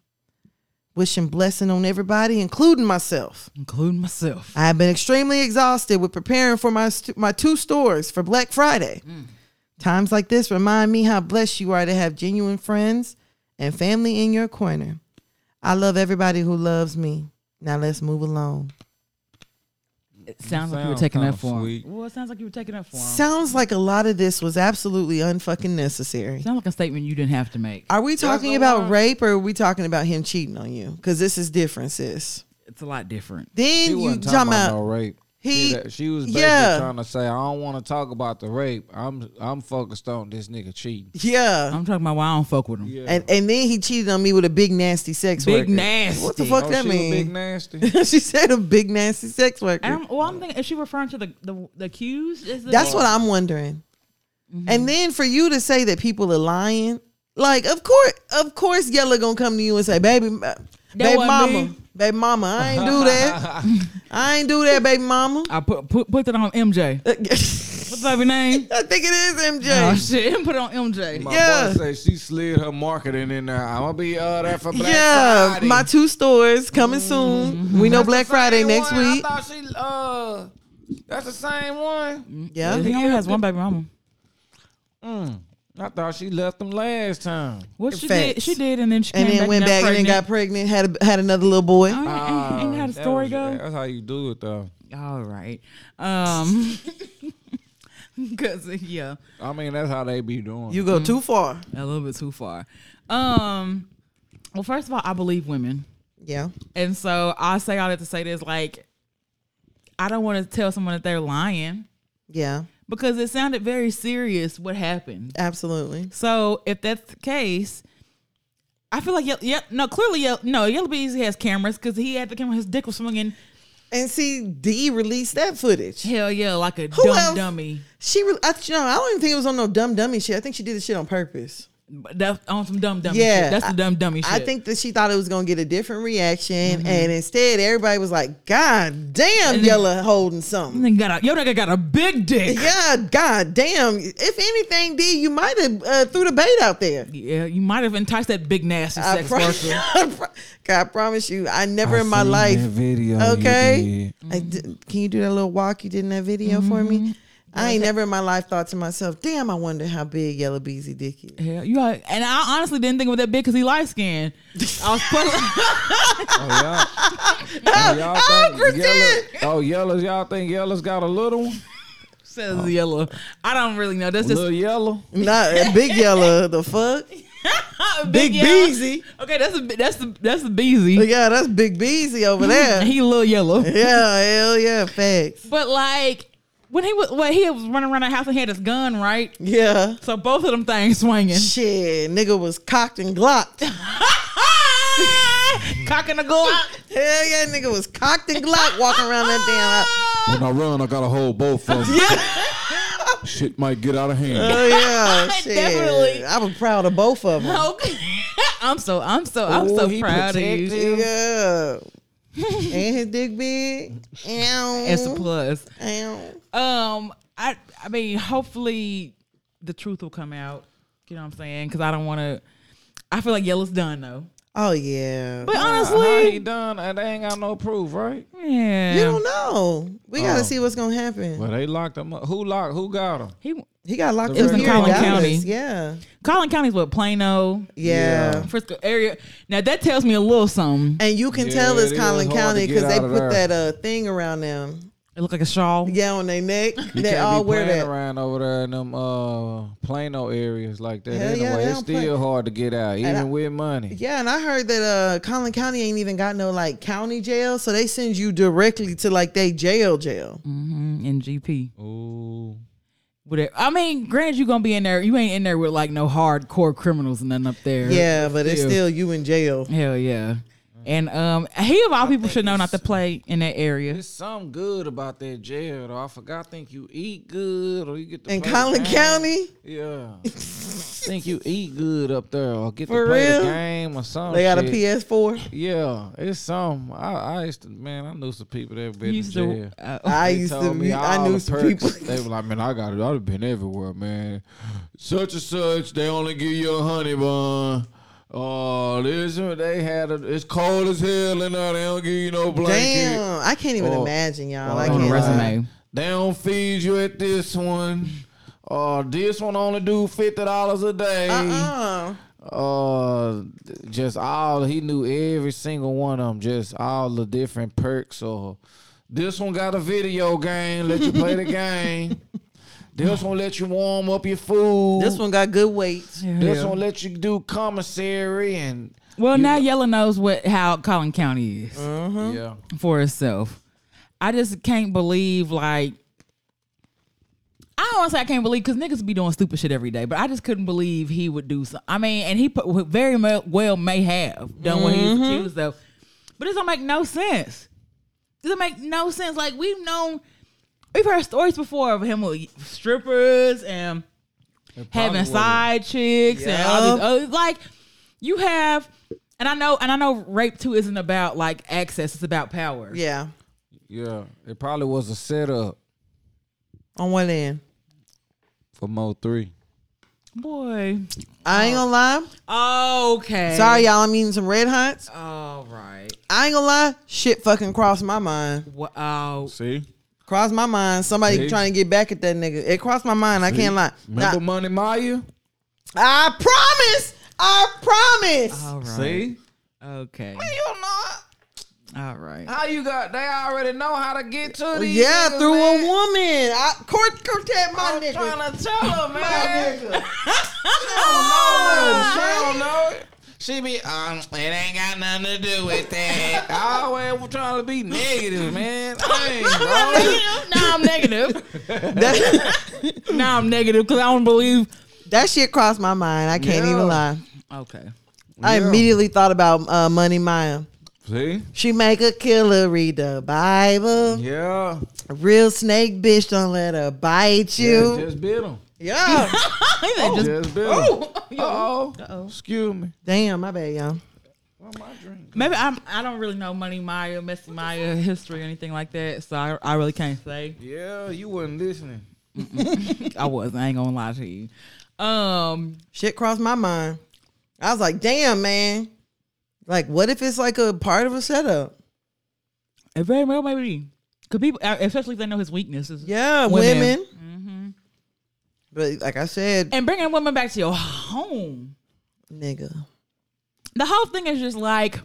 S2: Wishing blessing on everybody, including myself.
S1: Including myself.
S2: I have been extremely exhausted with preparing for my st- my two stores for Black Friday.
S3: Mm.
S2: Times like this remind me how blessed you are to have genuine friends and family in your corner. I love everybody who loves me. Now let's move along.
S1: It sounds like you were
S3: Sounds
S1: taking
S3: kinda
S1: up for him.
S3: sweet.
S1: Well, it sounds like you were taking up for him.
S2: Sounds like a lot of this was absolutely unfucking necessary.
S1: sounds like a statement you didn't have to make.
S2: Are we talking about
S3: why-
S2: rape or are we talking about him cheating on you? Because this is different, sis.
S1: It's a lot different.
S2: Then
S3: She
S2: you
S3: wasn't
S2: jump
S3: talking about no
S2: out.
S3: rape.
S2: He-
S3: She- she was basically
S2: yeah.
S3: trying to say, I don't want to talk about the rape. I'm I'm focused on this nigga cheating.
S2: Yeah.
S1: I'm talking about why I don't fuck with him.
S3: Yeah.
S2: And and then he cheated on me with a big nasty sex
S1: Big
S2: worker.
S1: nasty.
S2: What the fuck
S3: Oh,
S2: that
S3: she was
S2: mean?
S3: big nasty.
S2: she said a big nasty sex worker.
S1: And I'm, well, I'm thinking, is she referring to the the, the accused? Is the
S2: That's what I'm wondering. And then for you to say that people are lying, like of course, of course, Yella gonna come to you and say, "Baby, uh, baby
S1: wasn't
S2: mama,
S1: me."
S2: baby mama, I ain't do that. I ain't do that, baby mama."
S1: I put put put that on MJ.
S2: I
S1: What's that name?
S2: think it is
S1: Oh
S2: MJ.
S1: shit! Put it on MJ.
S3: My
S2: Yeah.
S3: boy say she slid her marketing in there. I'm gonna be uh there for Black
S2: yeah,
S3: Friday.
S2: my two stores coming soon. We know Black Friday
S3: Same
S2: next
S3: one.
S2: week.
S3: I thought she uh that's the same one.
S2: Yeah,
S1: He only has one baby mama.
S3: Mm. I thought she left them last time.
S1: What
S2: In
S1: she
S2: fact.
S1: did, she did, and then she
S2: and
S1: came
S2: then
S1: back
S2: went
S1: and
S2: back
S1: got
S2: and then got pregnant. Had a, had another little boy.
S1: pregnant. Oh, ain't, ain't how the
S3: That
S1: story
S3: was-
S1: go?
S3: That's how you do it though.
S1: All right. Um, because yeah,
S3: I mean that's how they be doing.
S2: You go too far.
S1: a little bit too far. Um, well, first of all, I believe women.
S2: Yeah,
S1: And so I say all that to say this, like, I don't want to tell someone that they're lying
S2: yeah,
S1: because it sounded very serious what happened.
S2: absolutely.
S1: So if that's the case, I feel like, yeah, yeah no, clearly, yeah, no, Yellow Bees has cameras because he had the camera, his dick was swinging,
S2: And see, D released that footage.
S1: hell yeah, like a
S2: Who
S1: dumb
S2: else?
S1: dummy.
S2: She, re- I, you know, I don't even think it was on no dumb dummy shit. I think she did the shit on purpose.
S1: But That's on some dumb dummy
S2: Yeah,
S1: shit. That's
S2: I-
S1: the dumb dummy shit.
S2: I think that she Mm-hmm. thought it was gonna get a different reaction, and instead, everybody was like, "God damn, Yella holding something."
S1: Nigga got a, yo nigga got a big dick.
S2: Yeah, god damn. If anything, D, you might have uh, threw the bait out there.
S1: Yeah, you might have enticed that big nasty
S2: I,
S1: sex
S2: pro-
S1: worker.
S2: I pro- God, I promise you, I never in my life.
S3: video
S2: Okay, I d- can you do that little walk you did in that video for me? I ain't never in my life thought to myself, "Damn, I wonder how big Yella Beezy dick is."
S1: Hell, you are, and I honestly didn't think it was that big because he light skinned. I was put,
S3: Oh, y'all, oh, y'all think Yellow, oh, yellows, y'all think yellows got a little one?
S1: says yellow. I don't really know. That's
S3: A
S1: just
S3: Oh. little yellow?
S2: Not a big yellow. The fuck, Big
S1: yellow.
S2: Beezy.
S1: Okay, that's a that's a, that's a beezy.
S2: Yeah, that's Big Beezy over there.
S1: He a little yellow,
S2: yeah, hell yeah, facts.
S1: but like when he was when he was running around the house and he had his gun right.
S2: Yeah,
S1: So both of them things swinging,
S2: shit, nigga was cocked and glocked.
S1: cocking the Glock.
S2: Hell yeah, nigga was cocked and glocked walking around that damn. house.
S3: When I run, I gotta hold both of them. Shit might get out of hand.
S2: Oh yeah, shit.
S1: Definitely.
S2: I was proud of both of them.
S1: Oh, Okay. I'm so I'm so I'm
S3: Ooh,
S1: so
S3: he
S1: proud of you.
S3: protected.
S2: Yeah. and his dick big. Ow.
S1: It's a plus.
S2: Ow.
S1: Um, I I mean, hopefully the truth will come out. You know what I'm saying? Because I don't want to. I feel like Yellow's done though.
S2: Oh yeah.
S1: But
S3: how he
S1: honestly,
S3: done? And they ain't got no proof, right?
S1: yeah,
S2: you don't know. We gotta
S3: Oh.
S2: see what's gonna happen.
S3: Well, they locked him up. Who locked? Who got him?
S1: he
S2: He got locked
S3: It
S2: up
S3: was in
S2: here in
S1: Collin
S2: Dallas.
S1: County.
S2: Yeah.
S1: Collin County's what Plano,
S2: Yeah.
S3: Yeah.
S1: Frisco area. Now that tells me a little something.
S2: And you can
S3: Yeah,
S2: tell it's
S3: it is
S2: Collin
S3: hard to
S2: County
S3: get
S2: because they
S3: out of
S2: put
S3: there.
S2: that uh thing around them.
S1: It looked like a shawl.
S2: Yeah, on their neck.
S3: You
S2: they
S3: can't
S2: all
S3: be
S2: wear
S3: playing
S2: that.
S3: around over there in them uh, Plano areas like that.
S2: Hell yeah,
S3: anyway,
S2: they
S3: it's
S2: don't play-
S3: still hard to get out, even
S2: I-
S3: with money.
S2: Yeah, and I heard that uh Collin County ain't even got no like county jail, so they send you directly to like they jail jail.
S1: Mm-hmm. And GP.
S3: Ooh,
S1: Whatever. I mean, granted, you gonna be in there. You ain't in there with like no hardcore criminals and nothing up there.
S2: Yeah, but it's
S1: Yeah.
S2: still you in jail.
S1: Hell yeah. And um, he of all people should know not to play in that area.
S3: there's something good about that jail. Though. I forgot. I think you eat good, or you get to
S2: In
S3: play the
S2: Collin
S3: game.
S2: County,
S3: Yeah, think you eat good up there, or get
S2: For
S3: to play
S2: real?
S3: the game or something.
S2: they got a
S3: Oh, shit.
S2: PS4.
S3: Yeah, it's some. I, I used to, man. I knew some people that been
S1: Used
S3: in
S1: to,
S3: jail.
S1: uh,
S2: I
S3: They
S2: used to,
S3: told me
S2: I
S3: all
S2: knew
S3: the
S2: some
S3: perks.
S2: people.
S3: They were like, man, I got it. I'd have been everywhere, man. Such and such, they only give you a honey bun. Oh, this they had a, it's cold as hell in there. They don't give you no blanket.
S2: Damn, I can't even
S3: Oh.
S2: imagine y'all.
S3: Oh,
S2: I
S3: on
S1: on
S2: can't.
S1: a
S3: the
S1: resume.
S3: They don't feed you at this one. Uh, this one only do fifty dollars a day.
S2: Uh-uh.
S3: Uh, just all he knew every single one of them. Just all the different perks. Or this one got a video game. Let you play the game. This one let you warm up your food.
S2: This one got good weights.
S1: Yeah.
S3: This one let you do commissary and
S1: Well, now Yella knows what how Collin County is
S2: Uh-huh.
S3: yeah.
S1: for itself. I just can't believe like I don't want to say I can't believe because niggas be doing stupid shit every day, but I just couldn't believe he would do some. I mean, and he put, very mu- well may have done what he's accused of, but it don't make no sense. It doesn't make no sense. Like we've known, we've heard stories before of him with strippers and having side chicks and all these
S2: Yup.
S1: other like you have and I know and I know rape too isn't about like access, it's about power.
S2: Yeah,
S3: Yeah, it probably was a setup
S2: on one end.
S3: for Mo three.
S1: Boy.
S2: I
S3: Oh.
S2: ain't gonna lie.
S1: Okay.
S2: Sorry, y'all. I'm eating some red hots.
S1: All right.
S2: I ain't gonna lie. Shit fucking crossed my mind.
S1: Wow.
S3: See,
S2: Crossed my mind. Somebody
S3: See?
S2: trying to get back at that nigga. It crossed my mind. I can't lie.
S3: remember
S2: Nah,
S3: Money Maya?
S2: I, promise. I promise.
S1: All right.
S3: See,
S1: Okay.
S2: you don't know.
S1: All right.
S3: how you got? They already know how to get to Oh. these.
S2: Oh, Yeah,
S3: niggas,
S2: through
S3: man.
S2: a woman. I court quartet my
S3: I'm
S2: nigga.
S3: trying to tell her,
S2: My
S3: man.
S2: nigga.
S3: Oh,
S2: Shit.
S3: she don't know it. She be, um, it ain't got nothing to do with that. I always trying to be negative, man. I
S1: now I'm negative.
S2: that,
S1: now I'm negative because I don't believe.
S2: that shit crossed my mind. I can't
S3: Yeah.
S2: even lie.
S1: Okay.
S2: I
S3: Yeah.
S2: immediately thought about uh, Money Maya.
S3: ain't, bro. See?
S2: She make a killer read the Bible.
S3: Yeah.
S2: A real snake bitch don't let her bite
S3: yeah
S2: you.
S3: just bit him.
S2: Yeah.
S1: He said just-
S3: just bit him. Uh-oh. Uh-oh. Excuse me.
S2: Damn, my bad, y'all.
S3: Where my drink?
S1: Maybe I'm. I don't really know Money Maya, Messy Maya history or anything like that, so I, I really can't say.
S3: Yeah, you wasn't listening.
S1: I was. I ain't gonna lie to you. Um,
S2: Shit crossed my mind. I was like, damn, man. Like, what if it's like a part of a setup?
S1: it very well maybe could people, uh, especially if they know his weaknesses.
S2: Yeah,
S1: Women.
S2: women. But like I said,
S1: And bringing women back to your home.
S2: nigga.
S1: The whole thing is just like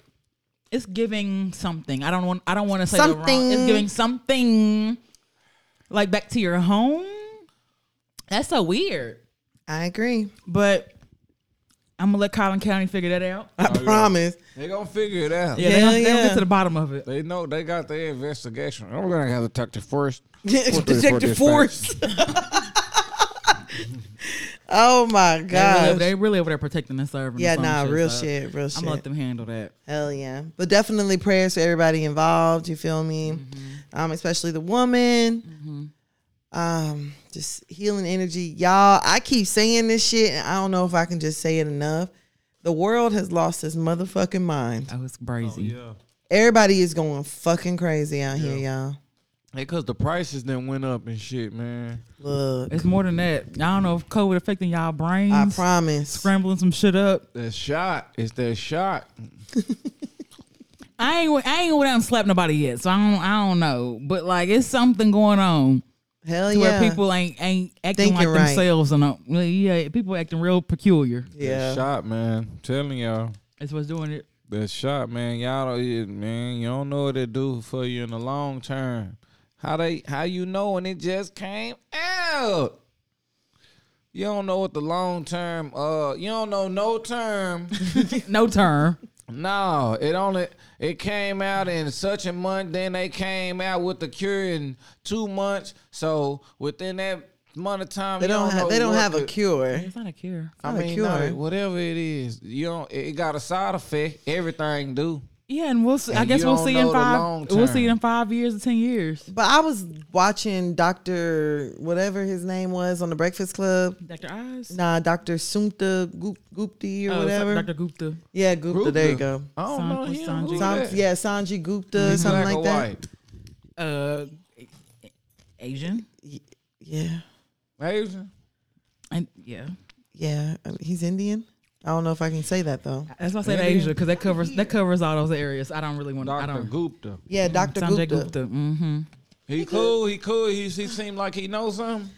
S1: it's giving something. I don't want. I don't want to say the wrong. It's
S2: Something.
S1: giving something like back to your home. That's so weird.
S2: I agree.
S1: But I'm gonna let Collin County figure that out.
S2: I promise.
S3: They gonna figure it out.
S1: Yeah, they gonna- they gonna
S2: Uh, yeah.
S1: get to the bottom of it.
S3: They know they got their investigation. I'm gonna have to talk to first.
S2: Detective Force. oh my
S1: They really,
S2: god.
S1: they really over there protecting and serving.
S2: Yeah,
S1: some
S2: nah, real
S1: so
S2: shit, real
S1: I'm gonna
S2: shit.
S1: let them handle that.
S2: Hell yeah. But definitely prayers to everybody involved, you feel me?
S1: Mm-hmm.
S2: Um, especially the woman. Um, just healing energy. Y'all, I keep saying this shit and I don't know if I can just say it enough. The world has lost its motherfucking mind.
S1: Oh, it's crazy.
S3: Yeah.
S2: Everybody is going fucking crazy out here, y'all.
S3: because the prices then went up and shit, man.
S2: Look,
S1: It's more than that. I don't know if COVID affecting y'all brains,
S2: I promise.
S1: scrambling some shit up.
S3: That shot, it's that shot.
S1: I ain't I ain't went out and slapped nobody yet, so I don't I don't know. But like it's something going on
S2: Hell
S1: to
S2: yeah.
S1: where people ain't ain't acting like
S2: Thinking right.
S1: themselves and uh, yeah, people acting real peculiar.
S3: That
S2: yeah.
S3: shot, man. I'm telling y'all.
S1: That's what's doing it.
S3: That shot, man. Y'all don't it- man, you don't know what it do for you in the long term. How they how you know when it just came out. You don't know what the long term uh you don't know no term.
S1: No term.
S3: no, it only it came out in such a month, then they came out with the cure in two months. So within that amount of time
S2: They
S3: you
S2: don't have
S3: know
S2: they don't
S3: what
S2: have a
S3: the-
S2: cure.
S1: It's not a cure.
S3: I
S2: not a
S3: mean,
S2: cure.
S3: no, whatever it is, you don't. It it got a side effect. Everything do.
S1: Yeah, and we'll see. I
S3: And
S1: guess
S3: you
S1: we'll
S3: don't
S1: see
S3: know
S1: in
S3: the long
S1: five. We'll see
S3: term.
S1: in five years to ten years.
S2: But I was watching Doctor whatever his name was on the Breakfast Club.
S1: Doctor Eyes.
S2: Nah, Doctor Sumta Gup- Gupti or whatever.
S1: Oh, Doctor Gupta.
S2: yeah, Gupta, There you
S3: Gupta.
S2: go.
S3: I don't
S1: San-
S3: know
S1: was
S3: him.
S1: Sanjay.
S3: Who
S2: Sam-
S3: that?
S2: yeah, Sanji Gupta,
S3: He's
S2: something
S3: black
S2: like
S3: or
S2: that.
S3: white.
S1: Uh, Asian.
S2: Yeah,
S3: Asian.
S1: And yeah,
S2: yeah. I mean, he's Indian. I don't know if I can say that though.
S1: that's why I said
S3: Indian.
S1: Asia because that covers that covers all those areas. I don't really want. to I
S3: Doctor
S1: don't.
S3: Gupta.
S2: Yeah, Doctor
S1: Sanjay
S2: Gupta.
S1: Gupta. Mm-hmm.
S3: He cool. He cool. He he seemed like he knows something.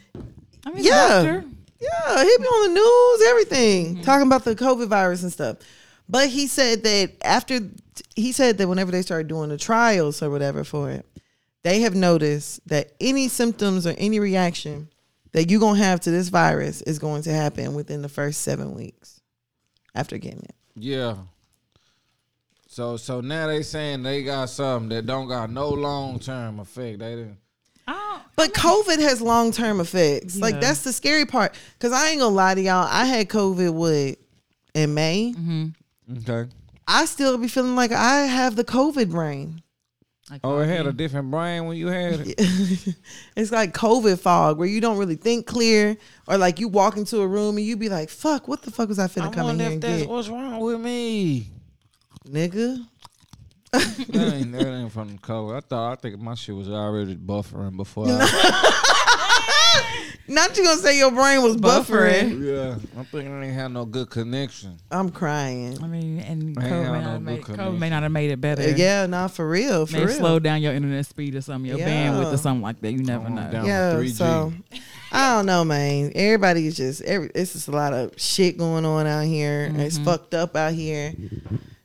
S1: I mean,
S2: Yeah.
S1: doctor.
S2: Yeah, he be on the news, everything, talking about the COVID virus and stuff. But he said that after he said that whenever they start doing the trials or whatever for it, they have noticed that any symptoms or any reaction that you're gonna have to this virus is going to happen within the first seven weeks after getting it.
S3: Yeah. So so now they saying they got something that don't got no long term effect. They didn't.
S1: I
S2: But COVID has long term effects.
S1: Yeah.
S2: Like that's the scary part. Cause I ain't gonna lie to y'all, I had COVID with in May.
S3: Okay.
S2: I still be feeling like I have the COVID brain.
S1: don't-
S3: Oh, it had a different brain when you had it.
S2: it's like COVID fog where you don't really think clear, or like you walk into a room and you be like, "Fuck, what the fuck was I finna
S3: I
S2: come in
S3: wonder
S2: here
S3: if
S2: and
S3: that's
S2: get,
S3: what's wrong with me.
S2: nigga?"
S3: That ain't, that ain't from COVID. I thought I think my shit was already buffering before. I
S2: Not you gonna say your brain was buffering.
S3: Yeah, I'm thinking I ain't had no good connection.
S2: I'm crying.
S1: I mean, and
S3: Man,
S1: COVID may,
S3: I don't
S1: not have
S3: know
S1: made,
S3: good
S1: COVID may not have made it better.
S2: Uh, Yeah, nah, for real, for
S1: May
S2: real.
S1: slow down your internet speed or something, your
S2: Yeah.
S1: bandwidth or something like that. You never
S3: Come on
S1: know.
S3: down.
S2: yeah,
S3: 3G.
S2: so I don't know, man. Everybody's just every. It's just a lot of shit going on out here. It's
S3: Mm-hmm.
S2: fucked up out here.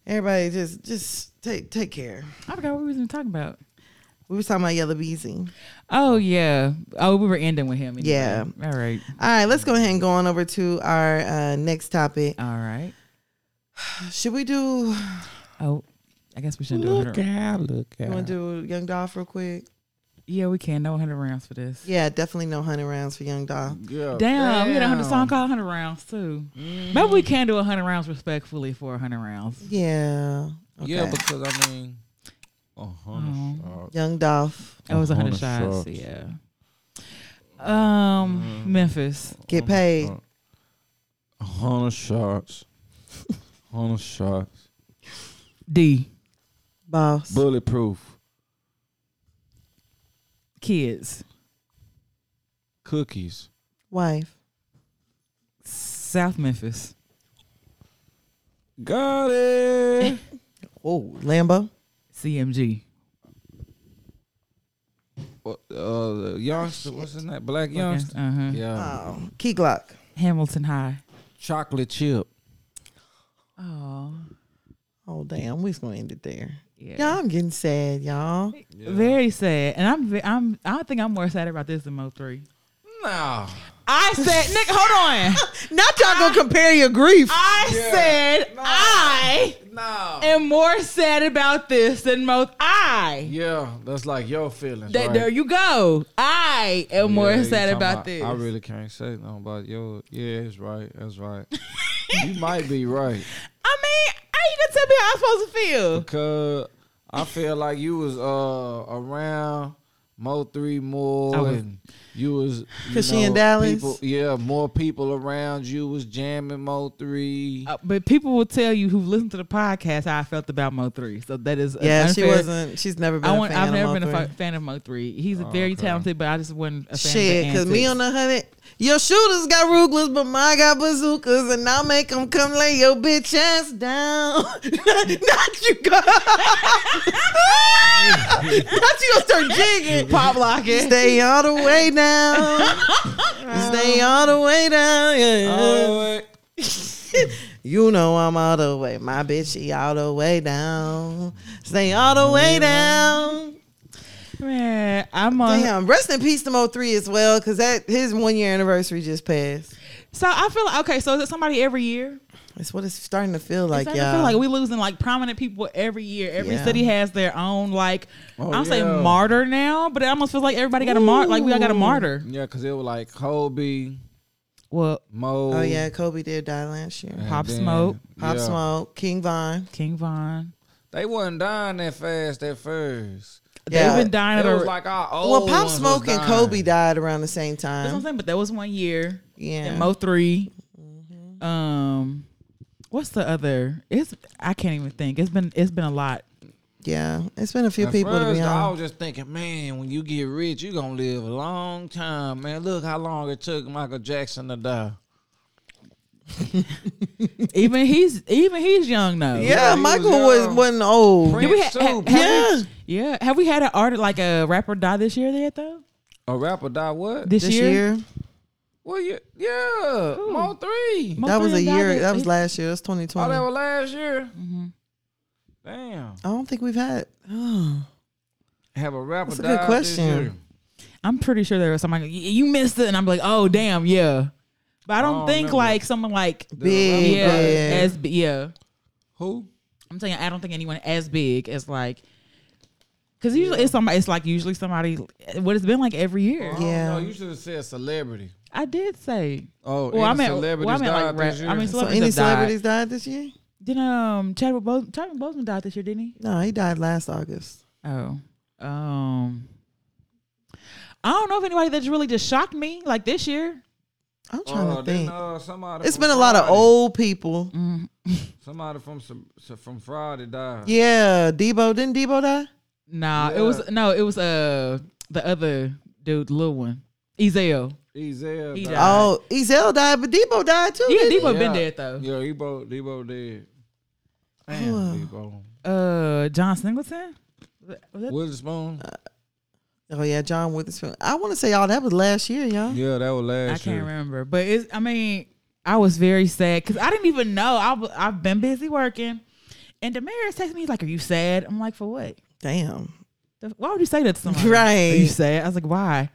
S2: Everybody just just take take care.
S1: I forgot what we was even talking about.
S2: We were talking about Yellow Beezy.
S1: Oh yeah. Oh, we were ending with him. anyway.
S2: Yeah.
S1: All right.
S2: All right, let's go ahead and go on over to our uh, next topic.
S1: All right.
S2: Should we do?
S1: Oh, I guess we shouldn't do a hundred.
S3: out, look
S2: You want to do Young Dolph real quick?
S1: Yeah, we can. No hundred rounds for this.
S2: Yeah, definitely no hundred rounds for Young Dolph.
S3: Yeah. Mm-hmm.
S1: Damn, we had a hundred song called hundred rounds too. Maybe we can do hundred rounds respectfully for hundred rounds.
S2: Yeah. Okay.
S3: Yeah, because I mean, a hundred
S1: Uh-huh.
S3: shots.
S2: Young Dolph,
S1: It was hundred
S3: 100
S1: shots.
S3: shots.
S1: Yeah. Um, Memphis.
S2: get paid.
S1: uh,
S3: A hundred shots. A hundred shots.
S1: D.
S2: Boss.
S3: Bulletproof.
S1: Kids.
S3: Cookies.
S2: Wife.
S1: South Memphis.
S3: Got it.
S2: Oh, Lambo.
S1: CMG.
S3: What, uh, youngster, what's his name? Black youngster.
S1: Uh huh.
S3: Yeah.
S2: Oh, Key Glock.
S1: Hamilton High.
S3: Chocolate chip.
S1: Oh.
S2: Oh damn, we was gonna end it there.
S1: Yeah.
S2: Y'all, I'm getting sad, y'all.
S1: Very sad, and I'm ve- I'm I think I'm more sad about this than Mo three.
S3: No.
S1: I said, Nick, hold on.
S2: Not y'all gonna compare your grief.
S1: I said I
S3: No.
S1: am more sad about this than most. I.
S3: Yeah, that's like your feelings.
S1: Th-
S3: right?
S1: There you go. I am more
S3: Yeah, you
S1: sad
S3: talking
S1: about this.
S3: I really can't say nothing about your. Yeah, it's right. That's right. you might be right
S1: I mean, how you gonna tell me how I'm supposed to feel?
S3: because I feel like you was uh around Mo three more,
S1: I was-
S3: and you was you
S2: Cause she in
S3: know,
S2: Dallas?
S3: people- yeah, more people around you was jamming Mo three.
S1: Uh, but people will tell you who've listened to the podcast how I felt about Mo three. So that is an
S2: Yeah, she
S1: unfair-
S2: wasn't. She's never been.
S1: I
S2: a
S1: want,
S2: fan
S1: I've
S2: of
S1: never
S2: Mo
S1: been a
S2: three. Oh,
S1: fa- fan of Mo three. He's very
S3: okay.
S1: talented, but I just wasn't a fan.
S2: Shit,
S1: because
S2: cause me on the hundred, your shooters got ruglers, but mine got bazookas, and I'll make them come lay your bitch ass down. Not you, go. Not you gonna start jigging, pop locking. Stay all the way down. Stay all the way down. yeah.
S3: Oh, wait.
S2: You know I'm all the way, my bitch, she all the way down. Stay all the way down.
S1: man, I'm on.
S2: Damn, rest in peace to Mo three as well, cause that his one year anniversary just passed.
S1: So I feel like okay. So is it somebody every year?
S2: It's what it's starting to feel like,
S1: I
S2: y'all.
S1: feel like we losing like prominent people every year. Every
S2: Yeah.
S1: city has their own like
S3: Oh,
S1: I'm
S3: yeah.
S1: saying martyr now, but it almost feels like everybody got a martyr. Like we all got a martyr.
S3: yeah, cause it was like Kobe,
S1: Well,
S3: Mo,
S2: oh yeah, Kobe did die last year.
S3: and
S1: Pop
S3: then-
S1: Smoke.
S2: Pop
S3: yeah.
S2: Smoke, King Von.
S1: King Von.
S3: They wasn't dying that fast at first.
S2: Yeah.
S1: They've been dying
S3: It
S1: at a.
S3: was like our
S1: Oh,
S3: old
S2: well, Pop
S3: ones was
S2: Smoke and
S3: dying.
S2: Kobe died around the same
S1: that's what I'm
S2: time.
S1: saying, but that was one year.
S2: Yeah. Mm-hmm.
S1: And Mo 3 Um, what's the other? It's I can't even think. It's been it's been a lot.
S2: yeah. It's been a few
S3: At
S2: people to
S3: first,
S2: be
S3: I was
S2: honest.
S3: just thinking, man, when you get rich, you gonna live a long time, man. Look how long it took Michael Jackson to die.
S1: even he's even he's young though.
S2: Yeah,
S3: Yeah, he
S2: Michael
S3: was
S2: was,
S3: young.
S2: was not old.
S3: Prince
S1: we ha-
S3: too.
S1: ha-
S3: Prince-
S2: yeah.
S1: Yeah. Have we had an artist like a rapper die this year yet though?
S3: a rapper die what?
S1: This,
S2: This year,
S3: Well, yeah, yeah, Mo three.
S1: Mo
S2: that was a
S1: 3 died
S2: year.
S1: this-
S2: That was last year. That's twenty
S3: Oh,
S2: twenty.
S3: that
S2: I
S3: was last year.
S2: Mm-hmm.
S3: Damn,
S2: don't think we've had. Oh,
S3: have a rapper
S2: That's a
S3: die
S2: good
S3: this
S2: question.
S3: year?
S1: I'm pretty sure there was somebody. "Y- You missed it, and I'm like, oh damn, yeah. But I don't
S3: don't
S1: think
S3: remember.
S1: like someone like
S3: Did a
S2: big.
S1: yeah,
S2: big.
S1: as bi- yeah.
S3: Who?
S1: I'm saying I don't think anyone as big as like, because usually it's somebody. It's like usually somebody. What it's been like every year.
S2: Yeah.
S3: No, you should have said celebrity.
S1: I did say.
S3: Oh,
S1: Well, I
S3: any
S1: meant-
S3: celebrities
S1: well, I meant like
S3: died this
S1: rap- I
S3: year?
S1: mean,
S2: so
S1: Celebrities
S2: any
S1: have died.
S2: celebrities died. this year?
S1: Did um Chadwick Bos- Chadwick Boseman died this year, didn't he?
S2: No, he died last August.
S1: Oh, um, I don't know if anybody that's really just shocked me like this year.
S2: I'm trying
S3: Oh,
S2: to
S3: then,
S2: think.
S3: uh, somebody
S2: it's
S3: from
S2: been a lot of
S3: Friday-
S2: old people.
S1: Mm.
S3: Somebody from some- so- from Friday died.
S2: Yeah, Debo didn't Debo die?
S1: Nah,
S3: Yeah.
S1: it was no, it was uh the other dude, the little one, Ezel.
S3: Ezel
S1: He
S3: died.
S1: died.
S2: Oh, Ezel died, but Debo died too.
S1: Yeah,
S2: didn't he?
S1: Debo been
S3: Yeah.
S1: dead though.
S3: Yeah, Debo, Debo dead. Damn, Debo.
S1: Uh, John Singleton. Was that-
S3: Witherspoon.
S1: Uh,
S2: Oh yeah, John Witherspoon. I want to say y'all that was last year, y'all.
S3: Yeah, that was
S1: I
S3: last
S1: can't
S3: year.
S1: remember, but it's. I mean, I was very sad because I didn't even know. I w- I've been busy working, and Damaris texted me he's like, "Are you sad?" I'm like, "For what?
S2: Damn.
S1: The- Why would you say that to somebody?
S2: Right.
S1: Are you sad?" I was like, "Why?"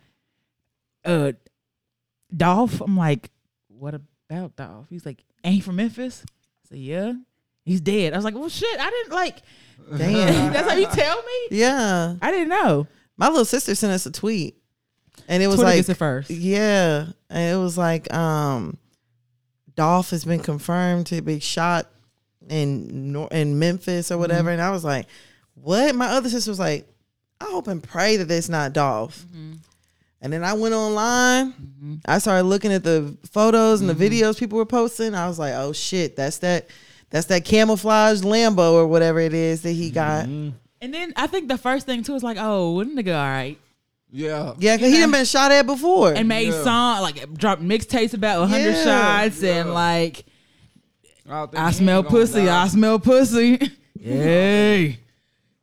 S1: Uh, Dolph. I'm like, "What about Dolph?" He's like, "Ain't he from Memphis?" I said, "Yeah." He's dead. I was like, "Well, shit! I didn't like."
S2: Damn.
S1: That's how you tell me.
S2: yeah.
S1: I didn't know.
S2: My little sister sent us a tweet, and it was
S1: Twitter
S2: like,
S1: gets it first.
S2: yeah, and it was like, um, Dolph has been confirmed to be shot in Nor- in Memphis or whatever,
S1: Mm-hmm.
S2: and I was like, what? My other sister was like, I hope and pray that it's not Dolph.
S1: Mm-hmm.
S2: And then I went online. I started looking at the photos and
S1: Mm-hmm.
S2: the videos people were posting. I was like, oh shit, that's that. That's that camouflage Lambo or whatever it is that he got.
S1: Mm-hmm. And then I think the first thing too is like, oh, wouldn't the nigga all right?
S3: Yeah.
S2: Yeah, cause he done been shot at before.
S1: And made
S3: Yeah.
S1: song like dropped mixtapes about hundred
S2: Yeah.
S1: shots and
S3: Yeah.
S1: like
S3: don't think
S1: I
S3: he
S1: smell
S3: ain't gonna
S1: pussy,
S3: die.
S1: I smell pussy. Yay.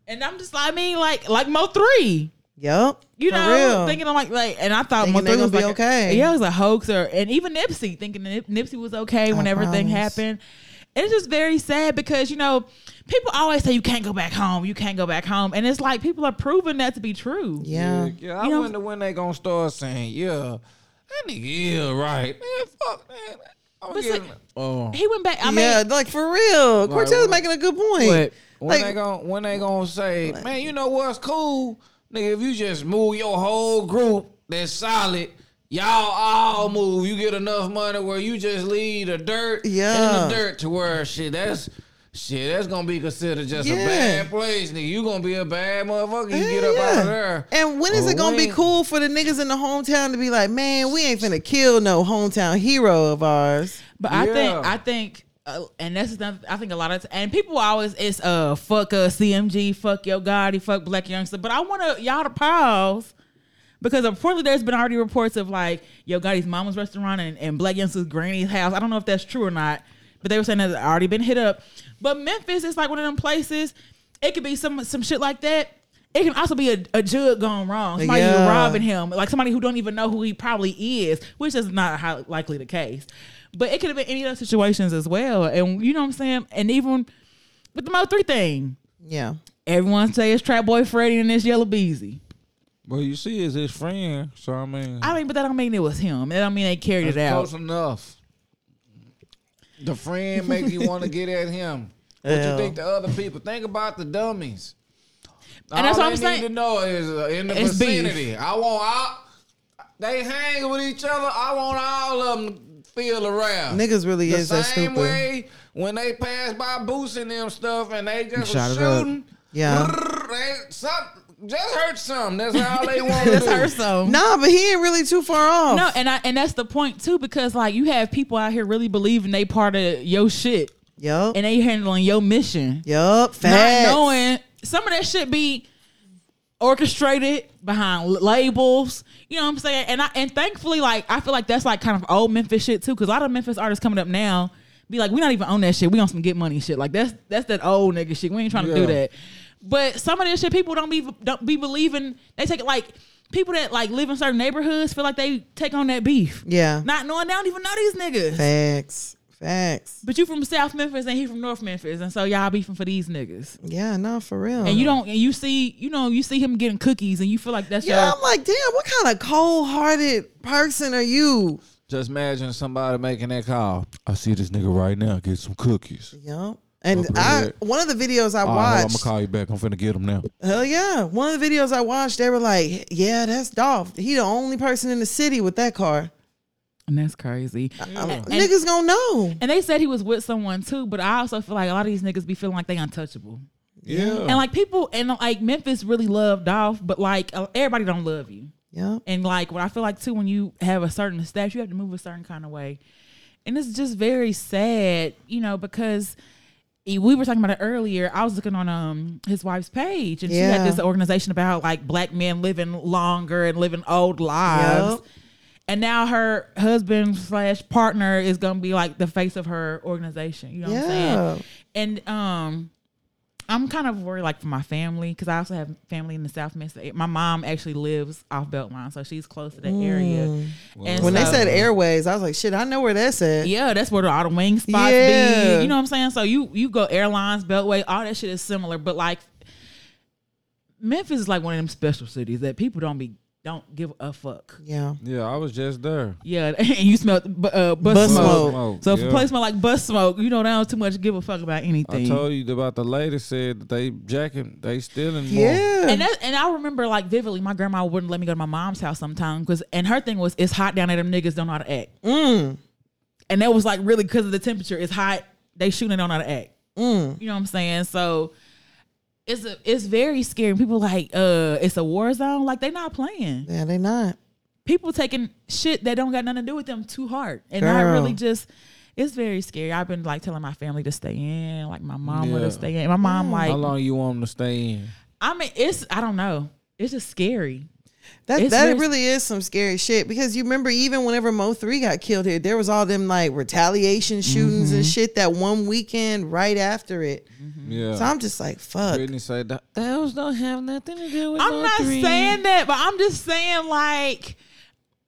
S1: And I'm just like, I mean, like like Mo three.
S2: yep,
S1: You
S2: for
S1: know,
S2: real.
S1: thinking I'm like, like, and I thought
S2: Thinking
S1: Mo
S2: they
S1: three was
S2: gonna be
S1: like,
S2: okay.
S1: yeah, it was a hoax, or and even Nipsey thinking that Nip- Nipsey was okay when
S2: I
S1: everything
S2: promise.
S1: happened. It's just very sad because you know people always say you can't go back home, you can't go back home, and it's like people are proving that to be true.
S2: yeah,
S3: Yeah, yeah, I
S1: You know-
S3: wonder when they gonna start saying, yeah, that nigga is right. Man, fuck, man. I'm
S1: But
S3: getting,
S1: see-
S3: oh.
S1: He went back. I mean,
S2: yeah, like for real.
S3: Like,
S2: Cortez
S3: what-
S2: making a good point.
S1: What?
S3: When
S2: Like-
S3: they gonna when they gonna say, man, you know what's cool, nigga? If you just move your whole group, that's solid. Y'all all move. You get enough money where you just leave the dirt
S2: Yeah.
S3: in the dirt to where shit. That's Shit, that's gonna be considered just a
S2: Yeah.
S3: bad place, nigga. You gonna be a bad motherfucker. You get up
S2: Hell
S3: out
S2: yeah.
S3: of there.
S2: And when is
S3: Or
S2: it gonna be
S3: when-
S2: cool for the niggas in the hometown to be like, man, we ain't finna kill no hometown hero of ours?
S1: But I
S3: Yeah.
S1: think I think, uh, and that's another. I think a lot of t- and people always it's uh fuck uh CMG, fuck Yo Gotti, fuck Black Youngster. But I want to y'all to pause because reportedly there's been already reports of like Yo Gotti's mama's restaurant and, and Black Youngster's granny's house. I don't know if that's true or not, but they were saying that it's already been hit up. But Memphis is like one of them places. It could be some some shit like that. It can also be a, a jug gone wrong. Somebody
S2: Yeah.
S1: robbing him, like somebody who don't even know who he probably is, which is not how likely the case. But it could have been any other situations as well. And you know what I'm saying? And even with the Mo 3 thing,
S2: Yeah.
S1: everyone say it's Trap Boy Freddy and it's Yellow Beezy.
S3: Well, you see, it's his friend, so I mean,
S1: I mean, but that don't mean it was him. That don't mean they carried it out.
S3: close enough. The friend makes you want to get at him. What
S2: Ew.
S3: you think the other people think about the dummies?
S1: And that's
S3: all
S1: what I'm
S3: they
S1: saying.
S3: Need to know is uh, in the
S1: It's beef.
S3: vicinity. I want all. They hang with each other. I want all of them to feel around.
S2: Niggas really
S3: the
S2: is
S3: same
S2: that stupid.
S3: way when they pass by Boosie and them stuff and they just
S2: Shot it up.
S3: shooting.
S2: Yeah.
S3: They, some, just hurt some. That's all they want.
S1: That's her song.
S2: Nah, but he ain't really too far off.
S1: No, and I and that's the point too, because like you have people out here really believing they part of your shit
S2: Yup.
S1: and they handling your mission.
S2: Yup. Facts.
S1: not knowing some of that should be orchestrated behind l- labels. You know what I'm saying? And I and thankfully, like I feel like that's like kind of old Memphis shit too, because a lot of Memphis artists coming up now be like, we not even on that shit. We on some get money shit. Like that's that's that old nigga shit. We ain't trying to do
S3: Yeah.
S1: that. But some of this shit people don't be don't be believing. They take it like people that like live in certain neighborhoods feel like they take on that beef.
S2: Yeah.
S1: Not knowing they don't even know these niggas.
S2: Facts. Facts.
S1: But you from South Memphis and he from North Memphis, and so y'all beefing for these niggas
S2: Yeah, no, for real.
S1: and you don't and you see you know you see him getting cookies and you feel like that's
S2: Uh-huh. Yeah,
S1: yeah
S2: I'm like, damn, what kind of cold hearted person are you?
S3: Just imagine somebody making that call. I see this nigga right now. Get some cookies.
S2: Yup. And
S3: Up in
S2: I
S3: there.
S2: one of the videos I
S3: I'm gonna
S2: watched.
S3: call you back. I'm finna get him now.
S2: Hell yeah. One of the videos I watched, they were like, Yeah, that's Dolph. He the only person in the city with that car.
S1: and that's crazy
S2: I'm-
S1: And-
S2: niggas gonna know.
S1: and they said he was with someone too but i also feel like a lot of these niggas be feeling like they untouchable
S3: Yeah.
S1: and like people and like memphis really love dolph but like uh, everybody don't love you
S2: Yup.
S1: and like what i feel like too when you have a certain status you have to move a certain kind of way and it's just very sad you know because e, we were talking about it earlier. I was looking on um his wife's page, and she
S2: Yeah.
S1: had this organization about like black men living longer and living old lives.
S2: Yup.
S1: And now her husband slash partner is gonna be like the face of her organization. You know what
S2: Yeah.
S1: I'm saying? And um, I'm kind of worried like for my family because I also have family in the South Mesa. My mom actually lives off Beltline, so she's close to that
S2: Mm.
S1: area. And
S2: When they
S1: so-
S2: said airways, I was like, shit, I know where that's at.
S1: yeah, that's where the, all the wing spots
S2: Yeah.
S1: be. You know what I'm saying? So you you go airlines, beltway, all that shit is similar, but like Memphis is like one of them special cities that people don't be don't give a fuck.
S2: Yeah.
S3: yeah, I was just there.
S1: Yeah, and you smell bu- uh, bus,
S2: Bus
S1: smoke.
S2: smoke.
S1: So if
S3: yeah.
S1: a place smell like bus smoke, you know they don't too much give a fuck about
S3: I
S1: anything.
S3: told you about the lady said that they jacking, they stealing more.
S2: Yeah.
S1: and that, and I remember like vividly, my grandma wouldn't let me go to my mom's house sometimes because and her thing was it's hot down there, them niggas don't know how to act.
S2: Mm.
S1: and that was like really because of the temperature. It's hot. They shooting on how to act.
S2: Mm.
S1: You know what I'm saying? So it's a, it's very scary. People like uh, it's a war zone. Like they not playing.
S2: Yeah, they not.
S1: People taking shit that don't got nothing to do with them too hard, and
S2: Girl.
S1: not really just. It's very scary. I've been like telling my family to stay in, like my mom
S3: Yeah.
S1: to stay in. My
S2: Mm.
S1: mom
S3: How
S1: like
S3: long you want them to stay in?
S1: I mean it's I don't know. It's just scary.
S2: That
S1: It's
S2: that
S1: very-
S2: really is some scary shit because you remember even whenever Mo three got killed here, there was all them like retaliation shootings
S1: Mm-hmm.
S2: and shit that one weekend right after it.
S3: Yeah.
S2: So I'm just like, fuck.
S3: Brittany said that those don't have nothing to do with.
S1: I'm not saying that, but I'm just saying like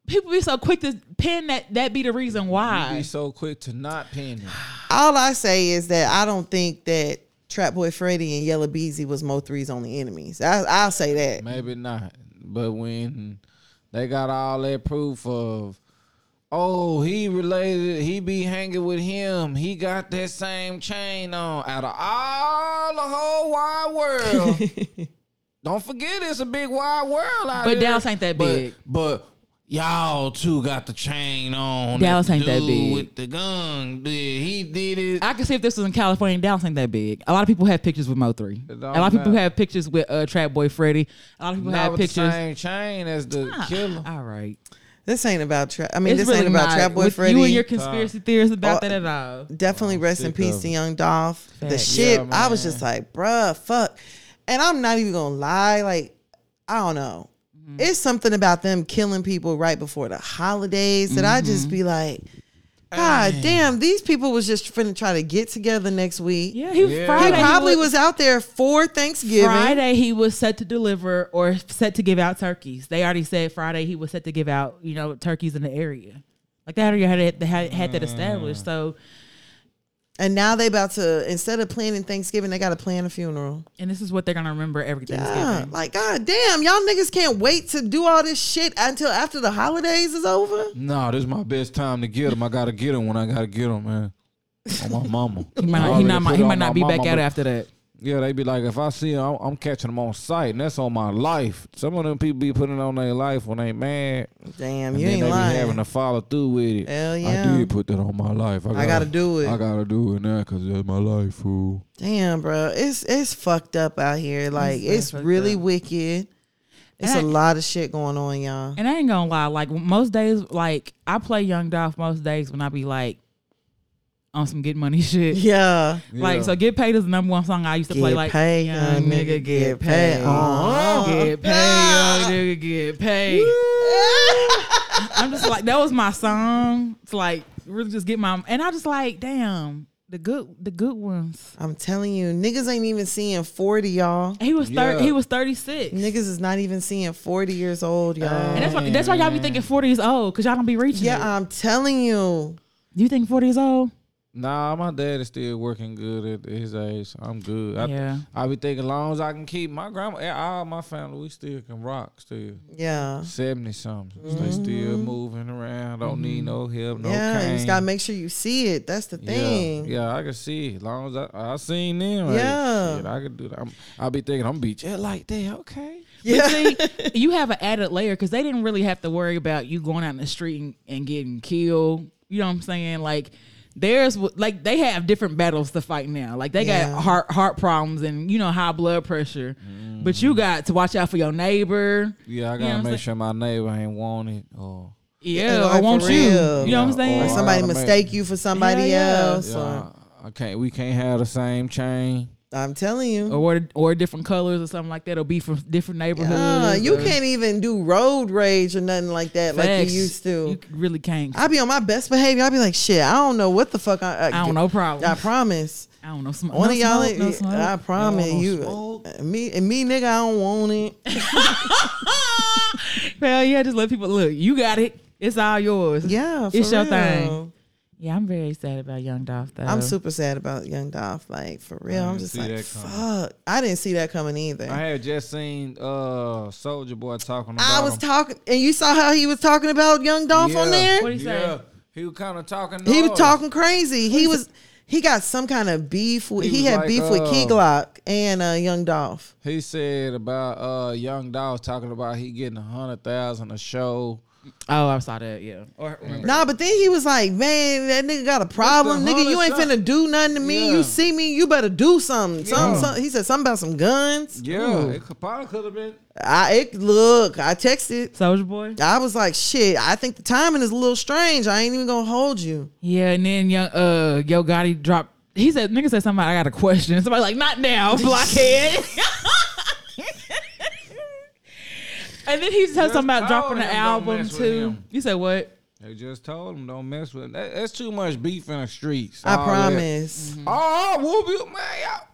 S1: people be so quick to pin that that be the reason why.
S3: Be so quick to not pin it.
S2: All I say is that I don't think that Trap Boy Freddy and Yellow Beezy was Mo 3's only enemies. I, I'll say that.
S3: Maybe not, but when they got all that proof of, oh, he related, he be hanging with him, he got that same chain on. Out of all the whole wide world, don't forget it's a big wide world out
S1: But
S3: here.
S1: Dallas ain't that
S3: But-
S1: big.
S3: But Y'all too got the chain on.
S1: Dallas ain't that
S3: dude
S1: big.
S3: With the gun, dude, he did it.
S1: I can see if this was in California. Dallas ain't that big. A lot of people have pictures with Mo Three. A
S3: It don't
S1: lot of people
S3: matter.
S1: have pictures with uh, Trap Boy Freddy. A lot of people
S3: Not
S1: have
S3: with the
S1: pictures.
S3: same chain as the
S1: Ah,
S3: killer.
S1: All right.
S2: This ain't about trap. I mean,
S1: It's
S2: this ain't
S1: really
S2: about
S1: not.
S2: Trap Boy
S1: With
S2: Freddy.
S1: You and your conspiracy theories about
S2: Oh,
S1: that at all.
S2: Definitely rest in
S3: Oh, sick
S2: peace
S3: of
S2: to
S3: it.
S2: Young Dolph. The
S1: Facts.
S2: shit,
S3: Yeah,
S2: I was just like, bruh, fuck. And I'm not even gonna lie, like, I don't know.
S1: Mm-hmm.
S2: It's something about them killing people right before the holidays that I
S1: Mm-hmm.
S2: just be like, God damn, these people was just finna try to get together next week.
S1: Yeah, he
S3: Yeah.
S1: Friday.
S2: He probably
S1: was,
S2: was out there for Thanksgiving.
S1: Friday. He was set to deliver or set to give out turkeys. They already said Friday he was set to give out you know turkeys in the area. Like they already had it, they had, had that established. So
S2: And now they about to instead of planning Thanksgiving, they gotta plan a funeral.
S1: and this is what they're gonna remember every
S2: Yeah,
S1: Thanksgiving.
S2: like god damn, y'all niggas can't wait to do all this shit until after the holidays is over.
S3: No, this is my best time to get him. I gotta get him when I gotta get him, man. On my mama.
S1: He might not, he not, might- he might not be back out after that.
S3: Yeah, they be like, if I see him, I'm, I'm catching him on sight, and that's on my life. Some of them people be putting it on their life when they mad.
S2: Damn,
S3: and
S2: you
S3: then
S2: ain't
S3: they
S2: lying.
S3: be having to follow through with it.
S2: Hell
S3: I
S2: yeah.
S3: did put that on my life. I gotta,
S2: gotta do it.
S3: I gotta do it now because that's my life, fool.
S2: Damn, bro, it's it's fucked up out here. Like
S1: very
S2: it's,
S1: fucked
S2: really
S1: up.
S2: wicked. It's
S1: And
S2: a
S1: I-
S2: lot of shit going on, y'all.
S1: And I ain't gonna lie, like most days, like I play Young Dolph most days when I be like on some get money shit.
S2: Yeah,
S1: Like
S3: Yeah.
S1: so, get paid is the number one song I used to play.
S2: Get
S1: Like
S2: paid,
S1: young
S2: young nigga,
S1: nigga,
S2: get
S1: get
S2: paid.
S1: paid,
S2: Uh-huh.
S1: get paid, young nigga, get paid. I'm just like that was my song. It's like really just get my and I just like damn the good the good ones.
S2: I'm telling you, niggas ain't even seeing forty, y'all.
S1: He was thirty.
S3: Yeah.
S1: He was thirty six.
S2: Niggas is not even seeing forty years old, y'all.
S1: And that's why, that's why y'all be thinking 40 is old because y'all don't be reaching.
S2: yeah, uh,
S1: it.
S2: I'm telling you.
S1: you think 40 is old?
S3: Nah, my dad is still working good at his age. I'm good. I,
S1: Yeah.
S3: I be thinking, long as I can keep my grandma, eh, all my family, we still can rock still.
S2: Yeah.
S3: 70 something. They still moving around. Don't need no help, no
S2: Mm-hmm. yeah, you
S3: cane.
S2: just gotta make sure you see it. That's the thing.
S3: Yeah, yeah, I can see. As long as I, I seen them,
S2: Yeah.
S3: yeah, shit, I could do that. I'm, I be thinking I'm gonna be just like that. Okay,
S1: But
S2: Yeah.
S1: see, you have an added layer because they didn't really have to worry about you going out in the street and, and getting killed. You know what I'm saying? Like there's w- like they have different battles to fight now. Like they
S2: Yeah.
S1: got heart heart problems and you know high blood pressure. But you got to watch out for your neighbor.
S3: yeah, I
S1: You know what
S3: gotta
S1: I'm
S3: make
S1: saying?
S3: sure my neighbor ain't want it. Or
S1: Yeah,
S2: like,
S1: I want
S2: for
S1: you.
S2: real.
S1: You know what I'm
S3: Yeah, or-
S1: saying?
S2: Or somebody
S3: I mean-
S2: mistake you for somebody
S1: yeah.
S2: else.
S3: yeah,
S2: Or,
S3: I, I can't. We can't have the same chain.
S2: I'm telling you.
S1: or or different colors or something like that, or be from different neighborhoods.
S2: Uh, you
S1: or-
S2: can't even do road rage or nothing like that like
S1: Facts.
S2: you used to.
S1: You really can't. I,
S2: I'd be on my best behavior. I'd be like, shit, I don't know what the fuck I. I,
S1: don't know
S2: I
S1: problems.
S2: promise.
S1: I, don't know smoke.
S2: One
S1: no
S2: of y'all,
S1: smoke, no smoke.
S2: I promise
S3: You don't
S2: you. Uh,
S3: smoke?
S2: Me and me, nigga, I don't want it.
S1: Hell yeah, just let people look. You got it. It's all yours.
S2: Yeah, for
S1: it's your
S2: real.
S1: thing. Yeah, I'm very sad about Young Dolph though.
S2: I'm super sad about Young Dolph. Like for real,
S3: I
S2: I'm
S3: didn't
S2: just
S3: see
S2: like,
S3: that coming.
S2: fuck. I didn't see that coming either.
S3: I
S2: I,
S3: had just seen uh Soldier Boy talking about.
S2: was
S3: him.
S2: talking, and you saw how he was talking about Young Dolph on there.
S1: What'd he say?
S3: Yeah, he was kind of talking.
S2: He was
S3: noise.
S2: talking crazy. He was he got some kind of beef. With,
S3: He
S2: he
S3: was
S2: had
S3: like,
S2: beef with Key
S3: uh,
S2: Glock and uh, Young Dolph.
S3: He said about uh Young Dolph talking about he getting a hundred thousand a show.
S1: oh, I saw that. Yeah. Or remember.
S2: Nah, but then he was like, "Man, that nigga got a problem, nigga. You ain't
S3: hundred
S2: finna do nothing to me. You
S3: Yeah.
S2: see me, you better do something." Some,
S3: Yeah.
S2: some- he said something about some guns.
S3: Yeah, it could, probably could have been.
S2: I it, look, I texted.
S1: Soldier Boy.
S2: I was like, "Shit, I think the timing is a little strange. I ain't even gonna hold you."
S1: Yeah, and then Young uh Yo Gotti dropped. He said, "Nigga said somebody. I got a question." Somebody like, "Not now, blockhead." and then he said something about
S3: told
S1: dropping
S3: him
S1: an
S3: don't
S1: album
S3: mess with
S1: too.
S3: him.
S1: You said what?
S3: They just told him don't mess with. That, that's too much beef in the streets.
S2: I
S3: All that.
S2: promise,
S3: Oh, whoop you, man! y'all-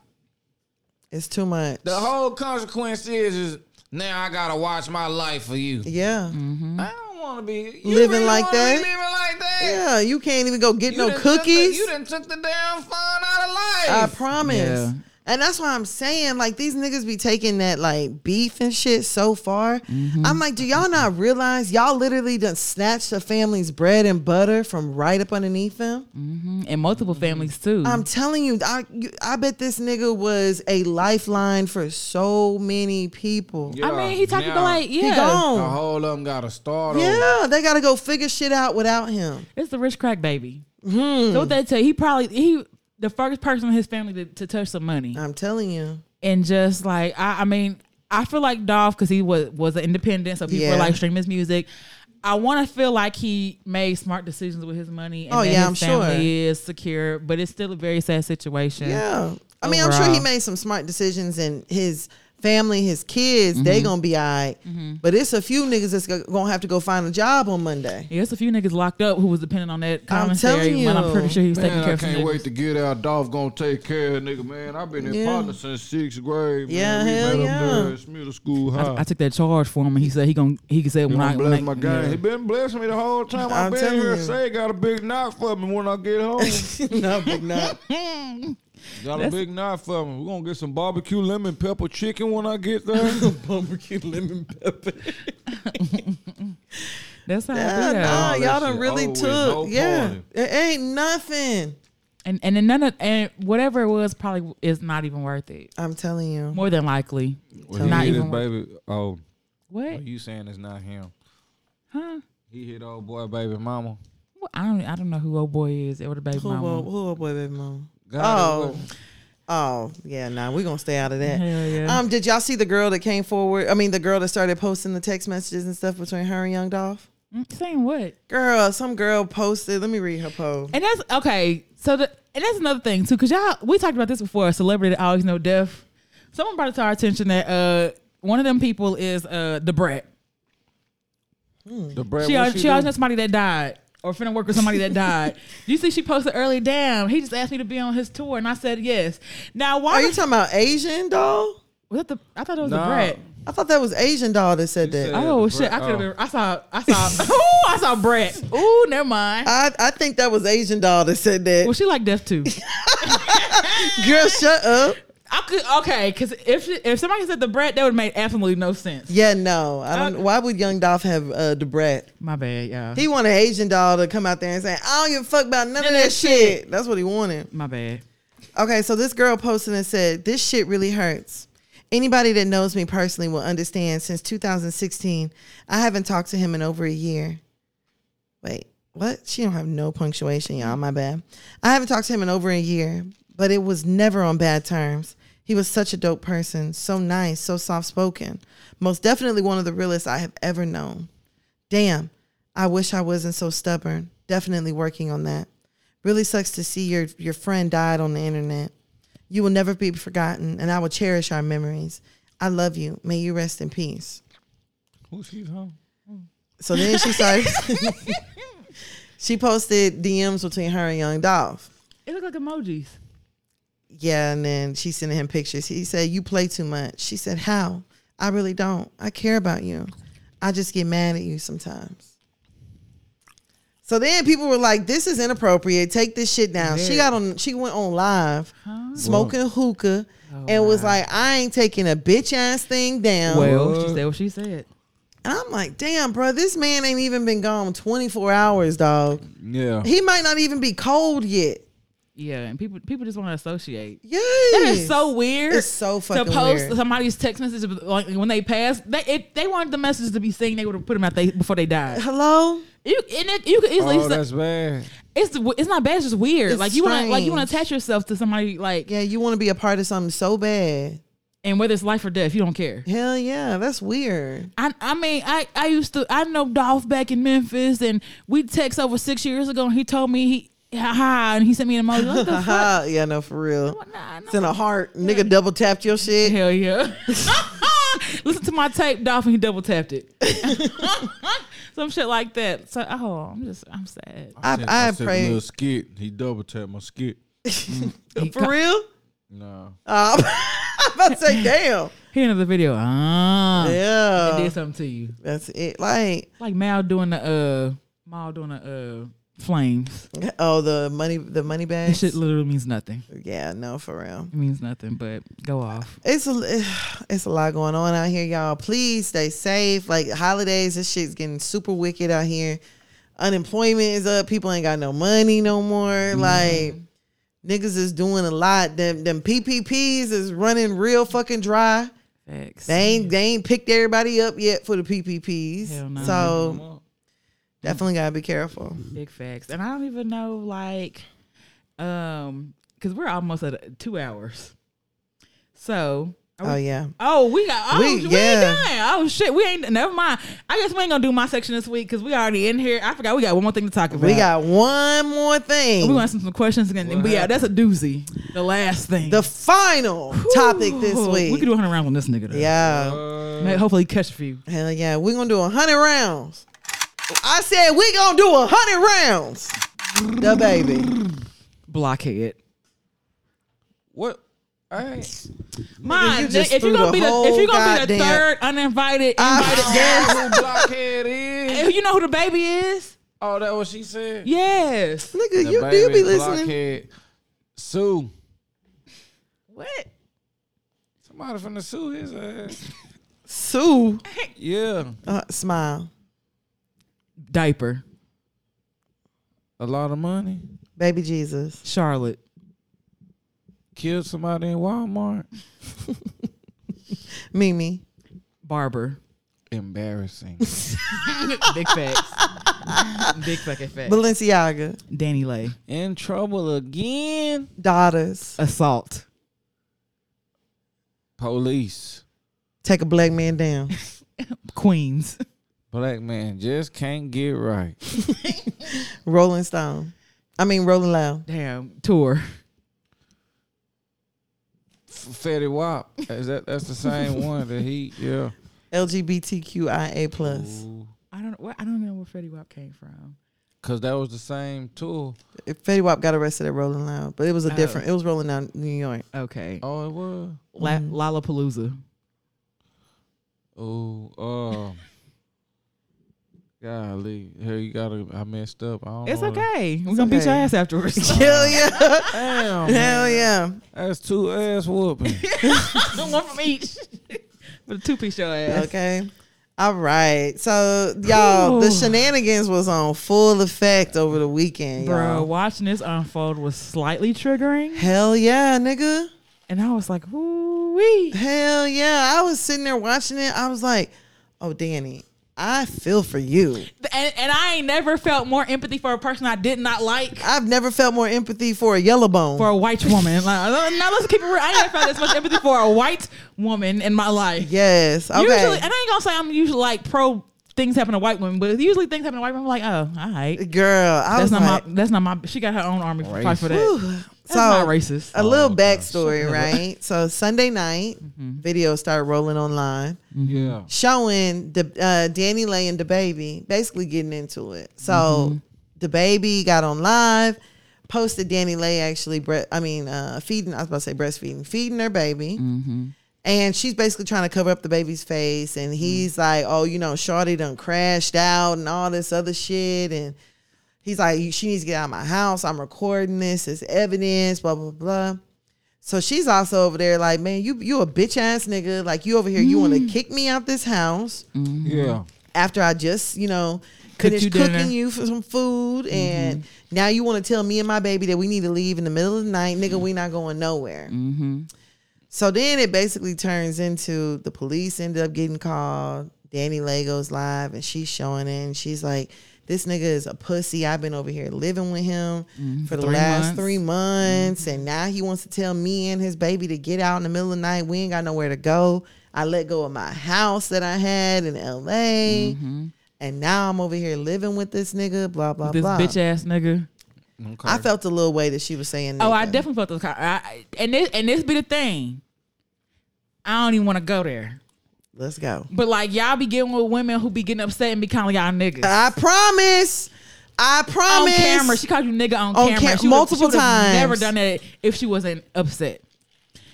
S2: it's too much.
S3: The whole consequence is, is now I gotta watch my life for you.
S2: yeah,
S3: I don't want to be you
S2: Mm. Living
S3: really
S2: like
S3: wanna be
S2: that?
S3: Living like that.
S2: yeah. You can't even go get
S3: You
S2: no
S3: done took the-
S2: cookies.
S3: you done took the damn fun out of life.
S2: I promise.
S1: Yeah.
S2: And that's why I'm saying, like, these niggas be taking that, like, beef and shit so far. I'm like, do y'all not realize y'all literally done snatched a family's bread and butter from right up underneath them?
S1: and multiple families too.
S2: I'm telling you, I, you, I bet this nigga was a lifeline for so many people.
S1: I mean, he talking about like,
S2: He
S1: yeah,
S3: the
S2: gone.
S3: whole of them got to start over.
S2: Yeah, they gotta go figure shit out without him.
S1: it's the rich crack baby.
S2: Hmm.
S1: So what they tell you, he probably he the first person in his family to, to touch some money.
S2: I'm telling you.
S1: and just like I, I mean, I feel like Dolph because he was was an independent, so people
S2: Yeah.
S1: were like streaming his music. I want to feel like he made smart decisions with his money. And
S2: Oh,
S1: that
S2: yeah,
S1: his
S2: I'm sure.
S1: family is secure, but it's still a very sad situation.
S2: Yeah. I mean, I'm sure he
S1: Overall.
S2: made some smart decisions and his family, his kids, they gonna be all right. But it's a few niggas that's go- gonna have to go find a job on Monday.
S1: Yeah, it's a few niggas locked up who was dependent on that
S2: I'm
S1: commentary.
S2: telling
S1: when
S2: you.
S1: I'm pretty sure he was taking
S3: Man,
S1: care
S3: I
S1: of some
S3: can't
S1: niggas.
S3: wait to get out. Dolph gonna take care of nigga, man. I've been in
S2: Yeah.
S3: partner since sixth grade. Man.
S2: Yeah,
S3: we
S2: hell
S3: met
S2: yeah.
S3: up there at Smyrna School High.
S1: I, I took that charge for him, and he said he gonna he said
S3: He
S1: when I
S3: gonna bless
S1: when
S3: my
S1: I-
S3: guy.
S1: yeah.
S3: He been blessing me the whole time
S2: I'm
S3: I've been
S2: telling
S3: here.
S2: you.
S3: Say got a big knot for me when I get home.
S2: no, big not.
S3: got a big knot for me. We're gonna get some barbecue lemon pepper chicken when I get there.
S2: Barbecue lemon pepper.
S1: That's how
S2: Yeah,
S1: I feel.
S2: nah,
S3: All that
S2: y'all done
S3: shit
S2: really
S3: over with,
S2: took.
S3: no
S2: yeah,
S3: party.
S2: it ain't nothing.
S1: And and then none of and whatever it was probably is not even worth it.
S2: I'm telling you.
S1: More than likely,
S3: Well,
S1: not
S3: he hit his
S1: even worth
S3: baby. Oh,
S1: what?
S3: you saying it's not him?
S1: Huh?
S3: He hit old boy baby mama.
S1: Well, I don't I don't know who old boy is or the baby
S2: Who,
S1: mama.
S2: who, who, who, baby mama?
S3: God, it
S2: Oh. Oh yeah, nah, we gonna stay out of that.
S1: Hell yeah.
S2: Um, did y'all see the girl that came forward? I mean, the girl that started posting the text messages and stuff between her and Young Dolph.
S1: Mm, Saying what?
S2: Girl, some girl posted. Let me read her post.
S1: And that's okay. So the and that's another thing too, cause y'all we talked about this before. A celebrity that always know death. Someone brought it to our attention that uh one of them people is uh the brat.
S3: was- the bread.
S1: She
S3: what
S1: always,
S3: she
S1: she, always
S3: do?
S1: knows somebody that died or finna work with somebody that died. You see, she posted early. Damn, he just asked me to be on his tour, and I said yes. Now why
S2: Are you talking about Asian doll?
S1: was that the? I thought it was
S3: Nah.
S1: the brat.
S2: I thought that was Asian doll that said that.
S3: said- Yeah,
S1: oh
S3: the
S1: shit!
S3: Brat.
S1: I could have been.
S3: Oh.
S1: I saw. I saw. ooh, I saw Brett. Ooh, never mind.
S2: I, I think that was Asian doll that said that.
S1: well, she like death too.
S2: Girl, shut up.
S1: I could okay, because if if somebody said the Brett, that would make absolutely no sense.
S2: Yeah, no. I don't.
S1: Okay.
S2: Why would Young Dolph have uh, the brat?
S1: My bad, y'all.
S2: He wanted Asian doll to come out there and say, "I don't give a fuck about none of that shit." That's what he wanted.
S1: My bad.
S2: Okay, so this girl posted and said, This shit really hurts. Anybody that knows me personally will understand since 2016, I haven't talked to him in over a year. Wait, what? She don't have no punctuation, y'all. My bad. I haven't talked to him in over a year, but it was never on bad terms. He was such a dope person, so nice, so soft spoken. Most definitely one of the realest I have ever known. Damn, I wish I wasn't so stubborn. Definitely working on that. Really sucks to see your, your friend died on the internet. You will never be forgotten, and I will cherish our memories. I love you. May you rest in peace.
S3: Who's she from?
S2: So then she started. she posted DMs between her and Young Dolph.
S1: It looked like emojis.
S2: Yeah, and then she sent him pictures. He said, "You play too much." She said, "How? I really don't. I care about you. I just get mad at you sometimes." So then people were like, "This is inappropriate. Take this shit down." She got on. She went on live, smoking hookah,
S1: Oh,
S2: and was like, "I ain't taking a bitch ass thing down."
S1: Well,
S3: What?
S1: she said what she said.
S2: And I'm like, "Damn, bro, this man ain't even been gone 24 hours, dog.
S3: Yeah.
S2: He might not even be cold yet."
S1: Yeah, and people people just want to associate.
S2: Yeah,
S1: That is so weird.
S2: It's so fucking
S1: to post
S2: weird.
S1: somebody's text message like when they passed. They if they wanted the message to be seen, they would have put them out they, before they died.
S2: Hello.
S1: You and it, you could easily.
S3: Oh, that's bad.
S1: it's it's not bad. It's just weird.
S2: It's
S1: like you want to like you want
S2: strange.
S1: to attach yourself to somebody like
S2: Yeah, you want to be a part of something so bad.
S1: and whether it's life or death, you don't care.
S2: Hell yeah, that's weird.
S1: I, I mean, I, I used to, I know Dolph back in Memphis, and we text over six years ago, and he told me he, ha ha, and he sent me an emoji. What the fuck?
S2: yeah, no, for real.
S1: Nah, no.
S2: It's in a heart. Nigga double tapped your shit.
S1: Hell yeah. Listen to my tape, Dolph, and he double tapped it. Some shit like that. So, oh, I'm just, I'm sad.
S2: I,
S3: Sent-
S2: I,
S3: sent a
S2: pray.
S3: little skit. He double tapped my skit.
S2: For real?
S3: No.
S2: Uh, I'm about to say, damn.
S1: He ended the video. Ah, I
S2: Yeah.
S1: did something to you.
S2: That's it. Like,
S1: Like Mal doing the, uh, Mal doing the, uh, flames.
S2: Oh, the money, the money
S1: This
S2: bags.
S1: shit literally means nothing.
S2: Yeah, no, for real.
S1: It means nothing, but go off.
S2: It's a, it's a lot going on out here, y'all. Please stay safe. Like holidays, this shit's getting super wicked out here. Unemployment is up. People ain't got no money no more.
S1: Mm-hmm.
S2: Like niggas is doing a lot. Them them PPPs is running real fucking dry.
S1: Facts.
S2: They ain't they ain't picked everybody up yet for the PPPs.
S1: Hell no.
S2: So definitely gotta be careful.
S1: Big facts. And I don't even know, like, um, because we're almost at uh, two hours. So, are we-
S2: Oh yeah.
S1: oh, we got, oh,
S2: We-
S1: we,
S2: yeah.
S1: ain't done. Oh, shit. We ain't, never mind. I guess we ain't going to do my section this week because we already in here. I forgot we got one more thing to talk about.
S2: We got one more thing.
S1: we want some, some questions again. But yeah, that's a doozy. The last thing.
S2: the final topic this
S1: Ooh,
S2: week.
S1: We can do 100 rounds on this nigga, though.
S2: yeah.
S1: May- Hopefully, catch a few.
S2: Hell yeah, we're gonna do a hundred rounds. I said we gonna do a hundred rounds. The baby.
S1: Blockhead.
S3: What? All right.
S1: My,
S2: you
S1: nigga,
S2: just
S1: if
S2: threw
S1: you're gonna
S2: the
S1: be the if
S2: whole
S1: you're gonna be the
S2: goddamn-
S1: third uninvited,
S2: I-
S1: invited
S2: yes.
S3: Who blockhead is?
S1: Hey, you know who the baby is?
S3: Oh, that what she said.
S1: Yes.
S2: Nigga,
S3: The
S2: you do you be
S3: baby
S2: listening?
S3: Blockhead. Sue.
S1: What?
S3: Somebody from the sue his ass.
S2: Sue.
S3: Yeah.
S2: Uh, smile.
S1: Diaper.
S3: A lot of money.
S2: Baby Jesus.
S1: Charlotte.
S3: Killed somebody in Walmart.
S2: Mimi.
S1: Barber.
S3: Embarrassing.
S1: Big facts. Big fucking facts.
S2: Balenciaga.
S1: Danny Lay.
S3: in trouble again.
S2: Daughters.
S1: Assault.
S3: Police.
S2: Take a black man down.
S1: Queens.
S3: Black man just can't get right.
S2: Rolling Stone. I mean Rolling Loud.
S1: Damn. Tour.
S3: F- Fetty Wap. Is that that's the same one that he yeah.
S2: LGBTQIA plus.
S3: Ooh.
S1: I don't know. I don't know where Freddie Wap came from.
S3: Cause that was the same tool.
S2: Fetty Wap got arrested at Rolling Loud, but it was a different. It was Rolling Down New York.
S1: Okay.
S3: Oh, it was.
S1: La- Lollapalooza.
S3: Oh, um, golly, here you gotta. I messed up. I don't
S1: It's
S3: know that-
S1: okay. We're gonna beat your
S2: okay.
S1: ass afterwards.
S2: Hell yeah!
S3: Damn,
S2: Hell yeah!
S3: that's two ass whooping.
S1: One from each. With a two piece your ass.
S2: Okay. All right. So y'all, the
S1: Whew.
S2: shenanigans was on full effect over the weekend,
S1: Bro,
S2: y'all.
S1: watching this unfold was slightly triggering.
S2: Hell yeah, nigga.
S1: And I was like, ooh wee.
S2: Hell yeah. I was sitting there watching it. I was like, oh Danny, I feel for you.
S1: And, and I ain't never felt more empathy for a person I did not like
S2: I've never felt more empathy for a yellow bone.
S1: for a white woman. Like, now let's keep it real. I ain't never felt this much empathy for a white woman in my life.
S2: yes. Okay.
S1: Usually, and I ain't gonna say I'm usually like pro things happen to white women, but usually things happen to white women. I'm like, oh, all right.
S2: Girl, I
S1: That's
S2: was
S1: not
S2: like,
S1: my. That's not my. She got her own army for, fight for that.
S2: whew.
S1: That's not Oh, racist.
S2: a little backstory, right? So Sunday night,
S1: Mm-hmm.
S2: videos started rolling online.
S3: yeah,
S2: showing the uh, Danny Lay and the baby basically getting into it. So the baby got on live, posted Danny Lay actually, bre- I mean, uh, feeding. I was about to say breastfeeding, feeding her baby. And she's basically trying to cover up the baby's face, and he's like, "Oh, you know, Shawty done crashed out and all this other shit." And he's like, "You- "She needs to get out of my house. I'm recording this. It's evidence." Blah blah blah. So she's also over there like, man, you you a bitch ass nigga. Like you over here, you want
S1: Mm.
S2: to kick me out this house
S3: yeah.
S2: after I just you know finished
S1: you
S2: cooking
S1: dinner. Mm-hmm.
S2: you for some food, and now you want to tell me and my baby that we need to leave in the middle of the night,
S1: Mm.
S2: nigga. We not going nowhere. So then it basically turns into the police end up getting called. Danny Lego's live and she's showing in. She's like, this nigga is a pussy. I've been over here living with him for
S1: Mm-hmm.
S2: the
S1: three
S2: last
S1: months.
S2: three months. And now he wants to tell me and his baby to get out in the middle of the night. We ain't got nowhere to go. I let go of my house that I had in LA. And now I'm over here living with this nigga, blah, blah,
S1: Mm-hmm. This
S2: blah.
S1: bitch ass nigga.
S3: Okay.
S2: I felt a little way that she was saying that.
S1: Oh, I definitely felt those. kind- I, I- and this and this be the thing. I don't even want to go there.
S2: Let's go.
S1: But like y'all be getting with women who be getting upset and be calling y'all niggas
S2: I promise. I
S1: on
S2: promise.
S1: camera. She called you nigga on,
S2: On
S1: camera.
S2: cam-
S1: she would've-
S2: multiple
S1: she would've
S2: times.
S1: Never done that if she wasn't upset.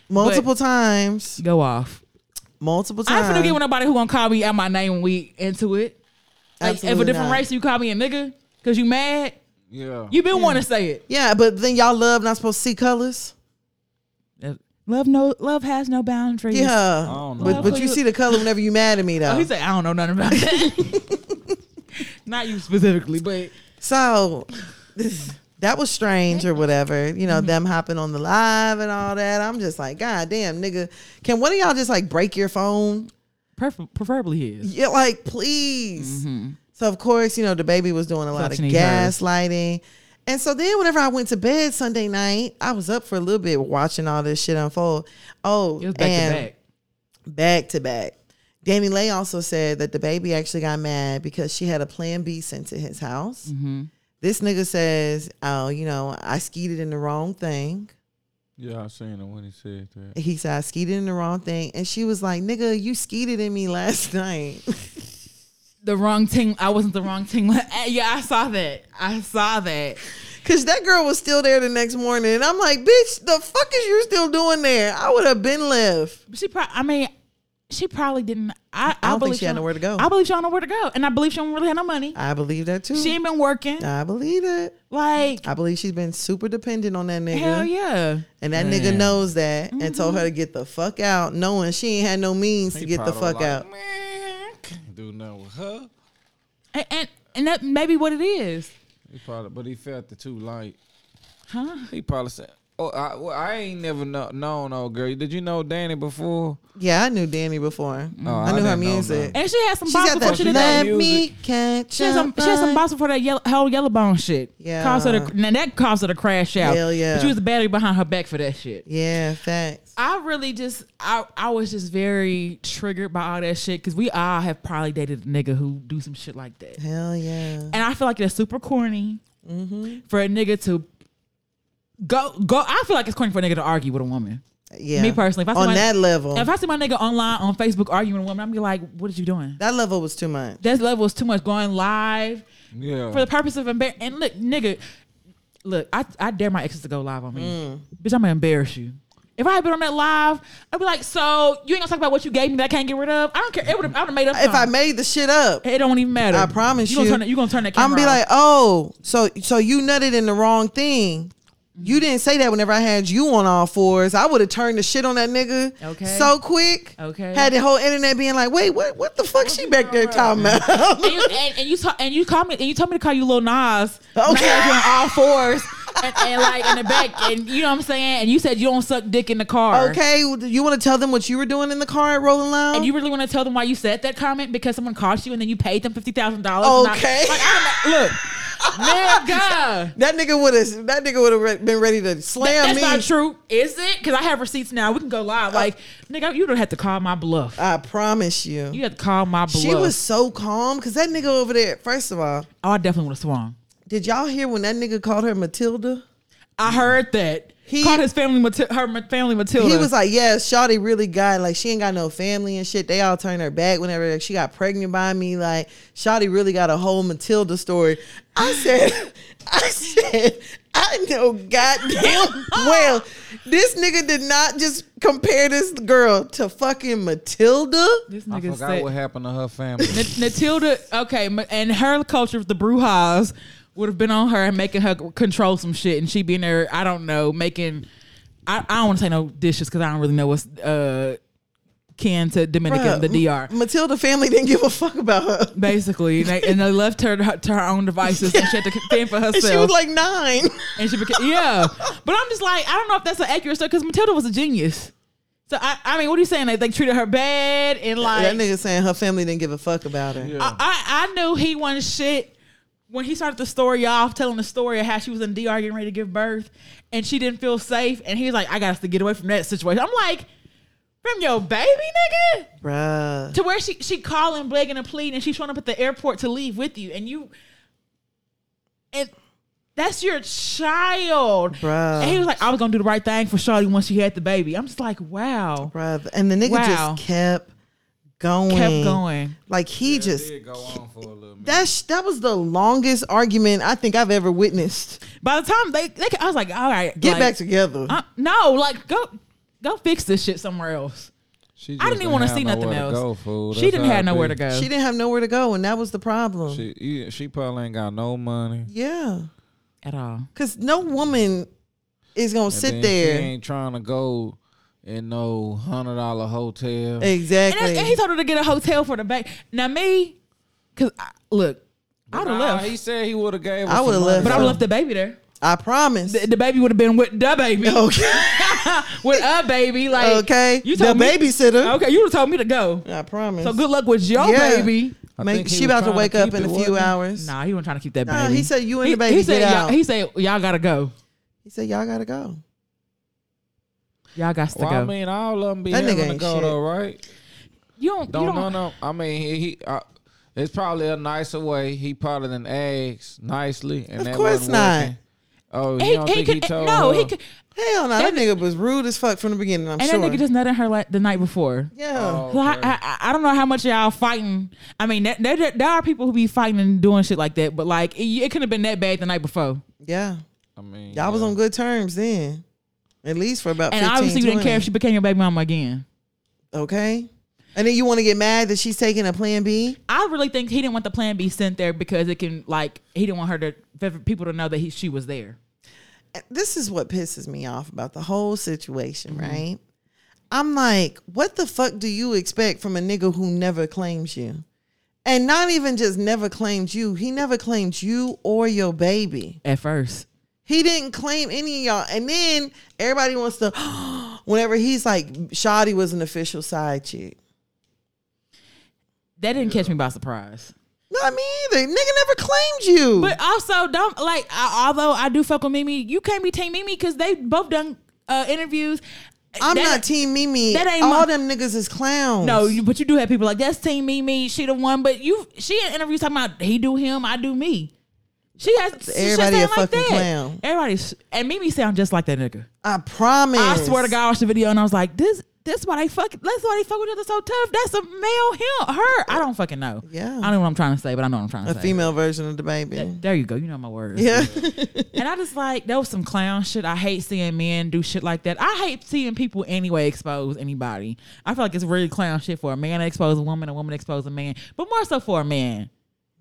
S2: multiple times.
S1: Go off.
S2: Multiple
S1: I
S2: times.
S1: ain't finna get with nobody who gonna call me out my name when we into it. Like if
S2: Absolutely
S1: a different
S2: not.
S1: race, you call me a nigga because you mad.
S3: Yeah.
S1: You've been wanting to say it.
S2: Yeah, but then y'all love not supposed to see colors.
S1: Love no love has no boundaries.
S2: Yeah,
S3: don't know.
S2: but but you
S1: Well,
S2: see the color whenever you mad at me though.
S1: Oh, he said, I don't know nothing about that. Not you specifically, but
S2: So that was strange or whatever. You
S1: Mm-hmm.
S2: know, them hopping on the live and all that. I'm just like, God damn, nigga. Can one of y'all just like break your phone?
S1: prefer- preferably his.
S2: Yeah, like, please.
S1: Mm-hmm.
S2: So of course, you know, the baby was doing a lot
S1: Clutching
S2: of
S1: his hers.
S2: gaslighting. And so then whenever I went to bed Sunday night, I was up for a little bit watching all this shit unfold. Oh,
S1: It was back
S2: and
S1: to back.
S2: back to back. Danny Lay also said that the baby actually got mad because she had a plan B sent to his house.
S1: Mm-hmm.
S2: This nigga says, Oh, you know, I skeeted in the wrong thing.
S3: Yeah, I seen it when he said that.
S2: He said, I skeeted in the wrong thing. And she was like, Nigga, you skeeted in me last night.
S1: The wrong thing. I wasn't the wrong thing. yeah, I saw that. I saw that.
S2: Cause that girl was still there the next morning. And I'm like, Bitch, the fuck is you still doing there? I would have been left.
S1: But she probably. I mean, she probably didn't. I, I,
S2: don't think
S1: believe
S2: she had
S1: don't-
S2: nowhere to go.
S1: I believe she don't know where to go, and I believe she don't really have no money.
S2: I believe that too.
S1: She ain't been working.
S2: I believe it.
S1: Like
S2: I believe she's been super dependent on that nigga.
S1: hell yeah. Mm-hmm.
S2: And that nigga
S3: Man.
S2: knows that and told her to get the fuck out, knowing she ain't had no means to
S3: He
S2: get the
S3: probably
S2: fuck
S3: like,
S2: out.
S3: Man, can't do nothing with her.
S1: And, and and that may be what it is.
S3: He probably, but he felt it too light.
S1: Huh?
S3: He probably said, "Oh, I, well, I ain't never know, known old girl. Did you know Danny before?
S2: Yeah, I knew Danny before. I
S3: Oh,
S2: knew
S3: I
S2: her
S3: didn't know
S2: music.
S1: And she had some
S2: She's
S1: bops
S2: at
S1: before
S2: that
S1: she did
S2: let
S1: that.
S3: music.
S2: me catch
S1: She had some, she had some
S2: a
S1: bops before that yellow, whole yellow bone shit.
S2: Yeah.
S1: Caused her to, now that caused her to crash out.
S2: Hell yeah.
S1: But she was the battery behind her back for that shit.
S2: Yeah, facts.
S1: I really just I I was just very triggered by all that shit because we all have probably dated a nigga who do some shit like that,
S2: Hell yeah.
S1: and I feel like it's super corny for a nigga to go go. I feel like it's corny for a nigga to argue with a woman.
S2: Yeah.
S1: Me personally, if I see
S2: on
S1: my-
S2: that level,
S1: If I see my nigga online on Facebook arguing with a woman, I'm be like, "What are you doing?
S2: that level was too much.
S1: That level is too much going live
S3: Yeah,
S1: for the purpose of embar. And look, nigga, look, I, I dare my exes to go live on me.
S2: Mm.
S1: Bitch, I'm gonna embarrass you. If I had been on that live, I'd be like, so you ain't gonna talk about what you gave me that I can't get rid of? I don't care. It would have I would have made up.
S2: If I
S1: something.
S2: made the shit up,
S1: it don't even matter.
S2: I promise
S1: you. Gonna
S2: you.
S1: turn, it- you gonna turn that
S2: I'm
S1: camera
S2: be
S1: off.
S2: like, oh, so so you nutted in the wrong thing. You
S1: Mm-hmm.
S2: didn't say that whenever I had you on all fours. I would have turned the shit on that nigga
S1: Okay.
S2: so quick.
S1: Okay.
S2: Had the whole internet being like, wait, what what the fuck she back there talking about?
S1: and you and, and you ta- and you call me and you told me to call you Lil Nas. when I
S2: Okay.
S1: had you on all fours and, and like in the back and you know what I'm saying. And you said you don't suck dick in the car.
S2: okay, you want to tell them what you were doing in the car at Rolling Loud?
S1: And you really want to tell them why you said that comment because someone called you and then you paid them fifty thousand dollars?
S2: Okay.
S1: like, I don't know. look, nigga,
S2: that nigga would have that nigga would have re- been ready to slam
S1: that's
S2: me.
S1: not true, is it? Because I have receipts now. We can go live. Like,
S2: Uh,
S1: nigga, you don't have to call my bluff.
S2: I promise you.
S1: You have to call my bluff.
S2: uh, she was so calm because that nigga over there. First of all,
S1: Oh, I definitely would have swung.
S2: did y'all hear when that nigga called her Matilda?
S1: I heard that.
S2: He-
S1: He called his family, Mati- her ma- family Matilda.
S2: He was like, "Yeah, Shawty really got like she ain't got no family and shit. They all turned her back whenever she got pregnant by me. Like Shawty really got a whole Matilda story." I said, "I said." I know goddamn well this nigga did not just compare this girl to fucking Matilda.
S1: this
S3: I
S1: nigga
S3: forgot
S1: said.
S3: what happened to her family.
S1: N- Natilda, okay, ma- and her culture, the Brujas, would have been on her and making her control some shit, and she being there, I don't know, making. I, I don't want to say no dishes because I don't really know what's uh kin to Dominican,
S2: Bruh,
S1: the DR.
S2: Matilda family didn't give a fuck about her.
S1: Basically, and they, and they left her to, her to her own devices, and she had to fend for herself.
S2: And she was like nine.
S1: and she became, yeah. But I'm just like, I don't know if that's an accurate story because Matilda was a genius. So I, I mean, what are you saying? Like they treated her bad and like
S2: that nigga saying her family didn't give a fuck about her.
S3: Yeah.
S1: I, I, I knew he wasn't shit when he started the story off, telling the story of how she was in DR getting ready to give birth, and she didn't feel safe, and he was like, "I got to get away from that situation." I'm like, "From your baby, nigga,"
S2: Bruh.
S1: to where she she calling, begging, and pleading, and she's showing up at the airport to leave with you, and you, and that's your child,
S2: Bruh.
S1: And he was like, "I was gonna do the right thing for Shawty once she had the baby." I'm just like, "Wow."
S2: Bruh. And the nigga
S1: Wow.
S2: just kept going.
S1: Kept going.
S2: Like he just
S3: did go on for a little minute.
S2: That sh- that was the longest argument I think I've ever witnessed.
S1: By the time they, they I was like, all right,
S2: Get
S1: like- uh,
S2: back together.
S1: I, no, like go go fix this shit somewhere else.
S3: She
S1: I didn't even want to see nothing else. she didn't have nowhere to go.
S2: she didn't have nowhere to go, and that was the problem.
S3: She, you- she probably ain't got no money.
S2: yeah,
S1: at all.
S2: Because no woman is gonna sit
S3: Then She
S2: there.
S3: ain't trying to go in no hundred dollar hotel.
S2: Exactly.
S1: And, that's- and he told her to get a hotel for the back. Now me, cause I, look, I would
S3: Nah,
S1: have left,
S3: He said he would have gave. us
S2: I
S3: some
S2: would've
S3: money.
S2: left.
S1: but I would have left the baby there.
S2: I promise.
S1: The, the baby would have been with the baby,
S2: okay.
S1: with a baby. Like
S2: okay.
S1: you
S2: the
S1: told me-
S2: babysitter.
S1: Okay, you would have told me to go.
S2: I promise.
S1: So good luck with your
S2: Yeah.
S1: baby.
S3: I
S2: Make,
S3: think he
S2: she
S3: was
S2: about to
S3: trying
S2: wake
S3: keep
S2: up in
S3: it,
S2: a few
S3: wasn't he?
S2: hours.
S1: Nah, he wasn't trying to keep that baby.
S2: Nah, he said you and
S1: He-
S2: the baby
S1: he said,
S2: get
S1: y'all-
S2: out.
S1: He said y'all gotta go.
S2: He said y'all gotta go.
S1: Y'all got to
S3: Well,
S1: go.
S3: I mean, all of them be
S2: That
S3: having
S2: nigga
S3: to
S2: ain't
S3: go
S2: shit.
S3: though, right?
S1: you don't.
S3: Don't
S1: you
S3: no
S1: don't.
S3: no. I mean, he, he uh, it's probably a nicer way. He probably done asked nicely, and
S2: Of
S3: that
S2: course
S3: wasn't
S2: not.
S3: working. Oh, you
S1: He,
S3: don't
S1: he
S3: think he
S1: could.
S3: told
S1: no,
S3: her?
S1: he could.
S2: Hell no, that,
S1: That-
S2: nigga was rude as fuck from the beginning. I'm
S1: And
S2: sure.
S1: that nigga just nutted her like, the night before.
S2: yeah.
S3: Oh,
S1: So I,
S3: okay.
S1: I, I- I don't know how much y'all fighting. I mean, that, that, that- there are people who be fighting and doing shit like that, but like it, it couldn't have been that bad the night before.
S2: yeah.
S3: I mean,
S2: Y'all was on good terms then. At least for about
S1: And
S2: 15,
S1: obviously, you didn't care if
S2: 20.
S1: she became your baby mama again.
S2: Okay. And then you want to get mad that she's taking a plan B?
S1: I really think he didn't want the plan B sent there because it can like he didn't want her to for people to know that he, she was there.
S2: This is what pisses me off about the whole situation, right? I'm like, what the fuck do you expect from a nigga who never claims you? And not even just never claimed you, he never claimed you or your baby.
S1: At first,
S2: He didn't claim any of y'all. And then everybody wants to, whenever he's like, Shoddy was an official side chick.
S1: that didn't catch me by surprise.
S2: Not me either. Nigga never claimed you.
S1: But also, don't like. I, although I do fuck with Mimi, you can't be team Mimi because they both done uh, interviews.
S2: I'm
S1: That-
S2: not Team Mimi.
S1: that ain't my-
S2: All them niggas is clowns.
S1: No, you, but you do have people like that's Team Mimi. She the one, but you she in interviews talking about he do him, I do me. She has she should
S2: Everybody
S1: sound
S2: a fucking
S1: that.
S2: clown.
S1: Everybody's and Mimi sound just like that nigga.
S2: I promise.
S1: I swear to God, I watched the video and I was like, this that's why they fuck that's why they fuck with each other so tough. That's a male him her. I don't fucking know.
S2: Yeah.
S1: I don't know what I'm trying to say, but I know what I'm trying to
S2: A
S1: say.
S2: female version of the baby.
S1: There you go. You know my words.
S2: yeah.
S1: And I just like that was some clown shit. I hate seeing men do shit like that. I hate seeing people anyway expose anybody. I feel like it's really clown shit for a man to expose a woman, a woman to expose a man, but more so for a man.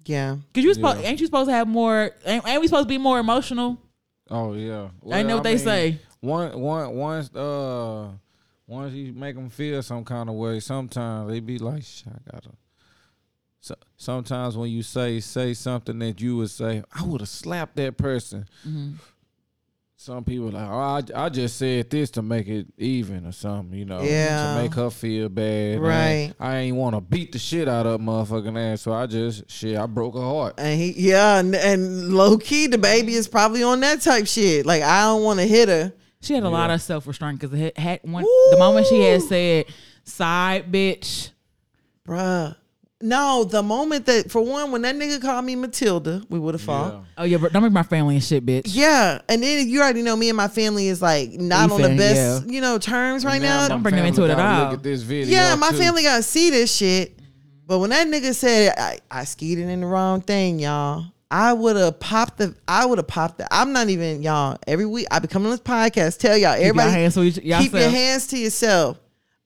S2: yeah.
S1: Cause you supposed ain't you supposed to have more? Ain't, ain't we supposed to be more emotional?
S3: Oh yeah,
S1: I know what they say.
S3: One, one, once, uh, once you make them feel some kind of way, sometimes they be like, "Shit, "I gotta." So, sometimes when you say say something that you would say, "I would have slapped that person."
S1: Mm-hmm.
S3: Some people like, "Oh, I, I just said this to make it even or something," you know,
S2: Yeah.
S3: to make her feel bad. I ain't, I ain't want to beat the shit out of motherfucking ass, so I just shit, I broke her heart.
S2: And he, yeah. And, and low key, the baby is probably on that type shit. Like, I don't want to hit her.
S1: She had a lot of self restraint because had, had one the moment she had said side bitch.
S2: Bruh. No, the moment that, for one, when that nigga called me Matilda, we would have fought.
S3: Yeah.
S1: Oh yeah, but don't make my family and shit, bitch.
S2: Yeah, and then you already know me and my family is like not on the
S1: Beefing,
S2: best, you know, terms right
S3: Now
S2: now.
S3: my
S1: bring them into
S3: family
S1: it at
S3: gotta
S1: all.
S3: Look at this video.
S2: yeah, my
S3: too.
S2: family gotta see this shit. But when that nigga said I, I skied it in the wrong thing, y'all, I would have popped the. I would have popped the. I'm not even y'all. Every week I be coming on this podcast, tell y'all
S1: Keep
S2: everybody
S1: your hands to each, y'all
S2: keep your hands to yourself.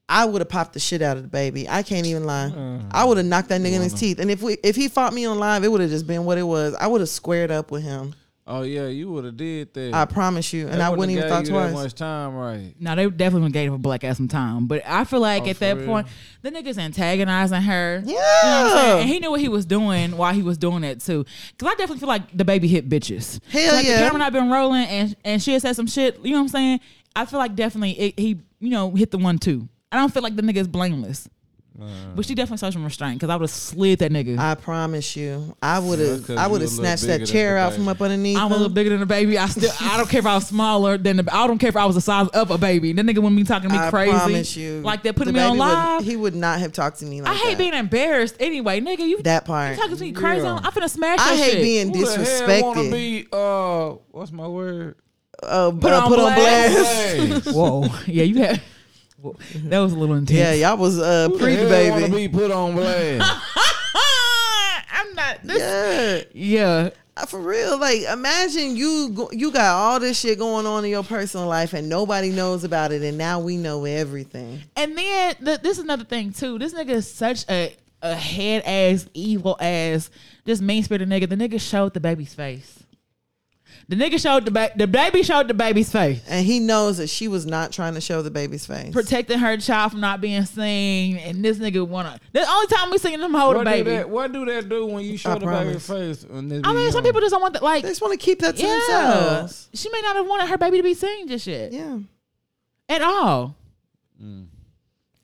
S2: I would have popped the shit out of the baby. I can't even lie.
S3: Uh-huh.
S2: I would have knocked that nigga in his teeth. And if we if he fought me on live, it would have just been what it was. I would have squared up with him.
S3: Oh yeah, you would have did that.
S2: I promise you. And
S3: They
S2: I wouldn't even
S3: gave
S2: thought
S3: you
S2: twice.
S3: That much time, right?
S1: No, they definitely gave her black ass some time. But I feel like
S3: Oh,
S1: at
S3: for
S1: that
S3: real?
S1: point, the niggas antagonizing her. Yeah.
S2: Yeah.
S1: And he knew what he was doing while he was doing that too. Cause I definitely feel like the baby hit bitches.
S2: Hell
S1: like
S2: yeah.
S1: The camera not been rolling and and she had said some shit. You know what I'm saying? I feel like definitely it, he, you know, hit the one too. I don't feel like the nigga is blameless. But she definitely showed some restraint because I would have slid that nigga. I,
S2: I promise you, I would
S3: that's
S2: have.
S3: 'cause
S2: I
S3: you
S2: would have
S3: a little
S2: snatched that
S3: bigger
S2: chair
S3: than the
S2: out from
S3: baby.
S2: up underneath.
S1: am a
S2: him.
S1: little bigger than the baby. I still I don't care if I was smaller than the I don't care if I was the size of a baby. That nigga wouldn't be talking to me
S2: I
S1: crazy.
S2: promise you,
S1: Like that putting
S2: the
S1: me on
S2: baby would-
S1: live.
S2: he would not have talked to me like
S1: I hate
S2: that.
S1: being embarrassed anyway, nigga. You
S2: that part.
S1: talking to me crazy.
S3: Yeah.
S1: I'm finna smash
S2: I
S1: your
S2: hate
S1: shit.
S2: being
S3: Who the hell wanna
S2: disrespected.
S3: be? Uh, what's my word?
S2: Uh,
S1: Put
S2: uh,
S1: on
S2: put on
S1: blast.
S2: blast.
S3: Hey,
S1: Whoa. Yeah, you had. Whoa. That was a little intense.
S2: Yeah, y'all was uh,
S3: who
S2: pre
S3: the
S2: the
S3: hell wanna
S2: baby.
S3: be put on blast?
S1: Ah, I'm not. This,
S2: Yeah,
S1: yeah.
S2: Uh, for real. Like, imagine you go, you got all this shit going on in your personal life, and nobody knows about it, and now we know everything.
S1: And then the, this is another thing too. This nigga is such a a head ass, evil ass, just mean spirited nigga. The nigga showed the baby's face. The nigga showed the ba- the baby showed the baby's face,
S2: and he knows that she was not trying to show the baby's face.
S1: protecting her child from not being seen. And this nigga wanna. The only time we seen him hold
S3: What
S1: a
S3: do,
S1: baby.
S3: that, what do that do when you show
S2: I
S3: the baby
S2: promise.
S3: face? when they
S1: I
S3: be
S1: mean, some
S3: young?
S1: people just don't want that. Like,
S2: They just want to keep that to
S1: yeah,
S2: themselves.
S1: she may not have wanted her baby to be seen just yet
S2: Yeah.
S1: at all.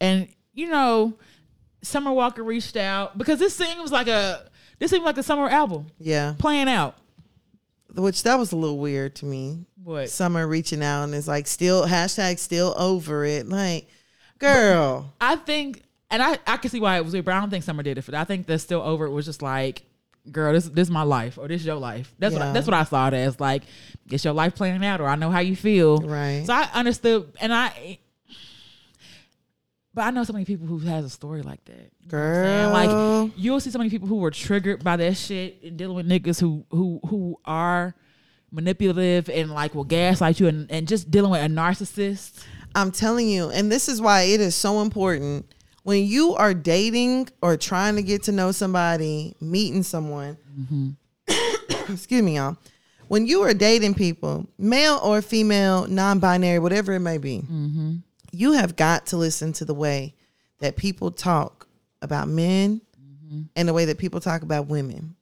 S1: And you know, Summer Walker reached out because this seems like a this seems like the summer album
S2: Yeah.
S1: playing out.
S2: Which that was a little weird to me.
S1: What?
S2: Summer reaching out and it's like still hashtag still over it. Like, girl.
S1: I think, and I, I can see why it was weird, but I don't think Summer did it for that. I think that's still over. It was just like, girl, this this is my life or this is your life. That's what
S2: Yeah.
S1: I, that's what I saw it as. Like, it's your life playing out, or I know how you feel.
S2: Right.
S1: So I understood, and I. But I know so many people who has a story like that. You know what I'm saying?
S2: Girl.
S1: like you'll see so many people who were triggered by that shit and dealing with niggas who who who are manipulative and like will gaslight you and, and just dealing with a narcissist.
S2: I'm telling you, and this is why it is so important when you are dating or trying to get to know somebody, meeting someone. excuse me, y'all. When you are dating people, male or female, non-binary, whatever it may be,
S1: Mm-hmm.
S2: you have got to listen to the way that people talk about men
S1: Mm-hmm.
S2: and the way that people talk about women.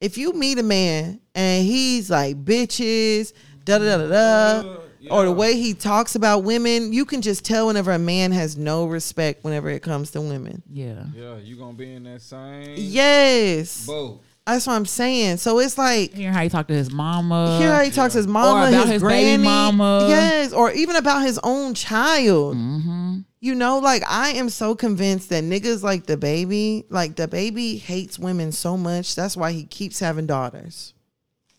S2: If you meet a man and he's like bitches, da da da da da, or the way he talks about women, you can just tell whenever a man has no respect whenever it comes to women.
S1: Yeah.
S3: Yeah, you gonna be in that same
S2: Yes,
S3: boat.
S2: that's what I'm saying. So it's like
S1: Hearing how he talked to his mama.
S2: hear how he talks to his mama,
S1: about
S2: his,
S1: his baby
S2: granny,
S1: mama.
S2: yes, or even about his own child.
S1: Mm-hmm.
S2: You know, like I am so convinced that niggas like the baby, like the baby hates women so much. That's why he keeps having daughters.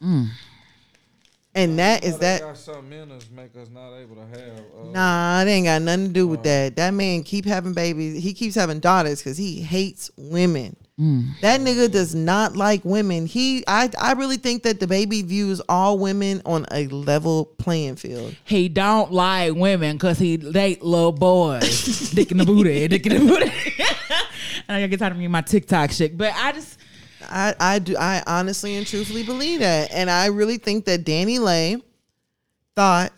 S1: Mm.
S2: And that is that.
S3: got something in us make us not able to have. Uh,
S2: Nah, it ain't got nothing to do with that. That man keep having babies. He keeps having daughters because he hates women. That nigga does not like women. He, I, I really think that the baby views all women on a level playing field.
S1: He don't like women because he date little boys. dick in the booty, dick in the booty. and I gotta get tired of me and my TikTok shit. But I just
S2: I, I do, I honestly and truthfully believe that, and I really think that Danny Lay thought,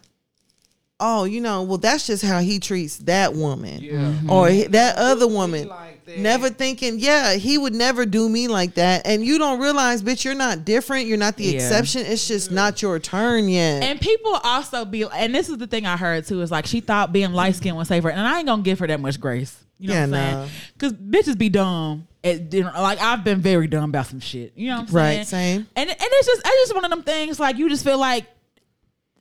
S2: oh, you know, well, that's just how he treats that woman
S1: Mm-hmm.
S2: or he- that other woman.
S3: like that.
S2: Never thinking, yeah, he would never do me like that. And you don't realize, bitch, you're not different. You're not the
S1: Yeah.
S2: exception. It's just not your turn yet.
S1: and people also be and this is the thing I heard too, is like she thought being light skinned was safer. And I ain't gonna give her that much grace. You know
S2: Yeah,
S1: what I'm
S2: nah.
S1: saying? Because bitches be dumb. At dinner. Like I've been very dumb about some shit. You know what I'm saying?
S2: Right, same.
S1: And and it's just it's just one of them things like you just feel like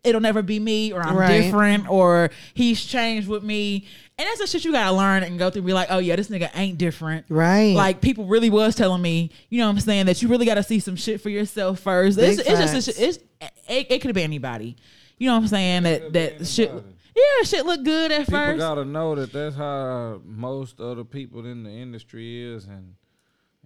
S1: it'll never be me or I'm
S2: Right.
S1: different or he's changed with me. And that's the shit you gotta learn and go through. Be like, oh yeah, this nigga ain't different.
S2: Right.
S1: Like people really was telling me, you know what I'm saying, that you really gotta see some shit for yourself first. It's,
S2: Big
S1: it's just a
S2: facts.
S1: shit- it's it, it could have been anybody. You know what I'm saying? That that shit
S3: anybody.
S1: yeah, shit looked good at
S3: people
S1: first.
S3: gotta know that that's how most other people in the industry is, and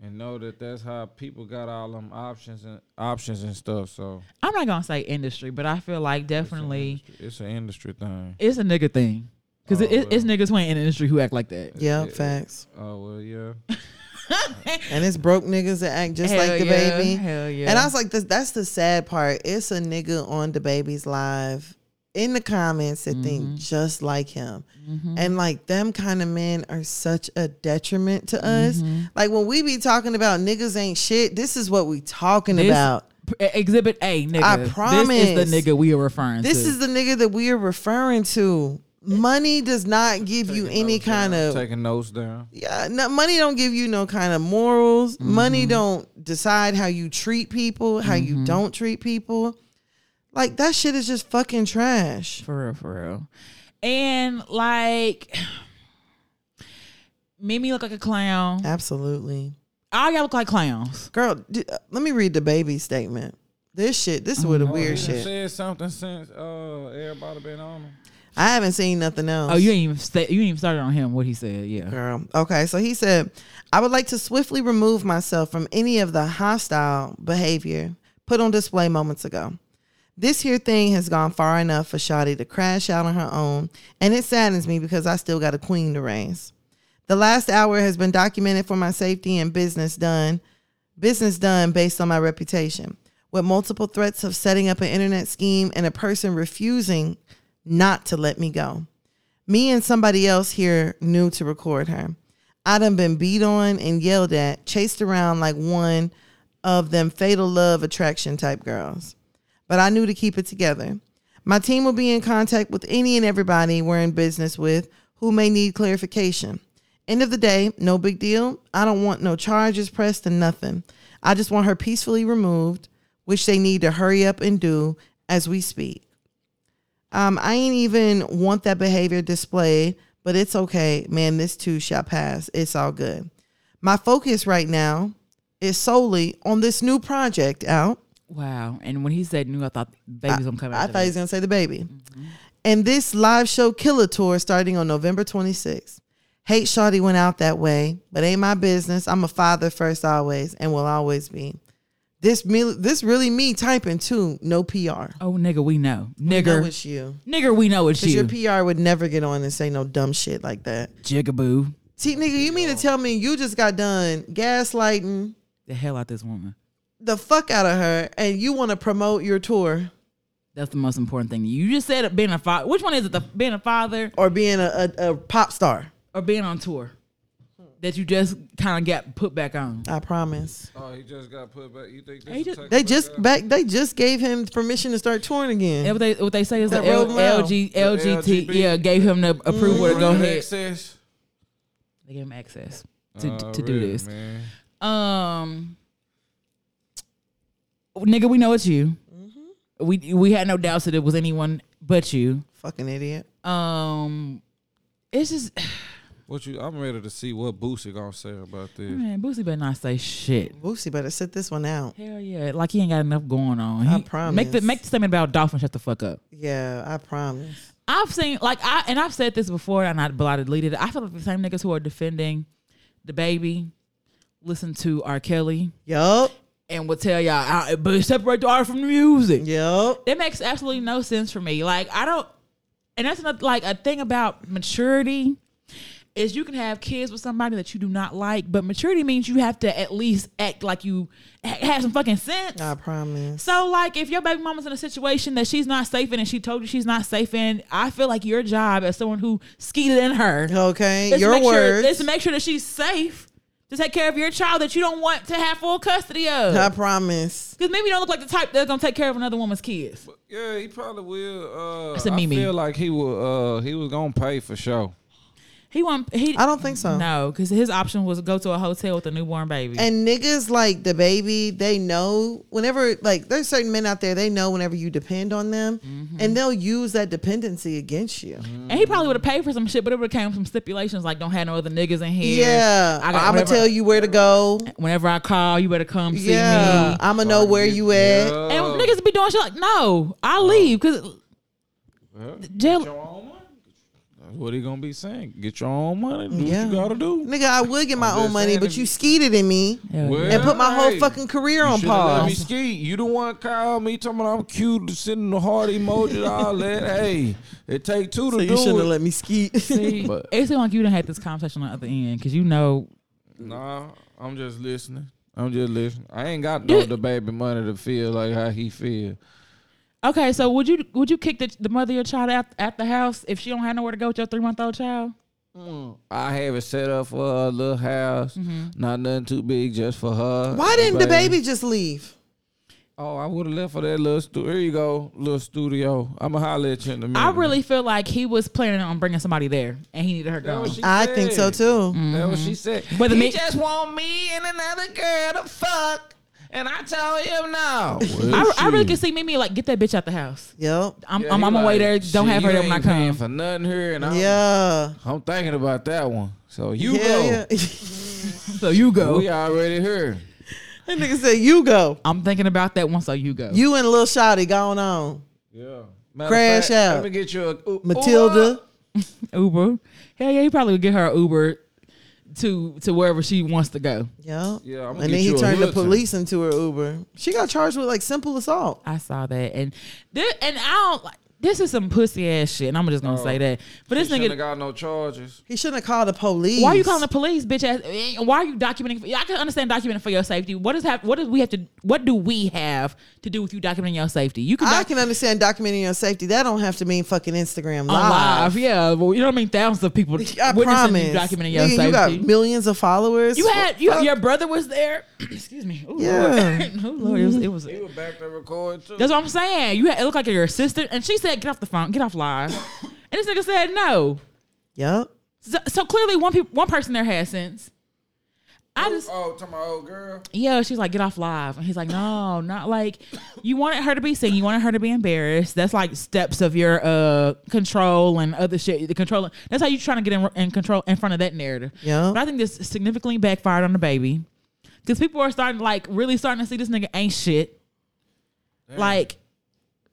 S3: and know that that's how people got all them options and options and stuff. So
S1: I'm not gonna say industry, but I feel like definitely
S3: it's an industry thing.
S1: it's a nigga thing. Cause it,
S3: Oh,
S1: it, it's niggas who ain't in the industry who act like that.
S2: yeah, facts.
S3: Oh well, yeah.
S2: And it's broke niggas that act just
S1: Hell
S2: like the
S1: yeah,
S2: baby.
S1: Hell yeah.
S2: And I was like, this, that's the sad part. It's a nigga on the baby's live in the comments that
S1: Mm-hmm.
S2: think just like him. And like them kind of men are such a detriment to us.
S1: Mm-hmm.
S2: Like when we be talking about niggas ain't shit, this is what we talking
S1: This-
S2: about.
S1: P- e, Exhibit A, nigga.
S2: I
S1: This
S2: promise.
S1: is the nigga we are referring to.
S2: This is the nigga that we are referring to. Money does not give you any
S3: Notes
S2: kind
S1: Oh.
S3: down,
S2: of
S3: taking notes down.
S2: yeah, no, money don't give you no kind of morals.
S1: Mm-hmm.
S2: Money don't decide how you treat people, how you don't treat people. Like that shit is just fucking trash.
S1: for real, for real. And like, made me look like a clown.
S2: Absolutely.
S1: All y'all look like clowns.
S2: Girl, d- uh, let me read the baby statement. This shit,
S1: Oh,
S2: this is what a weird
S3: He done
S2: shit.
S3: said something since uh everybody been on him.
S2: I haven't seen nothing else.
S1: Oh, you ain't even sta- you ain't even started on him. What he said, yeah.
S2: Girl. Okay, so he said, I would like to swiftly remove myself from any of the hostile behavior put on display moments ago. This here thing has gone far enough for Shotty to crash out on her own, and it saddens me because I still got a queen to raise. The last hour has been documented for my safety and business done, business done based on my reputation. with multiple threats of setting up an internet scheme and a person refusing not to let me go. Me and somebody else here knew to record her. I done been beat on and yelled at, chased around like one of them fatal love attraction type girls. But I knew to keep it together. My team will be in contact with any and everybody we're in business with who may need clarification. End of the day, no big deal. I don't want no charges pressed and nothing. I just want her peacefully removed, which they need to hurry up and do as we speak. Um, I ain't even want that behavior displayed, but it's okay. Man, this too shall pass. It's all good. My focus right now is solely on this new project out.
S1: Wow. And when he said new, I thought the baby's gonna come out.
S2: I thought he was going to say the baby.
S1: Mm-hmm.
S2: And this live show killer tour starting on November 26th. Hate Shawty went out that way, but ain't my business. I'm a father first always and will always be. This me, this really me typing too. No PR.
S1: oh nigga, we know.
S2: No,
S1: Nigger.
S2: it's you.
S1: nigger, we know it's
S2: Because your
S1: you.
S2: PR would never get on and say no dumb shit like that.
S1: Jigaboo.
S2: See, nigga, you mean to tell me you just got done gaslighting
S1: The hell out this woman.
S2: the fuck out of her and you want to promote your tour
S1: That's the most important thing. You just said it, being a father. Which one is it? The being a father
S2: or being a, a, a pop star?
S1: or being on tour that you just kind of got put back on?
S2: I promise.
S3: Oh, he just got put back. You think
S1: He
S3: this
S1: just-
S3: is
S2: They just back. They just gave him permission to start touring again.
S1: And what they what they say is
S2: That
S1: the L,
S2: road loud.
S1: LG,
S3: The
S1: LGT.
S3: LGBT.
S1: Yeah, gave him the approval to go ahead.
S3: access
S1: They gave him access to
S3: Oh,
S1: to do this.
S3: Man.
S1: Um, nigga, we know it's you.
S2: Mm-hmm.
S1: We we had no doubts that it was anyone but you.
S2: Fucking idiot.
S1: Um, it's just
S3: What you? I'm ready to see what Boosie gonna say about this.
S1: man, Boosie better not say shit.
S2: Boosie better sit this one out.
S1: Hell yeah, like he ain't got enough going on.
S2: I
S1: He-
S2: promise.
S1: Make the make the statement about Dolphin. Shut the fuck up.
S2: Yeah, I promise.
S1: I've seen like I and I've said this before, and I but I deleted it. I feel like the same niggas who are defending the baby listen to R. Kelly
S2: Yup.
S1: and will tell y'all, I, but separate the art from the music.
S2: Yup.
S1: that makes absolutely no sense for me. Like I don't, and that's not like a thing about maturity is you can have kids with somebody that you do not like, but maturity means you have to at least act like you ha- have some fucking sense.
S2: I promise.
S1: So like if your baby mama's in a situation that she's not safe in and she told you she's not safe in, I feel like your job as someone who skeeted in her
S2: Okay.
S1: is to
S2: Your
S1: make sure,
S2: words.
S1: is to make sure that she's safe to take care of your child that you don't want to have full custody
S2: I
S1: of.
S2: promise.
S1: Because maybe you don't look like the type that's gonna take care of another woman's kids.
S3: Yeah, he probably will. Uh,
S1: That's a
S3: I
S1: Mimi.
S3: feel like he will. Uh, he was gonna pay for sure.
S1: He won't. He
S2: I don't think so.
S1: no, because his option was to go to a hotel with a newborn baby.
S2: And niggas like the baby, they know whenever like there's certain men out there, they know whenever you depend on them,
S3: Mm-hmm.
S2: and they'll use that dependency against you.
S1: And, he probably would have paid for some shit, but it would have came with some stipulations like don't have no other niggas in here.
S2: Yeah,
S1: I
S2: I
S1: got-
S2: am gonna
S1: whenever-
S2: tell you where to go.
S1: Whenever I call, you better come see
S2: Yeah, I'm gonna know Oh, where you
S1: me.
S2: at.
S1: And
S3: Oh.
S1: niggas be doing shit like, no, I leave because jail.
S3: your own money. That's what he gonna be saying? Get your own money. Do
S2: Yeah.
S3: what you gotta do.
S2: Nigga, I would get my
S3: I'm
S2: own
S3: just
S2: money,
S3: saying
S2: but
S3: if
S2: you
S3: you-
S2: skeeted in me
S1: Hell yeah.
S2: and put my whole fucking career on
S3: Shoulda Let me
S2: pause.
S3: ski. You the one call me talking about I'm cute, sending the heart emoji, all that. Hey, it take two
S2: So
S3: to do
S2: you shouldn't
S3: it.
S2: have let me skeet.
S1: See,
S3: But-
S1: it seemed like you done had this conversation on the other end because you know
S3: nah, I'm just listening. I'm just listening. I ain't got no the baby money to feel like how he feel.
S1: Okay, so would you would you kick the, the mother of your child out at the house if she don't have nowhere to go with your three month old child?
S3: I have it set up for a little house,
S1: Mm-hmm.
S3: not nothing too big, just for her.
S2: Why didn't the baby just leave?
S3: Oh, I would have left for that little studio. Here you go, little studio. I'ma holler at you in a minute.
S1: I really feel like he was planning on bringing somebody there, and he needed her
S3: That's
S1: gone.
S3: what she
S2: I think so
S3: said.
S2: too.
S1: Mm.
S3: That's what she said.
S1: Mm-hmm. But the
S3: he
S1: mi-
S3: just want me and another girl to fuck, and I told him no.
S1: I, I really could see Mimi like get that bitch out the house.
S2: Yep.
S1: I'm I'm, I'm away there. Don't have her there when I come.
S3: for nothing here, and I'm,
S2: Yeah.
S3: I'm thinking about that one. So you
S2: Hell
S3: go.
S2: yeah.
S1: So you go.
S3: We already here.
S2: that nigga said, "You go.
S1: I'm thinking about that one. So you go.
S2: You and Lil Shotty going on."
S3: Yeah. Matter of
S2: Crash
S3: fact,
S2: out.
S3: Let me get you a
S2: Matilda.
S1: Uber. Hell yeah, he probably would get her a Uber to to wherever she wants to go.
S2: Yep.
S3: Yeah, I'ma
S2: and
S3: get
S2: then he
S3: you a
S2: turned the
S3: hood tank.
S2: police into her Uber. She got charged with like simple assault.
S1: I saw that, and there, and I don't like. This is some pussy ass shit, and I'm just gonna
S3: Oh.
S1: say that. But this
S3: He
S1: nigga,
S3: shouldn't have got no charges.
S2: He shouldn't have called the police.
S1: why are you calling the police, bitch ass? Eh, Why are you documenting? for- I can understand documenting for your safety. What is hap- What do we have to? What do we have to do with you documenting your safety? You can.
S2: I
S1: doc-
S2: can understand documenting your safety. That don't have to mean fucking Instagram
S1: on
S2: live.
S1: live. Yeah, well, you know what I mean. Thousands of people
S2: I
S1: witnessing
S2: promise.
S1: you documenting your
S2: Nigga,
S1: safety.
S2: you got millions of followers.
S1: You had you,
S2: Fuck.
S1: your brother was there. Excuse me. Ooh,
S2: Yeah.
S1: Lord. Ooh, Lord. It was. It was
S3: He was back there recording too.
S1: that's what I'm saying. You had, it looked like your assistant, and she said, "Get off the phone. Get off live." and this nigga said, "No."
S2: Yep.
S1: So, so clearly, one peop one person there has sense. I just
S3: Oh, to my old girl.
S1: yeah, she's like, get off live. And he's like, no, not like you wanted her to be seen. You wanted her to be embarrassed. That's like steps of your uh control and other shit. The controlling. That's how you trying to get in, in control in front of that narrative.
S2: Yeah.
S1: But I think this significantly backfired on the baby because people are starting like really starting to see this nigga ain't shit. Like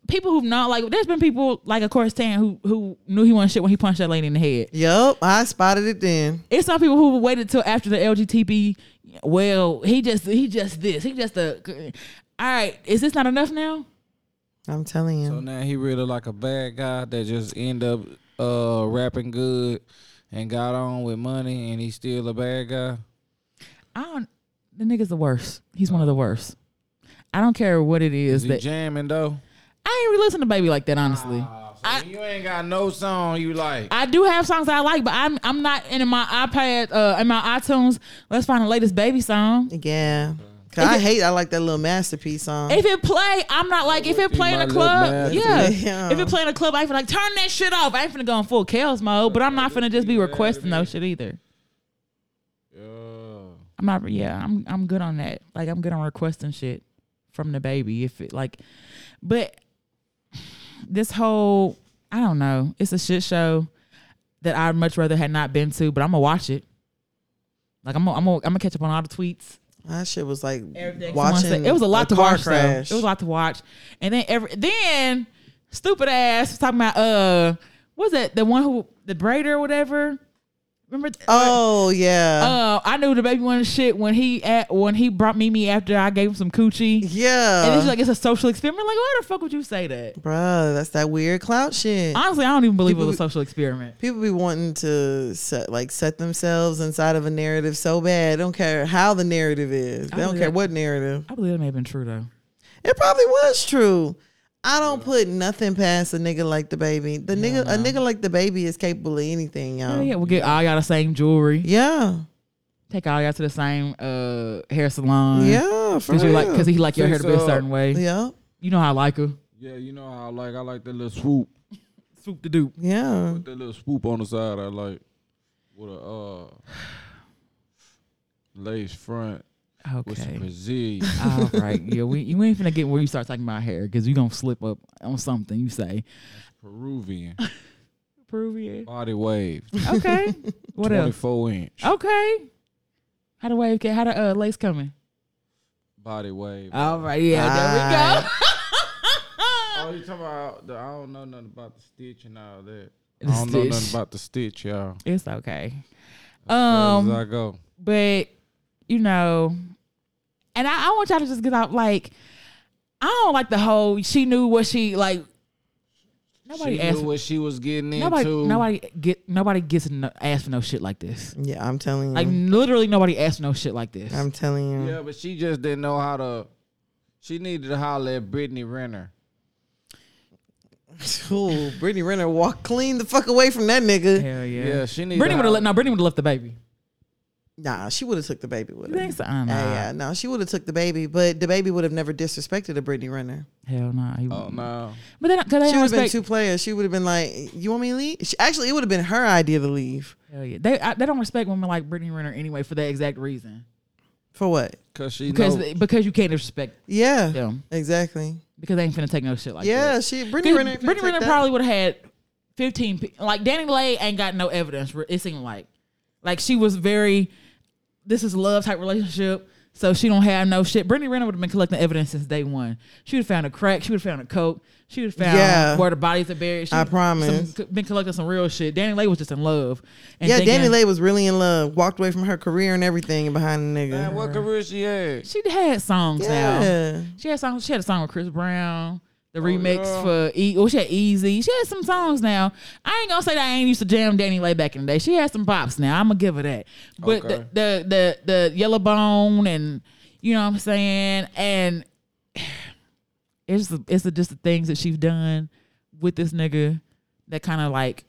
S1: people who've not like there's been people like of course Tan who who knew he wasn't shit when he punched that lady in the head.
S2: Yep. I spotted it then.
S1: It's some people who waited till after the LGTB. Well, he just he just this. He just a. All right, is this not enough now?
S2: I'm telling you.
S3: So now he really like a bad guy that just end up uh rapping good and got on with money and he's still a bad guy.
S1: I don't. The nigga's the worst. He's one of the worst. I don't care what it is
S3: Is he
S1: that
S3: jamming though?
S1: I ain't really listen to baby like that. Honestly, I-
S3: Oh, you ain't got no song you like.
S1: I do have songs I like, but I'm I'm not in my iPad uh in my iTunes. Let's find the latest baby song.
S2: yeah.
S3: uh,
S2: 'Cause I hate. I like that little masterpiece song.
S1: If it play, I'm not like if it
S3: With
S1: play in
S3: my
S1: the
S3: little
S1: club,
S3: man.
S1: yeah.
S2: Yeah.
S1: If it play in the club, I feel like turn that shit off. I ain't finna go in full chaos mode, but I'm not finna just be requesting no shit either. I'm not. Yeah, I'm. I'm good on that. Like I'm good on requesting shit from the baby. If it like, but this whole I don't know. It's a shit show that I'd much rather had not been to, but I'm gonna watch it. Like I'm. Gonna, I'm. Gonna, I'm gonna catch up on all the tweets.
S2: My shit was like
S1: Everything.
S2: watching.
S1: It was a lot to
S2: car
S1: watch. though.
S2: Crash.
S1: It was a lot to watch. And then every then stupid ass was talking about uh what was it the one who the braider or whatever. Remember? uh, th-
S2: Oh yeah.
S1: Uh, I knew the baby wanted shit when he at, when he brought Mimi after I gave him some coochie.
S2: yeah.
S1: And it's like it's a social experiment. Like, why the fuck would you say that?
S2: Bruh, that's that weird clout shit.
S1: Honestly, I don't even believe it was a
S2: People-
S1: social experiment.
S2: People be wanting to set like set themselves inside of a narrative so bad. Don't care how the narrative is. They don't
S1: believe
S2: care
S1: that.
S2: what narrative.
S1: I believe it may have been true though.
S2: It probably was true. I don't put nothing past a nigga like the baby. The nigga a nigga like the baby is capable of anything, y'all.
S1: Oh, yeah,
S2: yeah.
S1: we'll get all y'all the same jewelry.
S2: Yeah.
S1: Take all y'all to the same uh hair salon.
S2: for
S1: Cause you
S2: real.
S1: like cause he like your hair to be a
S3: Fix up.
S1: certain way.
S2: Yeah.
S1: You know how I like her.
S3: Yeah, you know how I like I like that little swoop.
S1: Swoop the dupe.
S2: Yeah.
S3: That little swoop on the side I like with a uh lace front with some
S1: Okay.
S3: Brazilian.
S1: All right. Yeah, we you ain't finna get where you start talking about hair because you gonna slip up on something you say.
S3: Peruvian
S1: Peruvian.
S3: body wave.
S1: Okay. what
S3: Twenty
S1: else? Oh.
S3: four inch
S1: Okay. How the wave get how the uh, lace coming?
S3: body wave.
S1: All right, yeah, there we go.
S3: Oh, you talking about? The, I don't know nothing about the stitch and all that.
S1: The
S3: I don't know
S1: stitch.
S3: nothing about the stitch, y'all.
S1: It's okay.
S3: Um,
S1: Um,
S3: I go.
S1: but you know, and I, I want y'all to just get out. Like, I don't like the whole. She knew what she like. Nobody
S3: she
S1: asked.
S3: knew what she was getting
S1: Nobody.
S3: into.
S1: Nobody get. Nobody gets no, asked for no shit like this.
S2: Yeah, I'm telling you.
S1: Like literally, nobody asked for no shit like this.
S2: Mm-hmm. I'm telling you.
S3: Yeah, but she just didn't know how to. She needed to holler at Brittany Renner.
S2: Ooh, Brittany Renner walk clean the fuck away from that nigga.
S1: Hell yeah.
S3: Yeah, she needed.
S1: Brittany would have
S3: to holler-
S1: let. No, Brittany would have left the baby.
S2: Nah, she would have took the baby with her.
S1: Thanks, nah.
S2: Yeah, yeah, no, she would have took the baby, but the baby would have never disrespected a Brittany Renner.
S1: Hell nah. He
S3: Oh
S1: wouldn't.
S3: no.
S1: But they don't. Cause they
S2: She
S1: don't
S2: would have been
S1: respect.
S2: two players. She would have been like, "You want me to leave?" She, actually, it would have been her idea to leave.
S1: hell yeah. They I, they don't respect women like Brittany Renner anyway for that exact reason.
S2: For what?
S3: Cause she
S1: Because
S3: know,
S1: because you can't respect
S2: Yeah,
S1: them
S2: exactly.
S1: because they ain't finna take no shit like that.
S2: yeah, she Brittany
S1: Brittany,
S2: Renner. ain't finna
S1: Brittany
S2: take
S1: Renner
S2: that.
S1: probably would have had 15. pe- Like, Danny Lay ain't got no evidence, re- it seemed like. Like, she was very, this is love type relationship, so she don't have no shit. Brittany Renner would have been collecting evidence since day one. She would have found a crack. She would have found a coke. She would have found
S2: Yeah.
S1: where the bodies are buried. She
S2: I
S1: would've
S2: promise.
S1: some- been collecting some real shit. Danny Lay was just in love. And
S2: Yeah,
S1: thinking-
S2: Danny Lay was really in love. Walked away from her career and everything behind the nigga.
S3: man, what career she had.
S1: She had songs now.
S2: yeah,
S1: She had songs. She had a song with Chris Brown. The
S3: Oh,
S1: remix for E. Well, she had Easy. She has some songs now. I ain't gonna say that I ain't used to jam Danny Lay back in the day. She has some pops now. I'm gonna give her that. But
S3: Okay.
S1: the, the the the Yellow Bone and you know what I'm saying. And it's the, it's the, just the things that she's done with this nigga that kind of like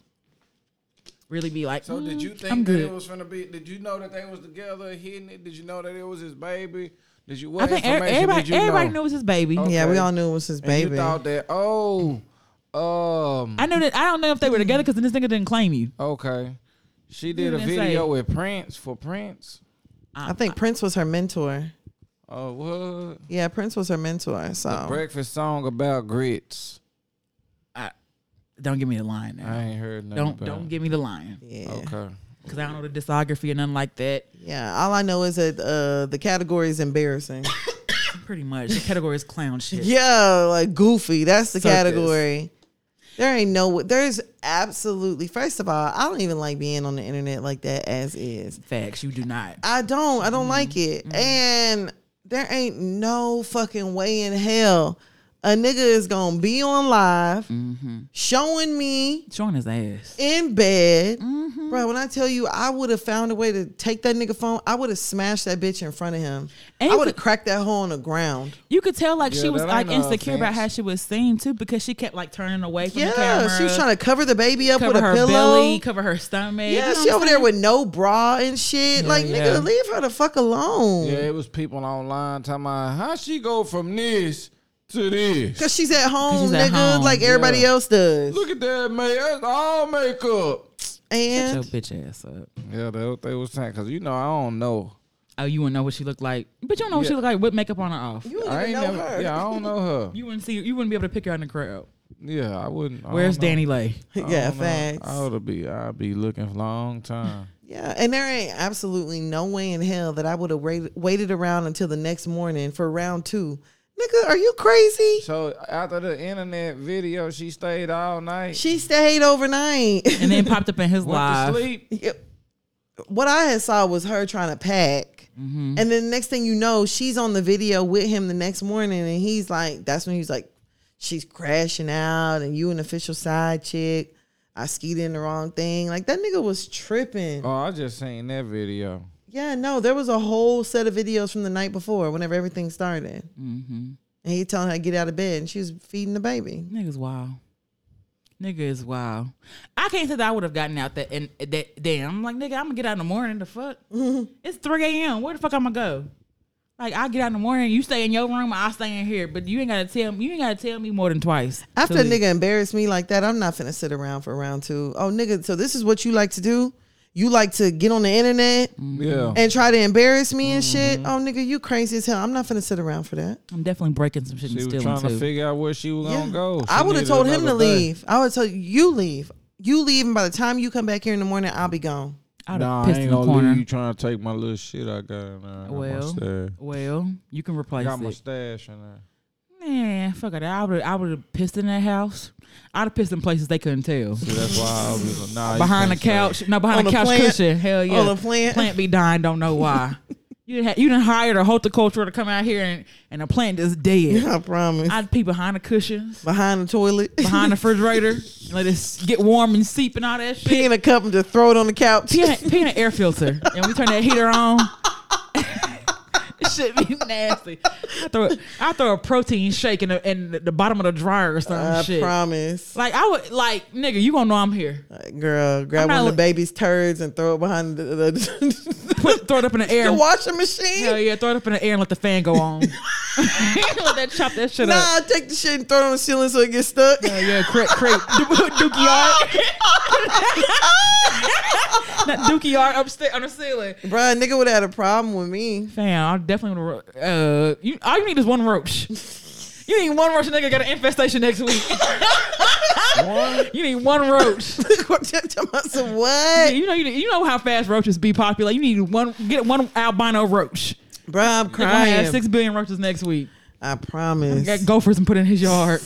S1: really be like. mm,
S3: So did you think
S1: I'm
S3: that
S1: good.
S3: it was gonna be? Did you know that they was together hitting it? Did you know that it was his baby? Did you? What
S1: I think
S3: information did
S1: everybody
S3: you
S1: everybody
S3: know?
S1: knew it was his baby.
S2: Yeah, we
S3: Okay.
S2: all knew it was his
S3: And
S2: baby.
S3: You thought that oh, um,
S1: I know that I don't know if they were together because this nigga didn't claim you.
S3: okay. She did a
S1: didn't say.
S3: video with Prince for Prince.
S2: I think Prince was her mentor.
S3: Oh what?
S2: Yeah, Prince was her mentor. So
S3: Breakfast song about grits.
S1: Don't give me the line. Now.
S3: I ain't heard nothing.
S1: Don't
S3: about
S1: don't
S3: it.
S1: give me the line
S2: yeah,
S3: Okay.
S1: because I don't know the discography or nothing like that.
S2: yeah. All I know is that uh, the category is embarrassing.
S1: Pretty much the category is clown shit.
S2: yeah, like goofy. That's the
S1: Circus.
S2: category. There ain't no. There's absolutely. First of all, I don't even like being on the internet like that as is.
S1: Facts, you do not.
S2: I don't. I
S1: Mm-hmm.
S2: don't like it. And there ain't no fucking way in hell a nigga is gonna be on live
S1: Mm-hmm.
S2: showing me
S1: Showing his ass.
S2: in bed,
S1: Mm-hmm.
S2: bro. When I tell you, I would have found a way to take that nigga phone. I would have smashed that bitch in front of him.
S1: And
S2: I
S1: you
S2: would have
S1: could-
S2: cracked that hole on the ground.
S1: You could tell like she
S3: Yeah,
S1: was
S3: that
S1: like
S3: ain't no
S1: insecure about how
S3: offense.
S1: she was seen too because she kept like turning away from the
S2: Yeah,
S1: camera.
S2: she was trying to cover the baby up
S1: cover
S2: with a
S1: her
S2: pillow.
S1: belly, cover her stomach. you
S2: yeah,
S1: know
S2: she
S1: what
S2: over
S1: I'm
S2: there
S1: saying?
S2: with no bra and shit. like,
S3: yeah.
S2: nigga, leave her the fuck alone.
S3: Yeah, it was people online talking about how she go from this to this.
S2: Cause she's at home,
S1: she's at
S2: nigga,
S1: home,
S2: like everybody
S3: yeah.
S2: else does.
S3: Look at that, man. That's all makeup.
S2: and
S1: Shut your bitch ass up.
S3: Yeah, that's what they was saying. Cause you know I don't know.
S1: Oh, you wouldn't know what she looked like, but you don't know what she
S3: Yeah.
S1: looked like with makeup on or off.
S2: You
S3: I
S2: don't
S3: ain't
S2: even know
S3: never.
S2: her.
S3: Yeah, I don't know her.
S1: You wouldn't see. You wouldn't be able to pick her out in the crowd.
S3: Yeah, I wouldn't. I
S1: Where's
S3: don't know.
S1: Danny Lay?
S3: I
S2: yeah,
S3: don't know.
S2: facts.
S3: I would be. I'd be looking for a long time.
S2: Yeah, and there ain't absolutely no way in hell that I would have waited, waited around until the next morning for round two. Nigga, are you crazy?
S3: so after the internet video, she stayed all night.
S2: She stayed overnight.
S1: And then popped up in his
S3: went
S1: live.
S3: to sleep.
S2: Yep. what I had saw was her trying to pack. And then the next thing you know, she's on the video with him the next morning and he's like, that's when he's like, she's crashing out and you an official side chick. I skied in the wrong thing. Like that nigga was tripping.
S3: Oh, I just seen that video.
S2: Yeah, no, there was a whole set of videos from the night before whenever everything started. And he telling her to get out of bed and she was feeding the baby.
S1: Niggas wild. Nigga is wild. I can't say that I would have gotten out that and that damn. I'm like, nigga, I'm gonna get out in the morning. The fuck? it's 3 a.m. Where the fuck I'm gonna go? Like I get out in the morning, you stay in your room, I stay in here. But you ain't gotta tell me you ain't gotta tell me more than twice.
S2: After
S1: to
S2: a
S1: leave.
S2: nigga embarrassed me like that, I'm not finna sit around for round two. Oh, nigga, so this is what you like to do? You like to get on the internet
S3: Yeah.
S2: and try to embarrass me and shit?
S1: Mm-hmm.
S2: Oh, nigga, you crazy as hell. I'm not finna sit around for that.
S1: I'm definitely breaking some shit and
S3: She was
S1: stealing
S3: trying
S1: too.
S3: to figure out where she was
S2: Yeah.
S3: gonna go. She
S2: I would have
S3: needed
S2: told him to
S3: another day.
S2: leave. I would have told you, you leave. You leave, and by the time you come back here in the morning, I'll be gone.
S1: I would have
S3: Nah, I
S1: pissed
S3: ain't
S1: in the
S3: gonna
S1: corner.
S3: leave you trying to take my little shit I got in there. I got my
S1: Well,
S3: stash.
S1: Well, you can
S3: I
S1: replace
S3: got my
S1: it.
S3: stash in there.
S1: Man, fuck it. I would I would have pissed in that house. I'd have pissed in places they couldn't tell.
S3: See, that's why I was like, nah. you
S1: behind the
S3: can't stay.
S1: couch. No, behind
S2: On
S1: the
S2: the
S1: couch
S2: plant.
S1: cushion. Hell yeah.
S2: On the plant.
S1: Plant be dying. Don't know why. you didn't you done hired a horticulturer to come out here and and the plant is dead.
S2: I promise.
S1: I'd pee behind the cushions,
S2: Behind the toilet.
S1: behind the refrigerator, and let it get warm and seep and all that shit.
S2: Pee in a cup and just throw it on the couch.
S1: Pee in, pee in an air filter, and we turn that heater on. it should be nasty. I throw I throw a protein shake in the, in the bottom of the dryer or some
S2: I
S1: shit.
S2: promise.
S1: Like I would like nigga, you gonna know I'm here.
S2: Like, Girl, grab
S1: I'm
S2: one
S1: not
S2: of the
S1: li-
S2: baby's turds and throw it behind the, the, the,
S1: Put throw it up in the air.
S2: washing machine.
S1: Hell yeah, throw it up in the air and let the fan go on. let that chop that shit
S2: nah,
S1: up.
S2: take the shit and throw it on the ceiling so it gets stuck.
S1: Hell yeah, crepe, crepe, du- dookie art. that dookie art upstairs on the ceiling.
S2: Bruh, nigga would have had a problem with me.
S1: Fam, I definitely want to. Uh, you, all you need is one roach. You need one roach, nigga. Got an infestation next week. you need one roach.
S2: so what?
S1: You know, you, you know how fast roaches be popular. You need one. Get one albino roach.
S2: Bruh, I'm
S1: They're gonna have
S2: crying.
S1: six billion roaches next week.
S2: I promise.
S1: Got gophers and put in his yard.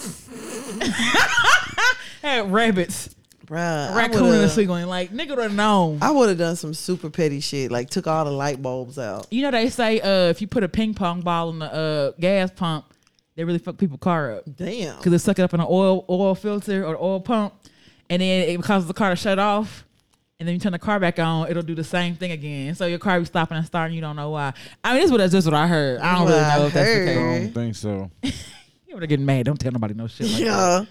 S1: Had rabbits,
S2: Bruh,
S1: raccoon in the
S2: I
S1: ceiling. Like nigga would have known.
S2: would have done some super petty shit, like took all the light bulbs out.
S1: You know they say uh, if you put a ping pong ball in the uh, gas pump, They really fuck people car up
S2: Damn.
S1: because they suck it up in an oil oil filter or oil pump, and then it causes the car to shut off. And then you turn the car back on, it'll do the same thing again. So your car be stopping and starting, you don't know why. I mean, this is what that's just what I heard. I don't
S2: What
S1: really
S2: I
S1: know if that's the
S2: heard.
S1: case.
S3: I don't think so.
S1: You ever getting mad? Don't tell nobody no shit. Like that.
S2: Yeah.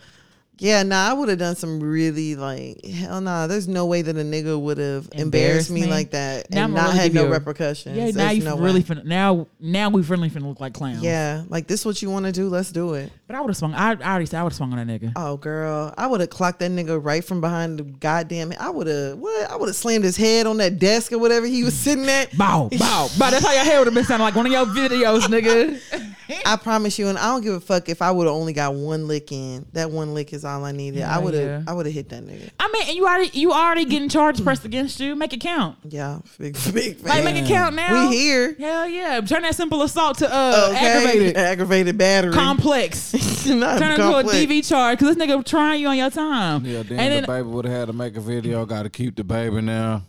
S2: Yeah, nah, I would have done some really like hell nah. There's no way that a nigga would have
S1: Embarrassed
S2: embarrassed me
S1: me?
S2: like that
S1: Now
S2: and
S1: I'ma
S2: not
S1: really
S2: had
S1: give
S2: no
S1: you a-
S2: repercussions.
S1: Yeah, now
S2: There's
S1: you
S2: no
S1: really
S2: way.
S1: finna, now now we really finna look like clowns.
S2: Yeah, like this what you want to do? Let's do it.
S1: but I would have swung. I, I already said I would have swung on that nigga.
S2: Oh girl, I would have clocked that nigga right from behind the goddamn. I would have what? I would have slammed his head on that desk or whatever he was sitting at.
S1: Bow, bow, bow. That's how your hair would have been sounding like one of your videos, nigga.
S2: I promise you, and I don't give a fuck if I would have only got one lick in. That one lick is all I needed. I
S1: Yeah,
S2: would have.
S1: yeah.
S2: I would have hit that nigga.
S1: I mean, and you already you already getting charges pressed against you. Make it count.
S2: Yeah, big big.
S1: Like
S2: fan.
S1: make it count now.
S2: we here.
S1: Hell yeah! Turn that simple assault to uh
S2: Okay,
S1: aggravated,
S2: aggravated battery.
S1: complex.
S2: Not
S1: Turn it into a
S2: complex.
S1: DV charge because this nigga trying you on your time.
S3: Yeah, then
S1: and
S3: the baby would have had to make a video. Got to keep the baby now.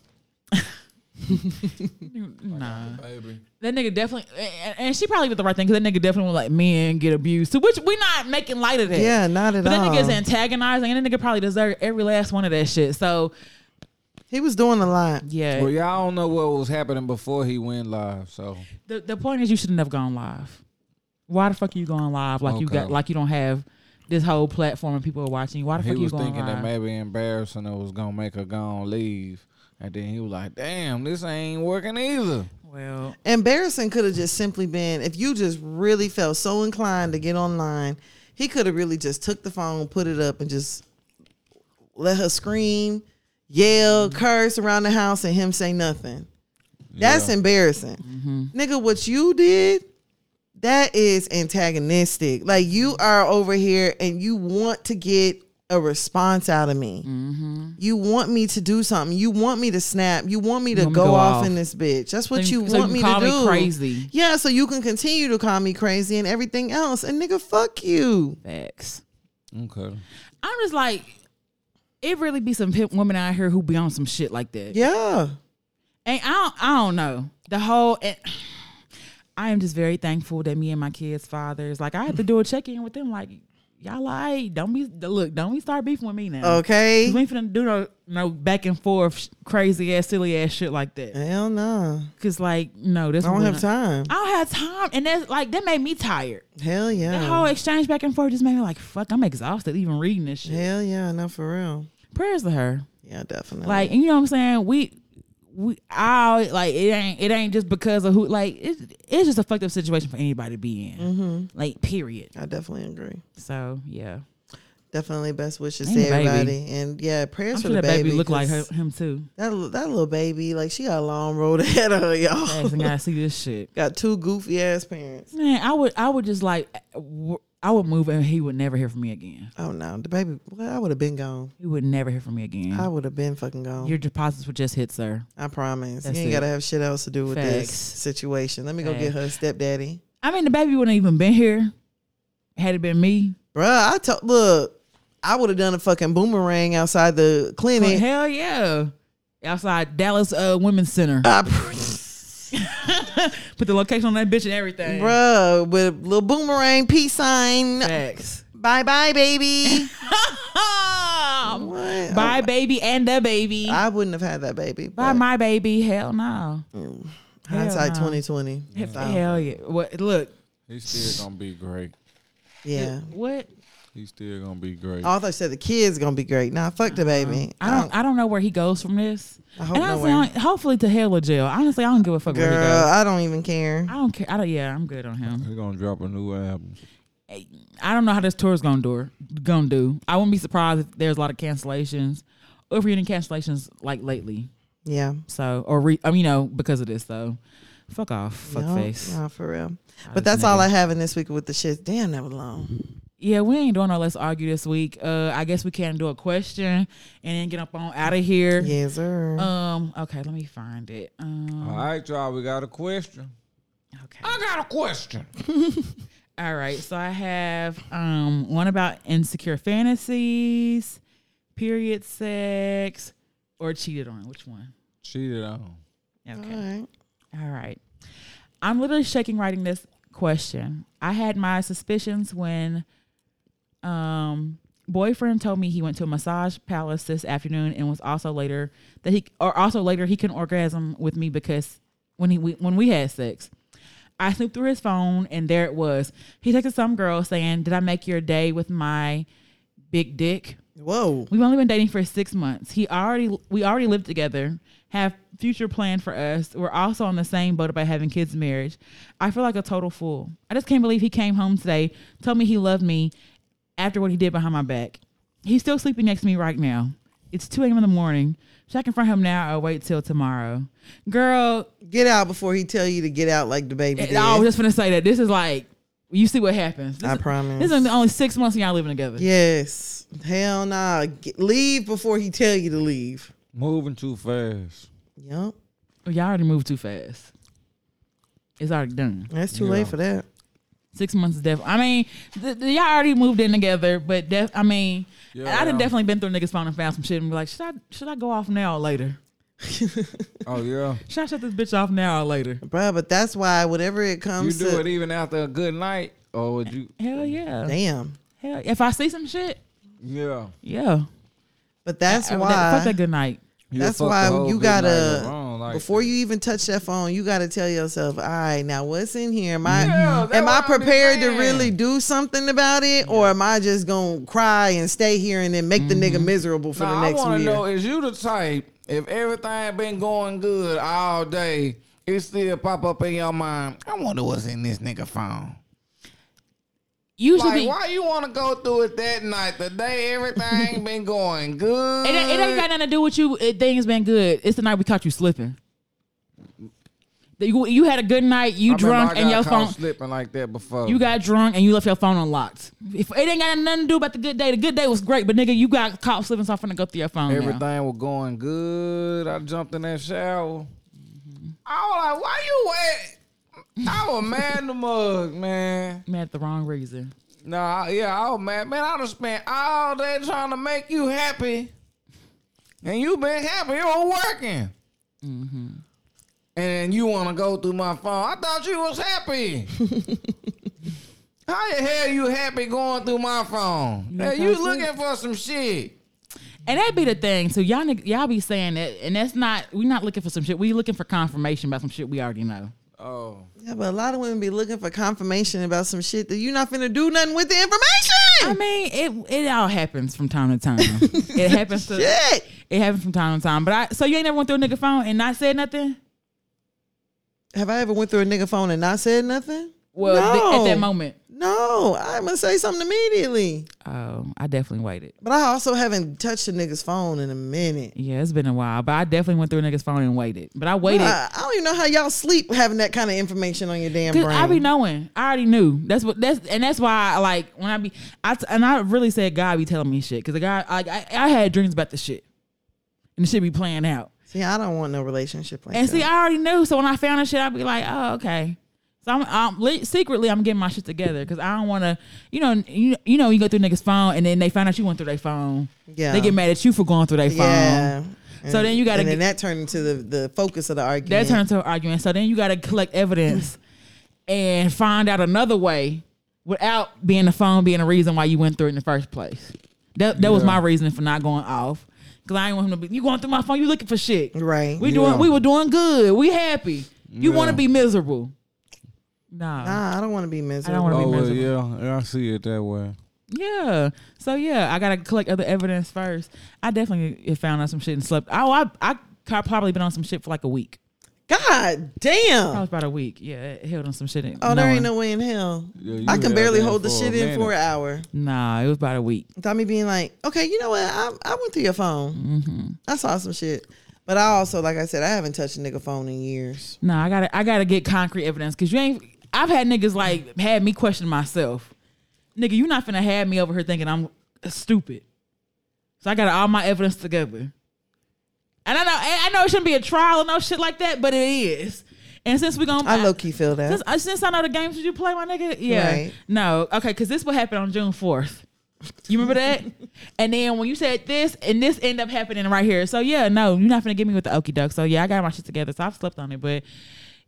S1: then nah.
S3: Baby.
S1: That nigga definitely, and, and she probably did the right thing because that nigga definitely would let men get abused. So which we not making light of that.
S2: Yeah, not at
S1: but that
S2: all.
S1: nigga's antagonizing, and that nigga probably deserved every last one of that shit. So
S2: he was doing a lot.
S1: yeah,
S3: Well, y'all don't know what was happening before he went live, so
S1: the the point is you shouldn't have gone live. Why the fuck are you going live? Like you got
S3: Okay.
S1: like you don't have this whole platform and people are watching you. Why the
S3: he
S1: fuck you
S3: was
S1: going
S3: thinking
S1: live?
S3: that maybe embarrassing it was gonna make her go on leave, and then he was like, "Damn, this ain't working either."
S1: well,
S2: Embarrassing could have just simply been if you just really felt so inclined to get online, he could have really just took the phone, put it up, and just let her scream, yell, curse around the house, and him say nothing. That's
S3: Yeah.
S2: embarrassing. Nigga, what you did, that is antagonistic. Like you are over here and you want to get a response out of me. You want me to do something. You want me to snap. You want me to
S1: want me
S2: go,
S1: to go
S2: off,
S1: off.
S2: in this bitch. That's what
S1: So you-
S2: you
S1: so
S2: want
S1: you
S2: me
S1: call
S2: to
S1: me
S2: do.
S1: crazy.
S2: Yeah, so you can continue to call me crazy and everything else. And nigga, fuck you.
S1: facts.
S3: Okay.
S1: I'm just like, it really be some pimp women out here who be on some shit like that.
S2: Yeah.
S1: And I don't, I don't know the whole. And I am just very thankful that me and my kids' fathers, like I had to do a check in with them, like y'all, like don't be look, don't be start beefing with me now. 'Cause We
S2: Okay.
S1: ain't finna do no no back and forth sh- crazy ass silly ass shit like that.
S2: Hell no.
S1: Cause like no, this
S2: I don't
S1: when
S2: have time.
S1: I don't have time, and that's like that made me tired.
S2: Hell
S1: The
S2: yeah.
S1: whole exchange back and forth just made me like fuck. I'm exhausted even reading this shit.
S2: Hell yeah. Not for real.
S1: Prayers to her.
S2: Yeah, definitely.
S1: Like you know what I'm saying? We we I always- like it ain't it ain't just because of who like it's it's just a fucked up situation for anybody to be in.
S2: Mm-hmm.
S1: Like period.
S2: I definitely agree.
S1: So yeah.
S2: Definitely best wishes
S1: And
S2: to
S1: the baby.
S2: everybody. And yeah, prayers
S1: I'm
S2: for
S1: sure
S2: the
S1: that baby,
S2: baby.
S1: look like her,
S2: 'cause
S1: him too.
S2: That li- that little baby, like she got a long road ahead of her, y'all.
S1: Ass and gotta see this shit.
S2: got two goofy ass parents.
S1: Man, I would I would just like eh, w- I would move and he would never hear from me again.
S2: Oh no, the baby. Well, I would have been gone.
S1: He would never hear from me again.
S2: I would have been fucking gone.
S1: Your deposits would just hit, sir.
S2: I promise. You
S1: That's
S2: ain't
S1: it.
S2: gotta have shit else to do with this
S1: Facts.
S2: situation. Let me go get her stepdaddy.
S1: I mean, the baby wouldn't have even been here had it been me.
S2: Bruh, I told look, I would have done a fucking boomerang outside the clinic.
S1: Hell yeah. Outside Dallas uh, Women's Center.
S2: I pr-
S1: Put the location on that bitch and everything.
S2: Bruh, with a little boomerang peace sign.
S1: Facts.
S2: Bye bye, baby.
S1: Um,
S2: What?
S1: Bye, baby, and the baby.
S2: I wouldn't have had that baby.
S1: Bye,
S2: but
S1: my baby. Hell no.
S2: hindsight
S1: no.
S2: twenty twenty.
S1: Hell yeah. What? Look.
S3: He's still gonna be great.
S2: Yeah.
S1: What?
S3: He's still gonna be great.
S2: Arthur said the kid's gonna be great. Nah, fuck the baby.
S1: Uh-huh. I don't. I don't know where he goes from this.
S2: I hope
S1: and honestly,
S2: nowhere.
S1: I don't- hopefully to hell or jail. Honestly, I don't give a fuck where he
S2: girl,
S1: goes.
S2: I don't even care.
S1: I don't care. I don't, yeah, I'm good on him.
S3: He's gonna drop a new album.
S1: I don't know how this tour's gonna do. Gonna do. I wouldn't be surprised if there's a lot of cancellations, or if you're getting cancellations like lately.
S2: Yeah.
S1: So, or re, I mean, you know, because of this though. Fuck off, fuck
S2: No,
S1: face.
S2: Nah, for real.
S1: this
S2: But that's all
S1: nigga.
S2: I have in this week with the shit. Damn, that was long.
S1: Yeah, we ain't doing no let's argue this week. Uh I guess we can do a question and then get up on out of here.
S2: Yes, sir.
S1: Um, okay, let me find it. Um
S3: All right, y'all. We got a question.
S1: okay.
S3: I got a question.
S1: All right. So I have um one about insecure fantasies, period sex, or cheated on. Which one?
S3: Cheated on.
S1: Okay.
S2: all right.
S1: All right. I'm literally shaking writing this Question: I had my suspicions when, um, boyfriend told me he went to a massage palace this afternoon and was also later that he or also later he can orgasm with me because when he we, when we had sex. I snooped through his phone and there it was. He texted some girl saying, "Did I make your day with my big dick?"
S2: Whoa.
S1: We've only been dating for six months. He already we already live together, have future planned for us. We're also on the same boat about having kids marriage. I feel like a total fool. I just can't believe he came home today, told me he loved me after what he did behind my back. He's still sleeping next to me right now. It's 2 a.m. in the morning. Should I confront him now or wait till tomorrow? Girl,
S2: Get out before he tell you to get out like the baby
S1: it-
S2: did.
S1: I was just gonna say that this is like you see what happens. This
S2: I
S1: is-
S2: promise.
S1: This is only six months and y'all living together.
S2: yes. Hell nah. Get, leave before he tell you to leave.
S3: Moving too fast.
S2: Yep.
S1: Y'all already moved too fast. It's already done.
S2: That's too
S3: Yeah.
S2: late for that.
S1: Six months is definitely. I mean, th- th- y'all already moved in together, but def- I mean,
S3: Yeah.
S1: I'd have definitely been through niggas' phone and found some shit and be like, should I should I go off now or later?
S3: Oh yeah.
S1: Should I shut this bitch off now or later?
S2: Bruh, but that's why whenever it
S3: You
S2: comes
S3: do
S2: to
S3: it even after a good night, or would you?
S1: Hell yeah.
S2: damn.
S1: Hell, if I see some shit,
S3: Yeah.
S1: yeah.
S2: But that's
S1: I-
S2: why
S1: that- fuck that good night.
S3: You
S2: That's
S3: fuck the
S2: why
S3: whole
S2: you
S3: good
S2: gotta-
S3: night wrong, like-
S2: before you even touch that phone, you got to tell yourself, "All right, now what's in here? Am I
S3: Yeah, that's
S2: am I
S3: what I be
S2: prepared to
S3: saying.
S2: really do something about it, or am I just gonna cry and stay here and then make the
S3: Mm-hmm.
S2: nigga miserable for
S3: Now,
S2: the next
S3: I wanna
S2: year?"
S3: know is you the type if everything been going good all day, it still pop up in your mind. I wonder what's in this nigga phone.
S1: Usually,
S3: Like, why you want to go through it that night? The day everything been going good.
S1: it, ain't- it ain't got nothing to do with you. It, things been good. It's the night we caught you slipping. That You, you had a good night. You
S3: I remember
S1: drunk
S3: I
S1: and
S3: got
S1: your
S3: caught
S1: phone.
S3: slipping like that before.
S1: You got drunk and you left your phone unlocked. If it ain't got nothing to do about the good day, the good day was great, but nigga, you got caught slipping, so I'm finna go through your phone. now.
S3: everything was going good. I jumped in that shower.
S1: Mm-hmm.
S3: I was like, why you wait? I was mad in the mug, man.
S1: Mad at the wrong reason.
S3: Nah, I- yeah, I was mad. Man, I done spent all day trying to make you happy. And you been happy. You were working. And you want to go through my phone. I thought you was happy. How the hell you happy going through my phone?
S1: You
S3: Hey, you
S1: can't
S3: looking for some shit.
S1: And that be the thing. So y'all nigg- y'all be saying that, and that's not we not looking for some shit. We looking for confirmation about some shit we already know.
S3: Oh.
S2: yeah, but a lot of women be looking for confirmation about some shit that you're not finna do nothing with the
S1: I
S2: information.
S1: mean, it it all happens from time to time. it happens to
S2: Shit.
S1: it happens from time to time. But I so you ain't never went through a nigga phone and not said nothing.
S2: Have I ever went through a nigga phone and not said nothing?
S1: Well, th-
S2: no.
S1: at that moment,
S2: no, I'm gonna say something immediately.
S1: oh, I definitely waited.
S2: But I also haven't touched a nigga's phone in a minute.
S1: Yeah, it's been a while, but I definitely went through a nigga's phone and waited. But I waited.
S2: I, I don't even know how y'all sleep having that kind of information on your damn
S1: Cause
S2: brain.
S1: I be knowing. I already knew. That's what. That's and that's why. I, like when I be, I t- and I really said God be telling me shit. Cause the guy, I, I, I had dreams about the shit, and the shit be playing out.
S2: see, I don't want no relationship like
S1: And
S2: that.
S1: see, I already knew. So when I found the shit, I'd be like, oh okay. So I'm, I'm le- secretly I'm getting my shit together because I don't want to, you know, you, you know, you go through niggas' phone and then they find out you went through their phone.
S2: Yeah.
S1: They get mad at you for going through their phone.
S2: yeah.
S1: So then you gotta
S2: and
S1: get-
S2: then that turned into the, the focus of the
S1: That
S2: argument.
S1: turned into an argument. So then you got to collect evidence and find out another way without being the phone being a reason why you went through it in the first place. That that was
S3: Yeah.
S1: my reasoning for not going off. Cause I didn't want him to be. You going through my phone? You looking for shit?
S2: right.
S1: We
S3: Yeah.
S1: doing. We were doing good. We happy. You want
S3: Yeah.
S1: to be miserable? Nah.
S2: nah, I don't want to be miserable.
S1: I don't wanna be miserable.
S3: Oh, yeah, I see it that way.
S1: Yeah. So yeah, I gotta collect other evidence first. I definitely found out some shit and slept. Oh, I I ca- probably been on some shit for like a week.
S2: God damn.
S1: Probably about a week. Yeah, held on some shit. and
S2: Oh, there
S1: knowing.
S2: ain't no way in hell.
S3: Yeah,
S2: I
S3: you
S2: can
S3: held
S2: barely
S3: in
S2: hold the
S3: for a
S2: shit in for an
S3: minute.
S2: hour.
S1: Nah, it was about a week.
S2: Without me being like, okay, you know what? I, I went through your phone.
S3: Mm-hmm.
S2: I saw some shit. But I also, like I said, I haven't touched a nigga phone in years.
S1: Nah, I gotta I gotta get concrete evidence because you ain't. I've had niggas like had me question myself. Nigga, you not finna have me over here thinking I'm stupid. So I got all my evidence together. And I know and I know it shouldn't be a trial and no shit like that, but it is. And since we gonna
S2: I low key feel that.
S1: since, I- since I know the games that you play, my nigga, yeah.
S2: Right.
S1: No, okay, because this what happened on June fourth. You remember that? and then when you said this and this end up happening right here. So yeah, no, you're not gonna get me with the okey doke. So yeah, I got my shit together. So I've slept on it, but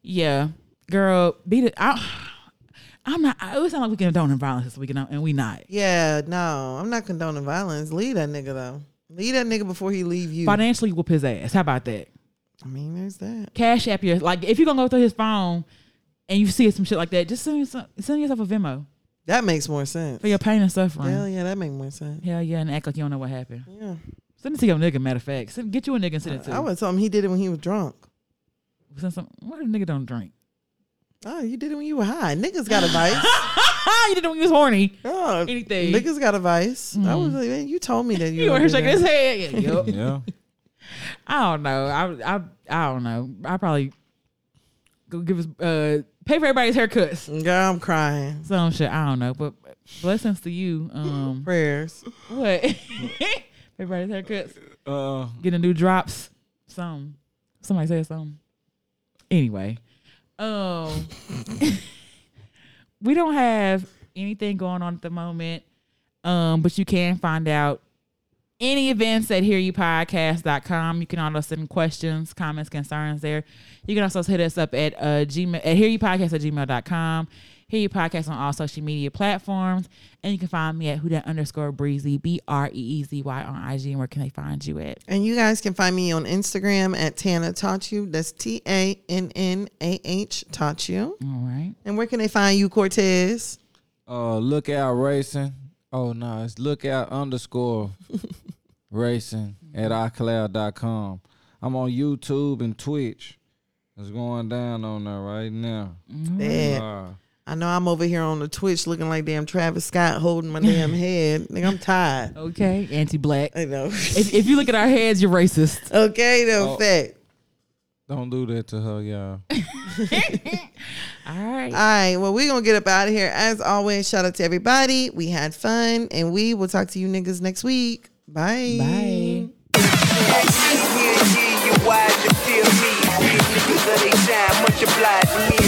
S1: yeah, girl, beat it. I, I'm not. I always sound like we condoning violence this weekend, and we not.
S2: Yeah, no, I'm not condoning violence. Leave that nigga though. Leave that nigga before he leave you.
S1: Financially whoop his ass. How about that?
S2: I mean, there's that.
S1: Cash app your like if you're gonna go through his phone and you see some shit like that, just send yourself, send yourself a Venmo
S2: That makes more sense.
S1: for your pain and suffering.
S2: Hell yeah, that makes more sense.
S1: Hell yeah, and act like you don't know what happened.
S2: Yeah,
S1: Send it to your nigga. Matter of fact, send, get you a nigga and send it to.
S2: I would tell him he did it when he was drunk.
S1: send some. What a nigga don't drink.
S2: Oh, you did it when you were high. Niggas got a vice.
S1: Ah, you didn't when you was horny.
S2: Oh,
S1: Anything. Mm-hmm.
S2: Niggas got a vice. I was like, man, you told me that you.
S1: You were
S2: were
S1: shaking his head. Yeah, yup.
S3: Yeah.
S1: I don't know. I I I don't know. I probably go give us uh pay for everybody's haircuts.
S2: Girl, I'm crying.
S1: Some shit. I don't know. But blessings to you. Um
S2: Prayers.
S1: what? Pay for everybody's haircuts.
S3: Uh,
S1: Getting new drops. Some. Somebody said something. Anyway. Um we don't have anything going on at the moment. Um, but you can find out any events at hearyoupodcast.com. You can also send questions, comments, concerns there. You can also hit us up at uh, gmail at hearyoupodcast at gmail.com. Hear You Podcast on all social media platforms. And you can find me at who that underscore breezy, B R E E Z Y on IG. And where can they find you at?
S2: And you guys can find me on Instagram at Tana Taught You. That's T A N N A H Taught You.
S1: All right.
S2: And where can they find you, Cortez?
S3: uh, lookout racing. Oh no, it's lookout underscore racing at iCloud.com. I'm on YouTube and Twitch. It's going down on there right now.
S2: Bad.
S3: Uh,
S2: I know I'm over here on the Twitch looking like damn Travis Scott holding my damn head. Nigga, I'm tired.
S1: Okay. Anti black.
S2: I know.
S1: If, if you look at our heads, you're racist.
S2: okay, though,
S3: Oh.
S2: fact.
S3: don't do that to her, y'all.
S1: All right.
S2: All right, well, we're going to get up out of here. As always, shout out to everybody. We had fun, and we will talk to you niggas next week. Bye.
S1: Bye.
S4: G-G-U-Y, you feel me? These niggas of they time, much obliged to me.